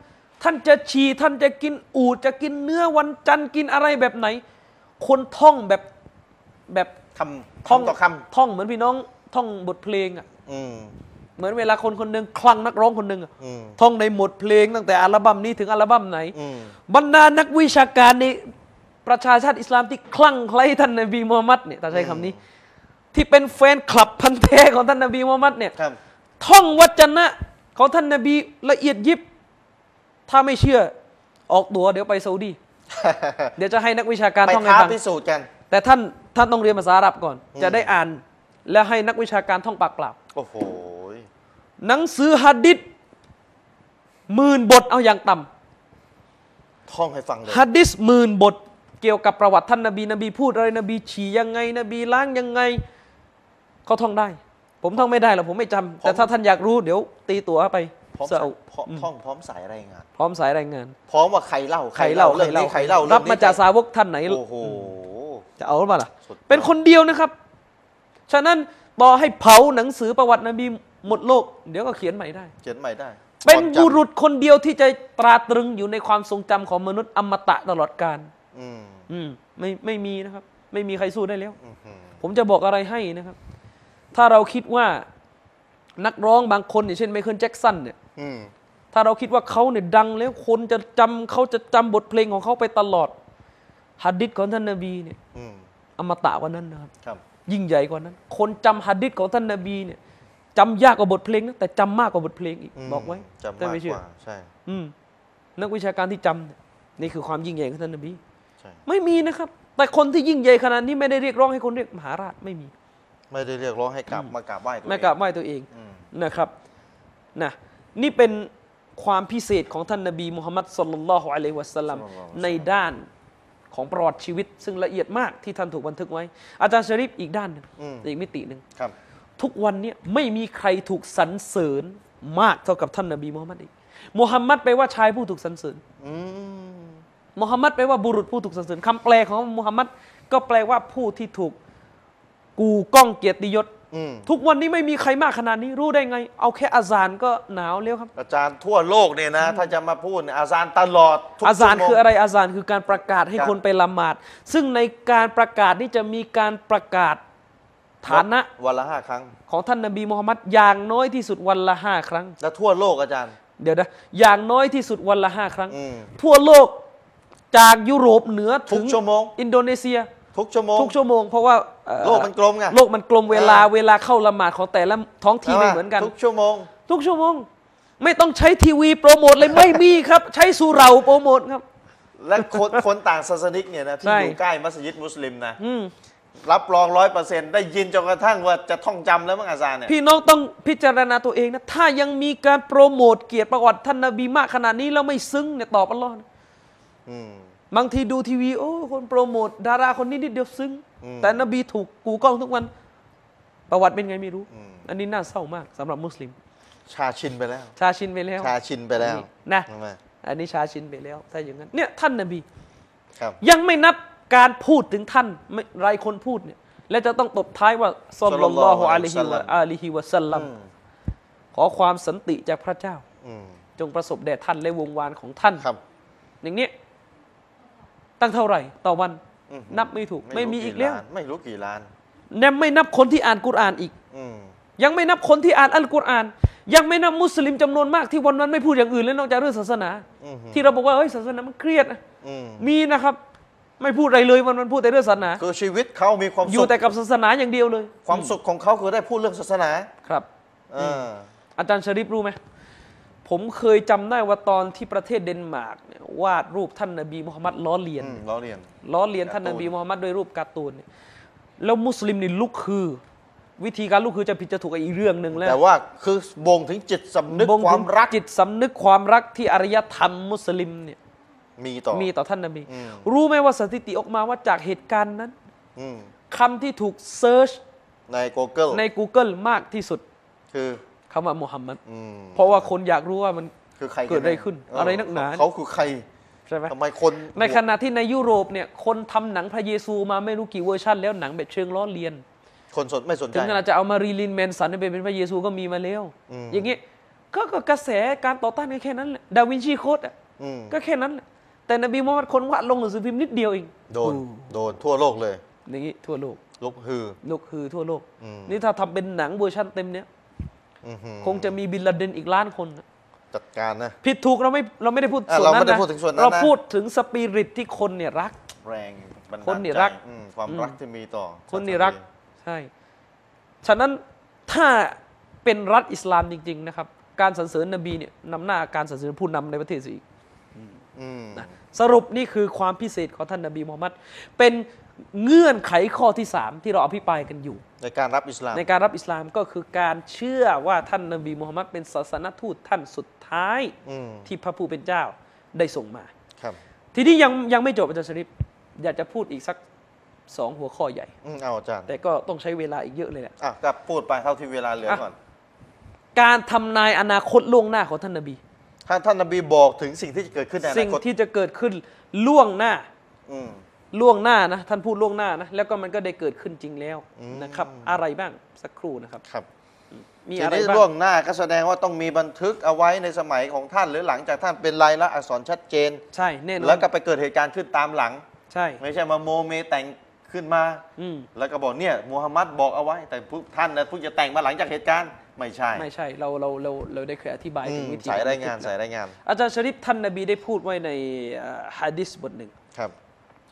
ท่านจะฉี่ท่านจะกินอูดจะกินเนื้อวันจันทร์กินอะไรแบบไหน คนท่องแบบแบบ คำท่องต่อค ท่องเหมือนพี่น้องท่องบทเพลงอ่ะ ำอืม เหมือนเวลาคนคนหนึ่งคลั่งนักร้องคนหนึ่งอะ อืม ท่องในหมดเพลงตั้งแต่อัลบั้มนี้ถึงอัลบั้มไหน อืม บรรดานักวิชาการในประชาชาติอิสลามที่คลั่งไคล้ท่านนบีมูฮัมมัดเนี่ยถ้าใช้คำนี้ ที่เป็นแฟนคลับพันธุ์แท้ของท่านนบีมูฮัมมัดเนี่ย ครับ ท่องวจนะ ของท่านนบีละเอียดยิบ ถ้าไม่เชื่อ ออกตัวเดี๋ยวไปซาอุดี เดี๋ยวจะให้นักวิชาการ ไป ท่องให้ ท้า ฟัง พิสูจน์กัน แต่ท่านท่านต้องเรียนภาษาอาหรับก่อน จะได้อ่าน และให้นักวิชาการท่องปากเปล่า โอ้โหย หนังสือฮะดิษหมื่นบทเอาอย่างต่ำ ท่องให้ฟังเลย ฮัดดิสหมื่นบทเกี่ยวกับประวัติท่านนบีนบีพูดอะไรนบีฉี่ยังไง นบีล้างยังไงเขาท่องได้ ผมท่องไม่ได้หรอกผมไม่จำแต่ ผม ถ้าท่านอยากรู้เดี๋ยว ตีตั๋วไป พร้อม เซา สาย อุ พร้อมท่องพร้อมสายรายงาน พร้อมสายรายงาน พร้อมว่าใครเล่า ใครเล่า เรื่องนี้ใครเล่า รับ เองนี้ มาจากสาวกท่านไหน โอ้โห จะเอาหรือเปล่าล่ะ สุดยอด เป็นคนเดียวนะครับ ฉะนั้นต่อให้เผาหนังสือประวัตินบีหมดโลก เดี๋ยวก็เขียนใหม่ได้ เขียนใหม่ได้ เป็น ความจำ บุรุษคนเดียวที่จะตราตรึงอยู่ในความทรงจำของมนุษย์อมตะตลอดกาล อืม อืมไม่ไม่มีนะครับ ไม่มีใครสู้ได้แล้ว อื้อหือ ผมจะบอกอะไรให้นะครับ ถ้าเราคิดว่านักร้องบางคนอย่างเช่นไมเคิลแจ็คสันเนี่ย อืม ถ้าเราคิดว่าเขาเนี่ยดังแล้วคนจะจำเขาจะจำบทเพลงของเขาไปตลอดฮัดดิษของท่านนบีเนี่ย อืม อมตะกว่านั้นนะครับ ครับ ยิ่งใหญ่กว่านั้น คนจำฮัดดิษของท่านนบีเนี่ยจำยากกว่าบทเพลงนะแต่จำมากกว่าบทเพลงอีก ม บอกไว้ จำ แต่ มาก ไม่ ก เชื่อ ว่าใช่ อืมนักวิชาการที่จำเนี่ยนี่คือความยิ่งใหญ่ของท่านนบี ใช่ ไม่มีนะครับ แต่คนที่ยิ่งใหญ่ขนาดนี้ไม่ได้เรียกร้องให้คนเรียกมหาราชไม่มี ไม่ได้เรียกร้องให้กลับมากราบไหว้ตัวเอง ไม่กราบไหว้ตัวเอง อืม นะครับนะนี่เป็นความพิเศษของท่านนบีมุฮัมมัดสลลัลลอฮุอะลัยฮิวะสัลลัมในด้านของประวัติชีวิต ซึ่งละเอียดมากที่ท่านถูกบันทึกไว้ อาจารย์ชะริฟอีกด้านหนึ่ง อืม อีกมิติหนึ่ง ครับ ทุกวันเนี้ไม่มีใครถูกสรรเสริญมากเท่ากับท่านนบีมุฮัมมัดอีกมุฮัมมัดแปลว่าชายผู้ถูกสรรเสริญ อืม มุฮัมมัดแปลว่าบุรุษผู้ถูกสรรเสริญคำแปลของมุฮัมมัดก็แปลว่าผู้ที่ถูกกูก้องเกียรติยศ อืม ทุกวันนี้ไม่มีใครมากขนาดนี้รู้ได้ไง เอาแค่อาซานก็หนาวแล้วครับ อาจารย์ทั่วโลกเนี่ยนะ ถ้าจะมาพูดเนี่ยอาจารย์ตลอดทุก อาซาน ชั่วโมง คืออะไรอาซานคือการประกาศให้ ครับ คนไปละหมาด ซึ่งในการประกาศนี่จะมีการประกาศฐานะ วันละห้าครั้ง ของท่านนบีมุฮัมมัดอย่างน้อยที่สุดวันละห้าครั้ง แล้วทั่วโลกอาจารย์ เดี๋ยวนะอย่างน้อยที่สุดวันละห้าครั้ง อืม ทั่วโลกจากยุโรปเหนือถึง ทุกชั่วโมง อินโดนีเซีย ทุกชั่วโมง ทุกชั่วโมงเพราะว่าเอ่อ โลกมันกลมไง โลกมันกลมเวลา เออ เวลาเข้าละหมาดของแต่ละท้องที่ไม่เหมือนกัน ทุกชั่วโมง ทุกชั่วโมง ไม่ต้องใช้ทีวีโปรโมทเลยไม่มีครับ ใช้สุเหราโปรโมทครับ และคน คนต่างศาสนิกเนี่ยนะ ที่ ใช่ อยู่ใกล้มัสยิดมุสลิมนะ อืม รับรองร้อยเปอร์เซ็นต์ได้ยินจนกระทั่งว่าจะท่องจำแล้วมั้งอาจารย์เนี่ย พี่น้องต้องพิจารณาตัวเองนะ ถ้ายังมีการโปรโมทเกียรติประวัติท่านนบีมากขนาดนี้แล้วไม่ซึ้งเนี่ยตอบอัลลอฮ์นะ อืม บางทีดูทีวีโอ้คนโปรโมทดาราคนนี้นิดเดียวซึ้ง อืม แต่นบีถูกกูกล้องทุกวัน ประวัติเป็นไงไม่รู้ อืม อันนี้น่าเศร้ามากสำหรับมุสลิม ชาชินไปแล้ว ชาชินไปแล้ว ชาชินไปแล้ว นี่นะ ใช่ไหม อันนี้ชาชินไปแล้วถ้าอย่างนั้นเนี่ยท่านนบี ครับ ยังไม่นับการพูดถึงท่านไม่รายคนพูดเนี่ย และจะต้องตบท้ายว่าซอลลัลลอฮุอะลัยฮิวะอาลีฮิวะสัลลัม อืม ขอความสันติจากพระเจ้า อืม จงประสบแด่ท่านและวงวานของท่าน ครับ อย่างนี้ตั้งเท่าไหร่ต่อวัน อืม นับไม่ถูก ไม่มีอีกแล้ว ไม่รู้กี่ล้าน ยังไม่นับคนที่อ่านกุรอานอีก อืม ยังไม่นับคนที่อ่านอัลกุรอาน ยังไม่นับมุสลิมจำนวนมากที่วันวันๆไม่พูดอย่างอื่นเลยนอกจากเรื่องศาสนา อือหือ ที่เราบอกว่าเฮ้ยศาสนามันเครียดนะ อืม มีนะครับ ไม่พูดอะไรเลยวันวันๆพูดแต่เรื่องศาสนา คือชีวิตเขามีความ อยู่ สุข แต่กับศาสนาอย่างเดียวเลย ความสุขของเขาคือได้พูดเรื่องศาสนา ครับ เออ อาจารย์ชริปรู้ไหมผมเคยจำได้ว่าตอนที่ประเทศเดนมาร์กเนี่ยวาดรูปท่านนบีมุฮัมมัดล้อเลียน อืมเราเรียน ล้อเลียน การ์ตูน ท่านนบีมุฮัมมัดด้วยรูปการ์ตูนเนี่ยแล้วมุสลิมนี่ลุกคือ วิธีการลุกคือจะผิดจะถูกกับอีกเรื่องหนึ่งแล้ว แต่ว่าคือบ่งถึงจิตสำนึก บ่ง ค ถึ วางมรัก จิตสำนึกความรักที่อารยธรรมมุสลิมเนี่ย มีต่อ มีต่อท่านนบี อืม รู้ไหมว่าสถิติออกมาว่าจากเหตุการณ์นั้น อืม คำที่ถูกเซิร์ช ใน Google ใน Google มากที่สุด คือ คำว่ามุฮัมมัด อืม เพราะว่าคนอยากรู้ว่ามัน คือใคร เกิดอะไรขึ้น เ ะไรนักหนา เขาคือใคร ใช่ไหม ทำไมคน ในขณะที่ในยุโรปเนี่ยคนทำหนังพระเยซูมาไม่รู้กี่เวอร์ชันแล้วหนังแบบเชิงล้อเลียน คนสนไม่สนใจ ถึงขนาดจะเอามารีลินแมนสันไปเป็นพระเยซูก็มีมาแล้ว อืม อย่างเงี้ยก็ก็กระแสการต่อต้านก็แค่นั้นแหละดาวินชีโคดอ่ะ อืม ก็แค่นั้นแหละแต่นบีมูฮัมมัดคนวาดลงหนังสือพิมพ์นิดเดียวเอง โดน อืม โดนทั่วโลกเลย อย่างงี้ทั่วโลก ลุกฮือ โลกคือทั่วโลก อืม นี่ถ้าทำเป็นหนังเวอร์ชันเต็มเนี่ย อื้อหือ คงจะมีบินลาเดนอีกล้านคนน่ะ จัดการนะ ผิดถูกเราไม่เราไม่ได้พูด อ่ะ ส่วน เรา นั้ ไม่ น ได้ นะ พูดถึงส่วนนั้น เรา นะ พูดถึงสปิริตที่คนเนี่ยรัก แรงบันดาล คนนี่ ใจ รัก อืมความรักที่มีต่อ คนอิรักใช่ ฉะนั้นถ้าเป็นรัฐอิสลามจริง ๆ นะครับ การสรรเสริญนบีเนี่ยนำหน้าการสรรเสริญผู้นำในประเทศซะอีก อืม นะสรุปนี่คือความพิเศษของท่านนบีมูฮัมมัดเป็นเงื่อนไขข้อที่สามที่เราอภิปรายกันอยู่ ในการรับอิสลาม ในการรับอิสลามก็คือการเชื่อว่าท่านนบีมูฮัมมัดเป็นศาสนทูตท่านสุดท้าย อืม ที่พระผู้เป็นเจ้าได้ส่งมา ครับ ทีนี้ยังยังไม่จบอาจารย์ชริปอยากจะพูดอีกสักสองหัวข้อใหญ่ อืมเอาอาจารย์ แต่ก็ต้องใช้เวลาอีกเยอะเลยแหละ อ่ะกลับพูดไปเท่าที่เวลาเหลืออะ ก่อน การทำนายอนาคตล่วงหน้าของท่านนบี ท่านท่านนบีบอกถึงสิ่งที่จะเกิดขึ้นในอ สิ่ นาง คต ที่จะเกิดขึ้นล่วงหน้า อืม ล่วงหน้านะ ท่านพูดล่วงหน้านะ แล้วก็มันก็ได้เกิดขึ้นจริงแล้ว อืม นะครับ อะไรบ้างสักครู่นะครับ ครับ มี ที อะไร นี้ บ้าง ล่วงหน้าก็แสดงว่าต้องมีบันทึกเอาไว้ในสมัยของท่าน หรือหลังจากท่านเป็นลายลักษณ์อักษรชัดเจน ใช่แน่นอน แล้วก็ไปเกิดเหตุการณ์ขึ้นตามหลัง ใช่ ไม่ใช่มาโมเมแต่งขึ้นมา อืม แล้วก็บอกเนี่ยมูฮัมหมัดบอกเอาไว้ แต่ผู้ท่านนะผู้จะแต่งมาหลังจากเหตุการณ์ไม่ใช่ ไม่ใช่เราเราเราเราได้เคยอธิบาย อื ถึง ม วิธี สายรายงาน กร สายรายงาน อาจารย์ชริปท่านนบีได้พูดไว้ในเอ่อฮะดิษบทหนึ่ง ครับ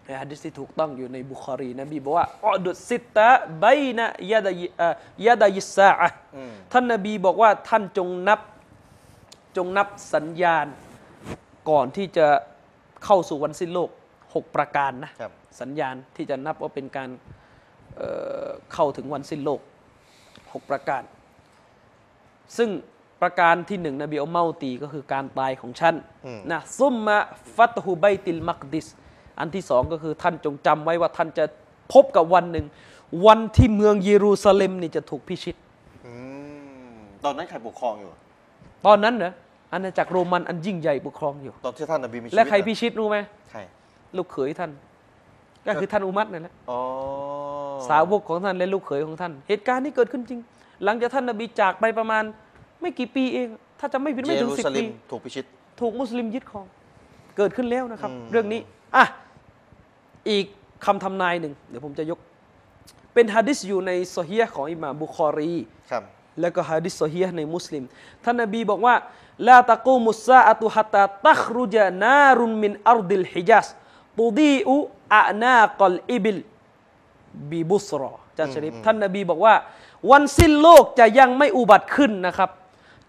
ในฮะดิษที่ถูกต้องอยู่ในบุคอรีนบีบอกว่าออดุดสิตะไบนะยะดายเอ่อยะดายิสซาอะห์ อืม ท่านนบีบอกว่าท่านจงนับจงนับสัญญาณ ก่อนที่จะเข้าสู่วันสิ้นโลก 6 ประการนะ ครับ สัญญาณที่จะนับว่าเป็นการเอ่อเข้าถึงวันสิ้นโลก 6 ประการ ซึ่งประการที่หนึ่งนบีเอาเมาตีก็คือการตายของฉัน อืม นะซุมมาฟัตฮูไบติลมักดิส อันที่สองก็คือท่านจงจำไว้ว่าท่านจะพบกับวันหนึ่ง วันที่เมืองเยรูซาเล็มนี่จะถูกพิชิต อืมตอนนั้นใครปกครองอยู่ ตอนนั้นนะอาณาจักรโรมันอันยิ่งใหญ่ปกครองอยู่ ตอนที่ท่านนบีมีชีวิต และใคร เหอ พิชิตรู้ไหม ใคร ลูกเขยท่าน ก็คือท่านอุมัตนั่นแหละ อ๋อ สาวกของท่านและลูกเขยของท่าน เหตุการณ์นี้เกิดขึ้นจริง หลังจากท่านนบีจากไปประมาณ ไม่กี่ปีเอง ถ้าจะไม่ผิด เย ไม่ถึง รู สิบ ซาเล็ ปี มถูกพิชิต ถูกมุสลิมยึดครอง เกิดขึ้นแล้วนะครับ อืม เรื่องนี้อ่ะอีกคำทำนายหนึ่ง เดี๋ยวผมจะยก เป็นฮะดิษอยู่ในโซฮียของอิหม่ามบุคอรี ครับ แล้วก็ฮะดิษโซฮียในมุสลิม ท่านนบีบอกว่าลาตะกูมุสซาอะตุฮัตตาตัครุจานารุนมินอัรดิลฮิญาซตุดีอุอานากัลอิบิลบิบุสรออาจารย์ชริฟท่านนบีบอกว่า วันสิ้นโลกจะยังไม่อุบัติขึ้นนะครับ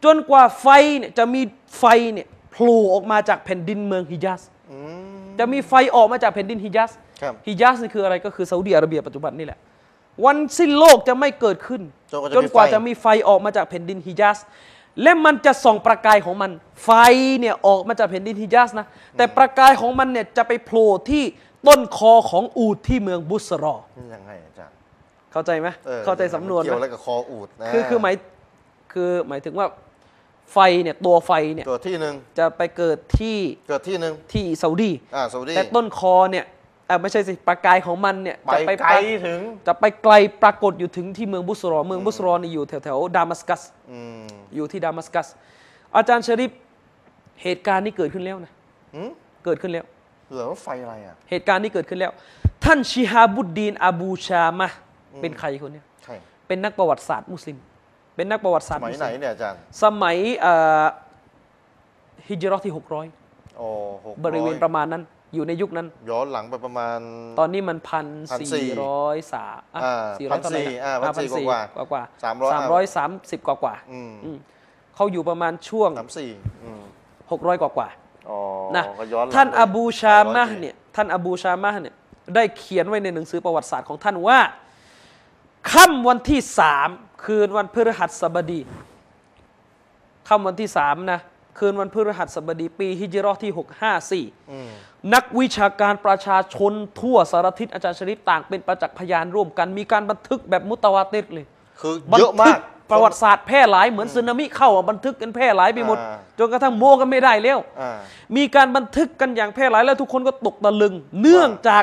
จนกว่าไฟเนี่ยจะมีไฟเนี่ยโผล่ออกมาจากแผ่นดินเมืองฮิญาซ อืม จะมีไฟออกมาจากแผ่นดินฮิญาซ ครับ ฮิญาซนี่คืออะไรก็คือซาอุดิอาระเบียปัจจุบันนี่แหละ วันสิ้นโลกจะไม่เกิดขึ้น จนกว่าจะ จนกว่า ไฟ จะมีไฟออกมาจากแผ่นดินฮิญาซและมันจะส่องประกายของมัน ไฟเนี่ยออกมาจากแผ่นดินฮิญาซนะแต่ประกายของมันเนี่ยจะไปโผล่ที่ต้นคอของอูดที่เมืองบุสรอ นี่ยังไงอาจารย์ เข้าใจไหม ออ เข้าใจสำนวน เกี่ยว ไห อะ ม ไรกับคออูดนะ คือคือหมายคือหมายถึงว่าไฟเนี่ยตัวไฟเนี่ย เกิดที่หนึ่ง จะไปเกิดที่ เกิดที่หนึ่ง ที่ซาอุดี อ่าซาอุดี แต่ต้นคอเนี่ยเอ่อไม่ใช่สิประกายของมันเนี่ยจะ ไป ไป ไกลถึง จะไปไกลปรากฏอยู่ถึงที่เมืองบุสรอ เมืองบุสรอนี่อยู่แถวแถวๆดามัสกัส อืม อยู่ที่ดามัสกัส อาจารย์ชริปเหตุการณ์นี้เกิดขึ้นแล้วนะ หืม เกิดขึ้นแล้ว เหลือว่าไฟอะไรอ่ะ เหตุการณ์นี้เกิดขึ้นแล้ว ท่านชิฮาบุดดีน อบูชามะห์เป็นใครคนเนี้ย ใช่ เป็นนักประวัติศาสตร์มุสลิม เป็นนักประวัติศาสสตร์ มัย มุส ไหน ลิม เนี่ยอาจารย์ สมัยเอ่อฮิจเราะห์ที่ 600 โอ้หกอย บริเวณประมาณนั้น อยู่ในยุคนั้น ย้อนหลังไปประมาณ ตอนนี้มันพันสี่ 1,400 ร้อยสาม อ่า1,400อ่า1,400กว่า ๆกว่า สามร้อย สามร้อยสามสิบกว่ากว่า อืม ๆอืมเขาอยู่ประมาณช่วง สามสี่อืม หกร้อยกว่ากว่าๆ อ๋อ นะ ก็ย้อนหลัง ท่าน ไป อบูชา ร้ มะ อ ห์ ปี เนี่ยท่านอบูชามะห์เนี่ยได้เขียนไว้ในหนังสือประวัติศาสตร์ของท่านว่าค่ำวันที่สามคืนวันพฤหัสบดีค่ำวันที่สามนะคืนวันพฤหัสบดี ปีฮิจิเรอที่ 654 อืม นักวิชาการประชาชนทั่วสารทิศอาจารย์ชริปต่างเป็นประจักษ์พยานร่วมกัน มีการบันทึกแบบมุตวาติดเลย คือ บัน เยอะ ทึ มาก ก ประวัติศาสตร์แพร่หลายเหมือนสึนามิเข้าอะบันทึกกันแพร่หลายไปหมด อ่า จนกระทั่งโมกันไม่ได้แล้ว อ่า มีการบันทึกกันอย่างแพร่หลายแล้วทุกคนก็ตกตะลึง เนื่องจาก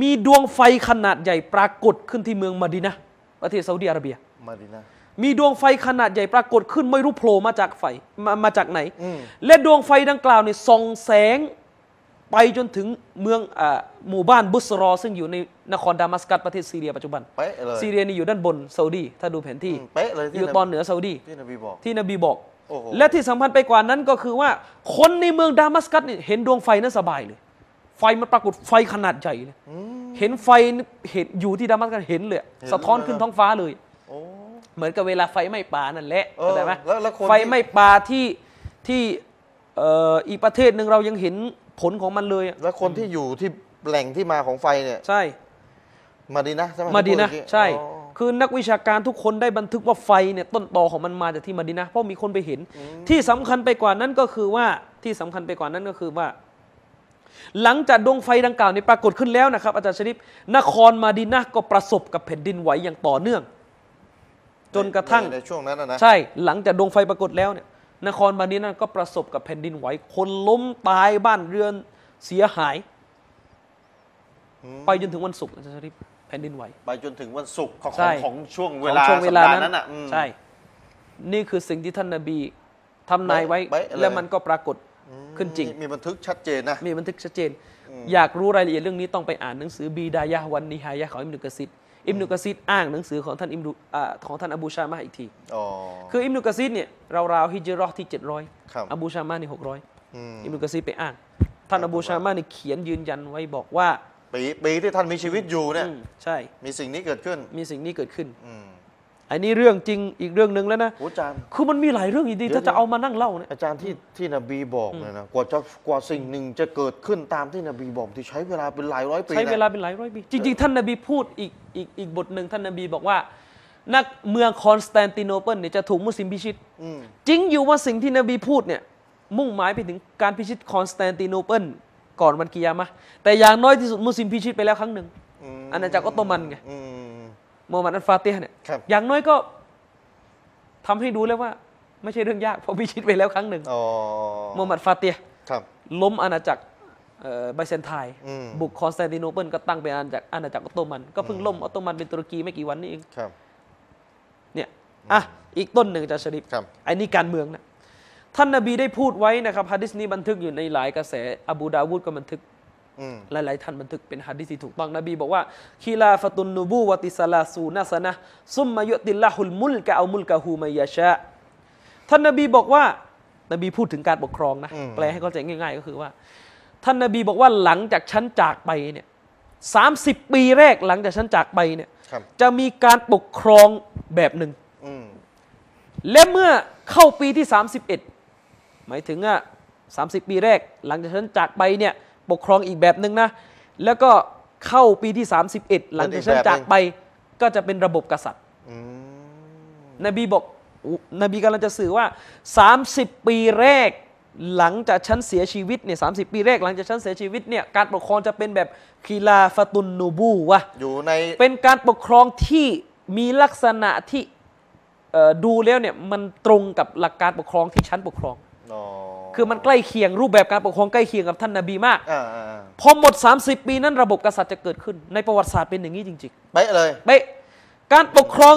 มีดวงไฟขนาดใหญ่ปรากฏขึ้นที่เมืองมาดินะห์ประเทศซาอุดีอาระเบีย มาดีนะ มีดวงไฟขนาดใหญ่ปรากฏขึ้นไม่รู้โผล่มาจากไฟมามาจากไหน อืม และดวงไฟดังกล่าวเนี่ยส่องแสงไปจนถึงเมืองอาหมู่บ้านบุสรอ ซึ่งอยู่ในนครดามัสกัสประเทศซีเรียปัจจุบัน เป๊ะเลย ซีเรียนี่อยู่ด้านบนซาอุดีถ้าดูแผนที่ อืมเป๊ะเลย อ ที่ ยู่ น ตอน บี เหนือซาอุดี ที่นบีบอก ที่นบีบอก โอ้โห และที่สำคัญไปกว่านั้นก็คือว่า คนในเมืองดามัสกัสเนี่ยเห็นดวงไฟนั้นสบายเลย ไฟมันปรากฏไฟขนาดใหญ่เลยเห็นไฟนี่เห็นอยู่ที่ดามัสกัสเห็นเลย สะท้อนขึ้นท้องฟ้าเลย โอ้ เหมือนกับเวลาไฟไหม้ป่านั่นแหละ เออ เข้าใจไหม แล้วแล้วคนที่ ไฟไหม้ป่าที่ที่เอ่ออีกประเทศหนึ่งเรายังเห็น ผลของมันเลยอะ แล้วคนที่อยู่ที่แหล่งที่มาของไฟเนี่ย ใช่ มาดีนะใช่ไหม มาดีนะ ที่พูเอกี้ ใช่ อ๋อ คือนักวิชาการทุกคนได้บันทึกว่าไฟเนี่ยต้นตอของมันมาจากที่มาดีนะเพราะมีคนไปเห็น ที่สำคัญไปกว่านั้นก็คือว่าที่สำคัญไปกว่านั้นก็คือว่า หลังจากดวงไฟดังกล่าวนี้ปรากฏขึ้นแล้วนะครับ อาจารย์ชริปนครมาดีนะก็ประสบกับแผ่นดินไหวอย่างต่อเนื่อง จนกระทั่ง ในในช่วงนั้นนะนะ ใช่หลังจากดวงไฟปรากฏแล้วเนี่ยนครบานีนั่นก็ประสบกับแผ่นดินไหว คนล้มตายบ้านเรือนเสียหาย ไปจนถึงวันศุกร์อาจารย์ชริปแผ่นดินไหว ไปจนถึงวันศุกร์ของ ใช่ ของช่วงเว ของ ลา ช่วงเวลา สัปดห์ นั้น อ่ะอืม ใช่ นี่คือสิ่งที่ท่านนาบีทำนายไว้ เป๊ะเลย และมันก็ปรากฏขึ้นจริง มีมีบันทึกชัดเจนนะ มีบันทึกชัดเจน อยากรู้รายละเอียดเรื่องนี้ต้องไปอ่านหนังสือบีดายะห์วันนิฮายะห์ของอิมนุกะซิดอิมนุกะซิดอ้างหนังสือของท่านอิมรุอ่าของท่านอบูชามะห์อีกที อ๋อ คืออิมนุกะซิดเนี่ยราวๆฮิจเราะห์ที่ 700 ครับ อบูชามานี่600 อืม อิมนุกะซิดไปอ้าง ท่านอบูชามานี่เขียนยืนยันไว้บอกว่า ปีปีที่ท่านมีชีวิตอยู่เนี่ย อืมใช่ มีสิ่งนี้เกิดขึ้น มีสิ่งนี้เกิดขึ้น อืม อันนี้เรื่องจริงอีกเรื่องหนึ่งแล้วนะ โอ้อาจารย์ คือมันมีหลายเรื่องดี เดี๋ยๆว ถ้าจะเอามานั่งเล่าเนี่ย อาจารย์ที่ที่นบีบอกเนี่ยนะ กว่าจะกว่าสิ่งหนึ่งจะเกิดขึ้นตามที่นบีบอกที่ใช้เวลาเป็นหลายร้อยปีนะ ใช้เวลาเป็นหลายร้อยปีจริงๆ ท่านนบีพูดอีกอีกอีกบทหนึ่งท่านนบีบอกว่า นักเมืองคอนสแตนติโนเปิลเนี่ยจะถูกมุสลิมพิชิต อืม จริงอยู่ว่าสิ่งที่นบีพูดเนี่ยมุ่งหมายไปถึงการพิชิตคอนสแตนติโนเปิลก่อนวันกิยามะห์แต่อย่างน้อยที่สุดมุสลิมพิชิตไปแล้วครั้งหนึ่ง อืม อาณาจักรออตโตมันไง อืม มูฮัมหมัดอัลฟาติฮ์เนี่ย ครับ อย่างน้อยก็ทำให้ดูแล้วว่า ไม่ใช่เรื่องยากเพราะพิชิตไปแล้วครั้งหนึ่ง อ๋อ มูฮัมหมัดฟาติฮ์ ครับ ล้มอาณาจักรเอ่อไบเซนไทน์ อืม บุกคอนสแตนติโนเปิลก็ตั้งเป็นอาณาจักรอาณาจักรออตโตมัน ก็เพิ่งล่มออตโตมันเป็นตุรกีไม่กี่วันนี่เอง ครับ เนี่ยอ่ะอีกต้นหนึ่งอาจารย์ชริป ครับ ไอ้นี่การเมืองนะท่านนบีได้พูดไว้นะครับฮะดิษนี้บันทึกอยู่ในหลายกระแสอบูดาวูดก็บันทึก อืม หลายๆท่านบันทึกเป็นฮัดดิสที่ถูกต้องนบีบอกว่าคีลาฟตุนนูบูวะติสลาซูนัสนะซุมมายุติลละฮุลมุลกะเอามุลกะฮูมายาชะท่านนบีบอกว่า นบีพูดถึงการปกครองนะ อืม แปลให้เข้าใจง่าย ๆ ก็คือว่า ท่านนบีบอกว่าหลังจากฉันจากไปเนี่ยสาปีแรกหลังจากฉันจากไปเนี่ย ครับ จะมีการปกครองแบบหนึ่ง อืม และเมื่อเข้าปีที่ 31 หมายถึงอ่ะ30 ปีแรก หลังจากฉันจากไปเนี่ยปกครองอีกแบบหนึ่งนะ แล้วก็เข้าปีที่ 31 หลังจากฉันจากไปก็จะเป็นระบบกษัตริย์ อืม นบีบอกอุนบีกำลังจะสื่อว่า 30 ปีแรก หลังจากฉันเสียชีวิตเนี่ยสาปีแรกหลังจากฉันเสียชีวิตเนี่ยการปกครองจะเป็นแบบคีลาฟะตุนนูบูวะ อยู่ใน เป็นการปกครองที่มีลักษณะที่เอ่อดูแล้วเนี่ยมันตรงกับหลักการปกครองที่ชั้นปกครอง อ๋อ คือมันใกล้เคียงรูปแบบการปกครองใกล้เคียงกับท่านนาบีมาก อ่าอ่าอ่า พอหมด 30 ปีนั้นระบบกษัตริย์จะเกิดขึ้น ในประวัติศาสตร์เป็นอย่างนี้จริง เป๊ะเลย ๆเป๊ะการปกครอง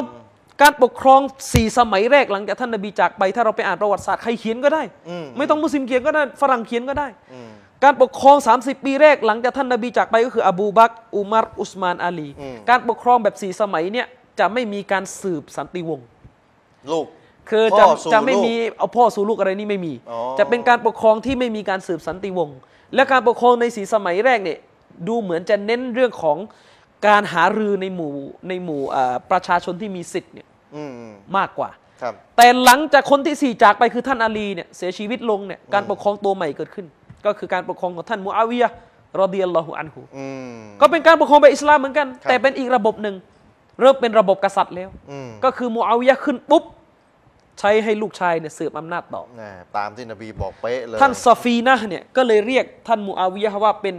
การปกครองสี่สมัยแรกหลังจากท่านนาบีจากไป ถ้าเราไปอ่านประวัติศาสตร์ใครเขียนก็ได้ อืม ไม่ต้องมุสลิมเขียนก็ได้ฝรั่งเขียนก็ได้ อืม การปกครอง 30 ปีแรกหลังจากท่านนาบีจากไปก็คือ อบูบักรอุมารอุสมานอาลี อืม การปกครองแบบสีสมัยเนี่ยจะไม่มีการสืบสันติวงศ์ ลูก คือ พ่ จะ อสู่ จะไม่ ลูก มีเอาพ่อสู่ลูกอะไรนี่ไม่มี อ๋อ จะเป็นการปกครองที่ไม่มีการสืบสันติวงศ์และการปกครองในสีสมัยแรกเนี่ยดูเหมือนจะเน้นเรื่องของการหารือในหมู่ในหมู่อ่าประชาชนที่มีสิทธิ์เนี่ย อืมอืม มากกว่า ครับ แต่หลังจากคนที่สี่จากไปคือท่านอาลีเนี่ยเสียชีวิตลงเนี่ยการปกครองตัวใหม่เกิดขึ้น ก็คือการปกครองของท่านมูอาวิยะห์รอดิยัลลอฮุอันฮู อืม ก็เป็นการปกครองแบบอิสลามเหมือนกัน ครับ แต่เป็นอีกระบบหนึ่งเริ่มเป็นระบบกษัตริย์แล้ว อืม ก็คือมูอาวิยะห์ขึ้นปุ๊บ ใช้ให้ลูกชายเนี่ยสืบอำนาจต่อ แหม่ตามที่นบีบอกเป๊ะเลย ท่านซาฟีนะห์เนี่ยก็เลยเรียกท่านมูอาวิยะห์ว่าเป็น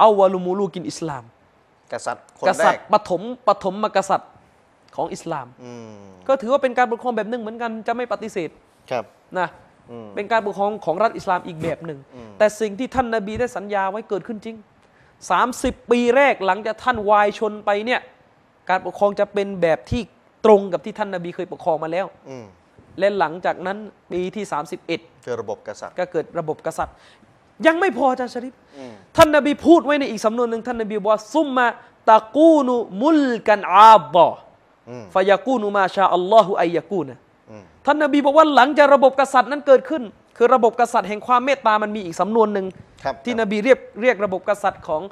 อาวาลุมูลูกินอิสลาม กษัตริย์คน ก แร ษัต ก ริย์ปฐมปฐมมกษัตริย์ของอิสลาม อืม ก็ถือว่าเป็นการปกครองแบบหนึ่งเหมือนกันจะไม่ปฏิเสธ ครับ นะ อืม เป็นการปกครองของรัฐอิสลามอีกแบบหนึ่ง แต่สิ่งที่ท่านนาบีได้สัญญาไว้เกิดขึ้นจริง 30 ปีแรกหลังจากท่านวายชนไปเนี่ยการปกครองจะเป็นแบบที่ตรงกับที่ท่านนาบีเคยปกครองมาแล้ว อืม และหลังจากนั้นปีที่ 31 คือระบบกษัตริย์ ก็เกิดระบบกษัตริย์ ยังไม่พออาจารย์ชริป อืม ท่านนาบีพูดไว้ในอีกสำนวนหนึ่งท่านนาบีบอกว่าซุมมาตะกูนุมุลกันอาบอ อืม ฟายากูนุมาชาอัลลอฮุอัยยากูนะ อืม ท่านนาบีบอกว่าหลังจากระบบกษัตริย์นั้นเกิดขึ้น คือระบบกษัตริย์แห่งความเมตตามันมีอีกสำนวนหนึ่ง ครับคที่รับ นบีเรียกเรียกระบบกษัตริย์ของ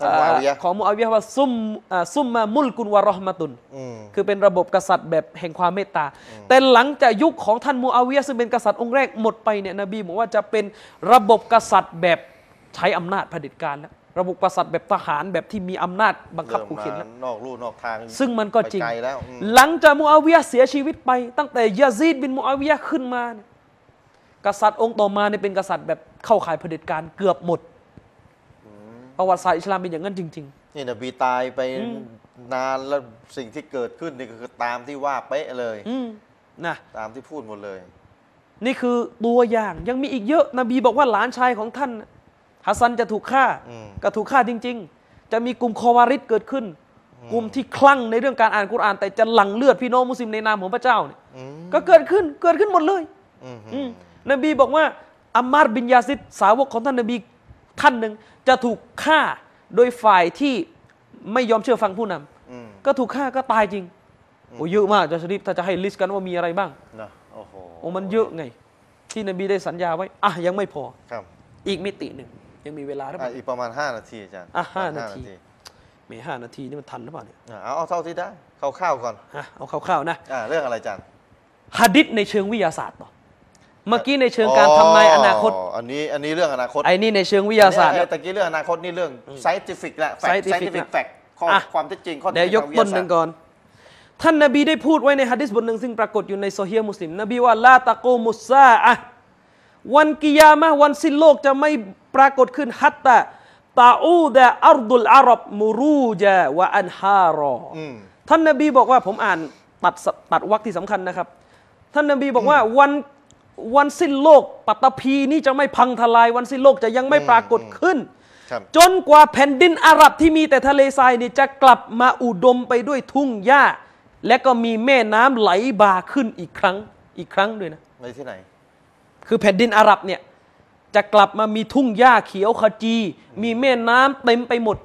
ท่านมูอาวิยะห์ เของมูอาวิยะห์ว่าซุมอ่าซุมมามุลกุนวะเราะห์มะตุน อืม คือเป็นระบบกษัตริย์แบบแห่งความเมตตา แต่หลังจากยุคของท่านมูอาวิยะห์ซึ่งเป็นกษัตริย์องค์แรกหมดไปเนี่ยนบีบอกว่าจะเป็นระบบกษัตริย์แบบ ใช้อำนาจเผด็จการแล้ว ระบบกษัตริย์แบบทหารแบบที่มีอำนาจบังคับ เริ่ม ขู่ มา เข็นแล้ว นอกลู่นอกทาง ซึ่งมันก็จริง ไปไกลแล้วอืม หลังจากมูอาวิยะห์เสียชีวิตไป ตั้งแต่ยาซีดบินมูอาวิยะห์ขึ้นมาเนี่ยกษัตริย์องค์ต่อมาเนี่ยเป็นกษัตริย์แบบเข้าข่ายเผด็จการเกือบหมดประวัติศาสตร์อิสลามเป็นอย่างนั้นจริง นี่นบีตายไปนานแล้วสิ่งที่เกิดขึ้นนี่ก็คือตามที่ว่าเป๊ะเลย ๆ อืมนะ ตามที่พูดหมดเลย นี่คือตัวอย่างยังมีอีกเยอะนบีบอกว่าหลานชายของท่านน่ะฮัสซันจะถูกฆ่า อืม ก็ถูกฆ่าจริง ๆ จะมีกลุ่มคอวาริดเกิดขึ้น กลุ่มที่คลั่งในเรื่องการอ่านกุรอาน แต่จะหลั่งเลือดพี่น้องมุสลิมในนามของพระเจ้าเนี่ย อืม ก็เกิดขึ้นเกิดขึ้นหมดเลย อืม อืมนบีบอกว่าอัมมารบินยาซิดสาวกของท่านนบีท่านหนึ่งจะถูกฆ่าโดยฝ่ายที่ไม่ยอมเชื่อฟังผู้นำ อืม ก็ถูกฆ่าก็ตายจริงโอ้เยอะมากอาจะชริฟถ้าจะให้ลิสต์กันว่ามีอะไรบ้าง นะโอ้โห โอ้มันเยอะไง ที่นบีได้สัญญาไว้อ่ะยังไม่พอ ครับ อีกมิติหนึ่งยังมีเวลาหรือเป อ่ะ ล่า อีกประมาณ 5 นาทีอาจารย์ อ่ะห้า ประมณ นาที เมห้านาทีนี่มันทันหรือเปล่าเนี่ย อ่ะเอาเอาเท่าที่ได้คร่าวๆก่อน อ่ะเอาคร่าวๆนะ อ่ะเรื่องอะไรอาจารย์ ฮะดิษในเชิงวิทยาศาสตร์ต่อเมื่อกี้ในเชิงการทำนายอนาคต ออันนี้อันนี้เรื่องอนาคต ไอ้นี่ในเชิงวิทยาศาสตร์ เนี่ แล้ ยว ไอ้ตะกี้เรื่องอนาคตนี่เรื่อง scientific แหละ fact scientific scientific นะ fact ข้อ อ่ะ ความเท็จจริงข้อ เดี๋ยวยกต้นหนึ่งก่อน ท่านนบีได้พูดไว้ในฮะดิษบทหนึ่งซึ่งปรากฏอยู่ในโซเฮียมุสลิม นบีว่าลาตะโกมุสซาอะห์วันกิยามะห์วันสิ้นโลกจะไม่ปรากฏขึ้นฮัตตะตาอูดะอัรดุลอาหรับมูรูจาวะอันฮารออ อืม ท่านนบีบอกว่าผมอ่านตัดสตัดวรรคที่สำคัญนะครับ ท่านนบีบอกว่าวันวันสิ้นโลกปัตตภีนี้จะไม่พังทลายวันสิ้นโลกจะยังไม่ปรากฏขึ้น ครับ จนกว่าแผ่นดินอาหรับที่มีแต่ทะเลทรายเนี่ยจะกลับมาอุดมไปด้วยทุ่งหญ้า และก็มีแม่น้ำไหลบ่าขึ้นอีกครั้งอีกครั้งด้วยนะ ในที่ไหน คือแผ่นดินอาหรับเนี่ยจะกลับมามีทุ่งหญ้าเขียวขจี มีแม่น้ำเต็มไปหมด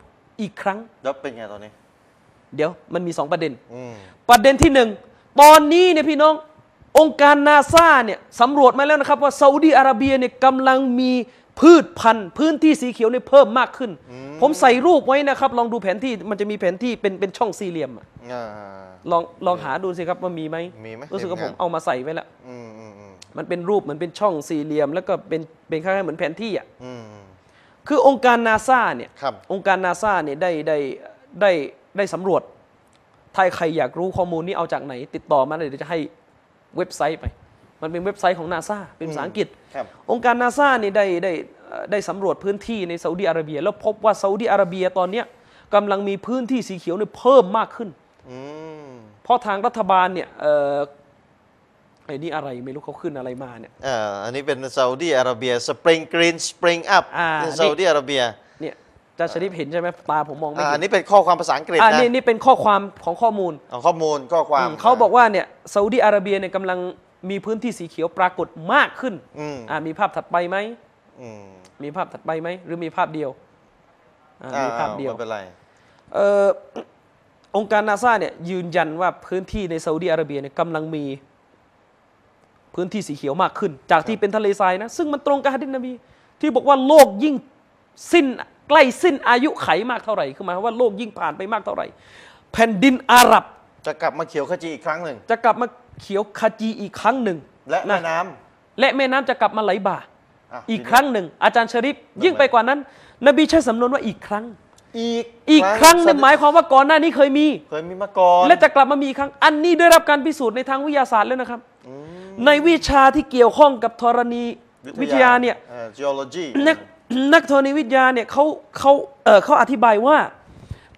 อีกครั้ง แล้วเป็นไงตอนนี้ เดี๋ยวมันมีสองประเด็น อืม ประเด็นที่หนึ่งตอนนี้เนี่ยพี่น้ององค์การนาซาเนี่ยสำรวจมาแล้วนะครับ ว่าซาอุดีอาระเบียเนี่ยกำลังมีพืชพันธุ์ พื้นที่สีเขียวเนี่ยเพิ่มมากขึ้น ผมใส่รูปไว้นะครับ ลองดูแผนที่มันจะมีแผนที่เป็นเป็นช่องสี่เหลี่ยมอะ อ่า ลองลองหาดูสิครับว่ามีไหม มีไหม รู้สึกว่า ที ผม ม งาน เอามาใส่ไว้แล้ว อืมอืมอืม มันเป็นรูปเหมือนเป็นช่องสี่เหลี่ยม แล้วก็เป็นเป็นคล้ายๆเหมือนแผนที่อ่ะ อืม คือองค์การนาซาเนี่ย ครับ องค์การนาซาเนี่ยได้ได้ได้ได้สำรวจ ถ้าใครอยากรู้ข้อมูลนี้เอาจากไหน ติดต่อมาเลยเดี๋ยวจะให้เว็บไซต์ไป มันเป็นเว็บไซต์ของนาซาเป็นภาษาอังกฤษ ครับ องค์การนาซาเนี่ยได้ได้เอ่อได้สำรวจพื้นที่ในซาอุดีอาระเบีย แล้วพบว่าซาอุดีอาระเบียตอนเนี้ยกำลังมีพื้นที่สีเขียวเนี่ยเพิ่มมากขึ้น อืม เพราะทางรัฐบาลเนี่ยเอ่อไอ้นี่อะไรไม่รู้เขาขึ้นอะไรมาเนี่ย อ่าอันนี้เป็นซาอุดีอาระเบียสปริงกรีนสปริงอัพ อ่า ซาอุดีอาระเบีย เนี่ยจะชริปเห็นใช่ไหมตาผมมองไม่ อ่า เห็ อั น นนี้เป็นข้อความภาษาอังกฤษ อ่า นะ นี่นี่เป็นข้อความของข้อมูล เอาข้อมูลข้อความ อืมเขาบอกว่าเนี่ยซาอุดีอาระเบียเนี่ยกำลังมีพื้นที่สีเขียวปรากฏมากขึ้น อืม อ่ามีภาพถัดไปไหม อืม มีภาพถัดไปไหม หรือมีภาพเดียวอ่า อ่า มีภาพเดียว ไม่เป็นไร เอ่อองค์การนาซาเนี่ยยืนยันว่าพื้นที่ในซาอุดีอาระเบียเนี่ยกำลังมีพื้นที่สีเขียวมากขึ้น จากที่เป็นทะเลทรายนะ ซึ่งมันตรงกับฮะดิษนบี ที่บอกว่าโลกยิ่งสิ้นใกล้สิ้นอายุไขมากเท่าไหร่คือหมายความว่าโลกยิ่งผ่านไปมากเท่าไหร่ แผ่นดินอาหรับ จะกลับมาเขียวขจีอีกครั้งหนึ่ง จะกลับมาเขียวขจีอีกครั้งหนึ่ง และแม่น้ และแม่น้ำจะกลับมาไหลบ่า ำะ อีกครั้งหนึ่ง อาจารย์ชริปยิ่งไปกว่านั้น นบีใช้สำนวนว่าอีกครั้ง อีก อีกครั้งเนี่ยหมายความว่าก่อนหน้านี้เคยมี เคยมีมาก่อน และจะกลับมามีอีกครั้ง อันนี้ได้รับการพิสูจน์ในทางวิทยาศาสตร์แล้วนะครับ อืม ในวิชาที่เกี่ยวข้องกับธรณีวิทยาเนี่ย อ่อ geology นักนักธรณีวิทยาเนี่ยเขาเขาเอ่อเขาอธิบายว่า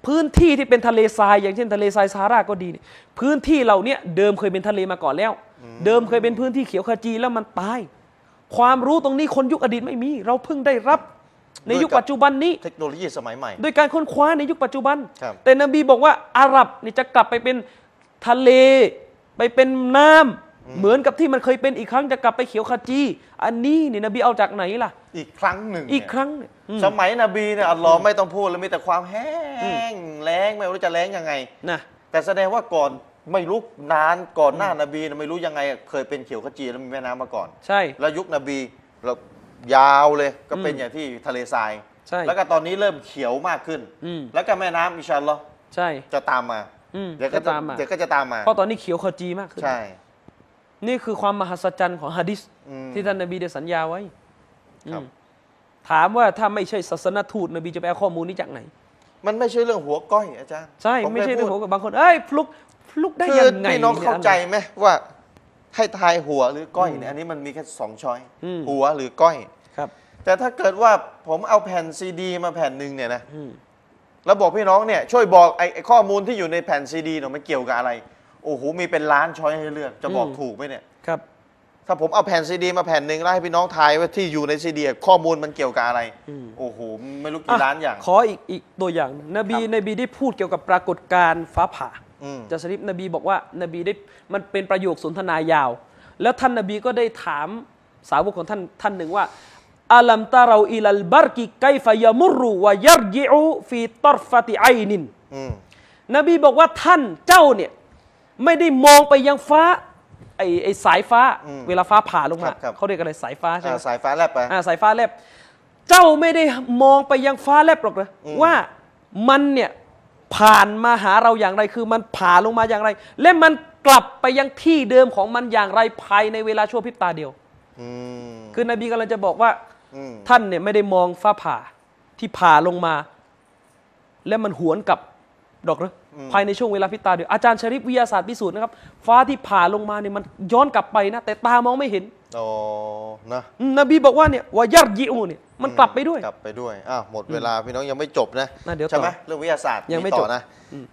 พื้นที่ที่เป็นทะเลทราย อย่างเช่นทะเลทรายซาฮาราก็ดีเนี่ยพื้นที่เราเนี่ยเดิมเคยเป็นทะเลมาก่อนแล้ว เดิมเคยเป็นพื้นที่เขียวขจีแล้วมันตาย ความรู้ตรงนี้คนยุคอดีตไม่มี เราเพิ่งได้รับในยุคปัจจุบันนี้ เทคโนโลยีสมัยใหม่ โดยการค้นคว้าในยุคปัจจุบัน ครับ แต่นบีบอกว่าอาหรับเนี่ยจะกลับไปเป็นทะเล ไปเป็นน้ำเหมือนกับที่มันเคยเป็นอีกครั้งจะกลับไปเขียวขจี อันนี้เนี่ยนบีเอาจากไหนล่ะ อีกครั้งหนึ่ง อีก เนี่ย ครั้งเนี่ย สมัยนบีเนี่ยอัลลอฮ์ไม่ต้องพูดแล้วมีแต่ความแห้งแล้งไม่รู้จะแล้งยังไง นะ แต่แสดงว่าก่อนไม่รู้นานก่อนหน้านบีเนี่ยไม่รู้ยังไง เคยเป็นเขียวขจีแล้วมีแม่น้ำมาก่อน ใช่ แล้วยุคนบีเรายาวเลยก็เป็นอย่างที่ทะเลทราย ใช่ แล้วก็ตอนนี้เริ่มเขียวมากขึ้น อืม แล้วก็แม่น้ำอินชาอัลลอฮ์ ใช่ จะตามมา อืม เดี๋ยวก็ จะตามมา เดี๋ยวก็จะตามมา เพราะตอนนี้เขียวขจีมากขึ้น ใช่ นี่คือความมหัศจรรย์ของฮะดิษ อืม ที่ท่านนบีได้สัญญาไว้ ครับ อืม ถามว่าถ้าไม่ใช่ศาสนทูตนบีจะไปเอาข้อมูลนี้จากไหน มันไม่ใช่เรื่องหัวก้อยอาจารย์ ใช่ ผ ไม่ใช่ ด้ เรื่อง พู ขอ ด งบางคนเอ้ยฟลุกฟลุกได้ คือ ยังไง พี่น้องเข้าใจ นี่ย ไหมว่าให้ทายหัวหรือก้อยเนี่ยอันนี้มันมีแค่สองช้อย อืม หัวหรือก้อย ครับ แต่ถ้าเกิดว่าผมเอาแผ่นซีดี มาแผ่นหนึ่งเนี่ยนะ อืม แล้วบอกพี่น้องเนี่ยช่วยบอกไอ้ไอ้ข้อมูลที่อยู่ในแผ่นซีดีหน่อยมันเกี่ยวกับอะไร โอ้โหมีเป็นล้านช้อยให้เลือกจะบอกถูกไหมเนี่ย ครับ ถ้าผมเอาแผ่นซีดี มาแผ่นหนึ่งแล้วให้พี่น้องทายว่าที่อยู่ในซีดีข้อมูลมันเกี่ยวกับอะไร โอ้โหไม่รู้กี่ล้านอย่าง ขออีกอีกตัวอย่างหนึ่งนบีนบีได้พูดเกี่ยวกับปรากฏการณ์ฟ้าผ่า อืม จัสริฟนบีบอกว่านบีได้มันเป็นประโยคสนทนายาว แล้วท่านนบีก็ได้ถามสาวกของท่านท่านหนึ่งว่าอาลัมตาเราอิลัลบารกิไกฟยามุรุวายัรยิอูฟีตอรฟติไอนิน อืม นบีบอกว่าท่านเจ้าเนี่ยไม่ได้มองไปยังฟ้าไอ้ไอ้สายฟ้า อืม เวลาฟ้าผ่าลงมา ครับครับ เขาเรียกอะไรสายฟ้าใช่ไหม อ่าสายฟ้าแลบไป อ่าสายฟ้าแลบ เจ้าไม่ได้มองไปยังฟ้าแลบหรอกเหรออว่ามันเนี่ยผ่านมาหาเราอย่างไรคือมันผ่าลงมาอย่างไร และมันกลับไปยังที่เดิมของมันอย่างไรภายในเวลาชั่วพริบตาเดียว อืม คือนบีกำลังจะบอกว่า อืม ท่านเนี่ยไม่ได้มองฟ้าผ่าที่ผ่าลงมา และมันหวนกลับดอกเหรอภายในช่วงเวลาพริบตาเดียวอาจารย์ชริปวิทยาศาสตร์พิสูจน์นะครับ ฟ้าที่ผ่าลงมาเนี่ยมันย้อนกลับไปนะ แต่ตามองไม่เห็น อ๋อนะ อืมนบีบอกว่าเนี่ยว่ายัดยิอูเนี่ยมันกลับไปด้วย กลับไปด้วยอ้าวหมดเวลาพี่น้องยังไม่จบนะ น่ะเดี๋ยวต่อ ใช่ไหมเรื่องวิทยาศาสตร์ ยังไม่ ต่อ จบ นะ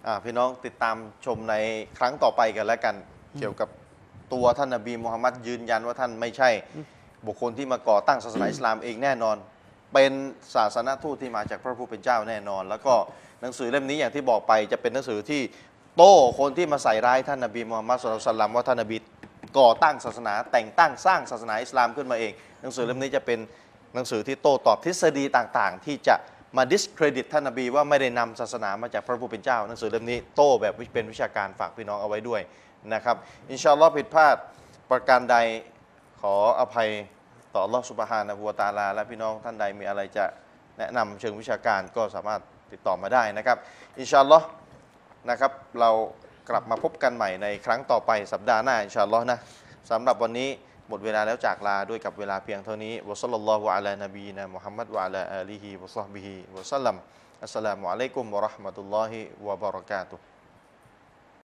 อ่าพี่น้องติดตามชมในครั้งต่อไปกันแล้วกัน เกี่ยวกับตัวท่านนบีมูฮัมมัดยืนยันว่าท่านไม่ใช่ บุคคลที่มาก่อตั้งศาสนาอิสลามเองแน่นอน เป็นศาสนทูตที่มาจากพระผู้เป็นเจ้าแน่นอน แล้วก็หนังสือเล่มนี้อย่างที่บอกไปจะเป็นหนังสือที่โต้คนที่มาใส่ร้ายท่านนบีมูฮัมมัดสุลตัลลัมว่าท่านนบีก่อตั้งศาสนา แต่งตั้งสร้างศาสนาอิสลามขึ้นมาเอง หนังสือเล่มนี้จะเป็นหนังสือที่โต้ตอบทฤษฎีต่างๆ ที่จะมา discredit ท่านนบีว่าไม่ได้นำศาสนามาจากพระผู้เป็นเจ้า หนังสือเล่มนี้โต้แบบเป็นวิชาการฝากพี่น้องเอาไว้ด้วยนะครับอินชาอัลลอฮ์ผิดพลาดประการใด ขออภัยต่อ Allah Subhanahu wa Taala และพี่น้องท่านใดมีอะไรจะแนะนำเชิงวิชาการก็สามารถติดต่อมาได้นะครับ อินชาอัลลอฮ์นะครับ เรากลับมาพบกันใหม่ในครั้งต่อไปสัปดาห์หน้า อินชาอัลลอฮ์นะสำหรับวันนี้หมดเวลาแล้วจากลาด้วยกับเวลาเพียงเท่านี้วะซัลลัลลอฮุอะลานบีนะมุฮัมมัดวะอะลาอาลีฮิวะซอฮบิฮิวะสัลลัมอัสสลามุอะลัยกุมวะเราะห์มะตุลลอฮิวะบะเราะกาตุฮ์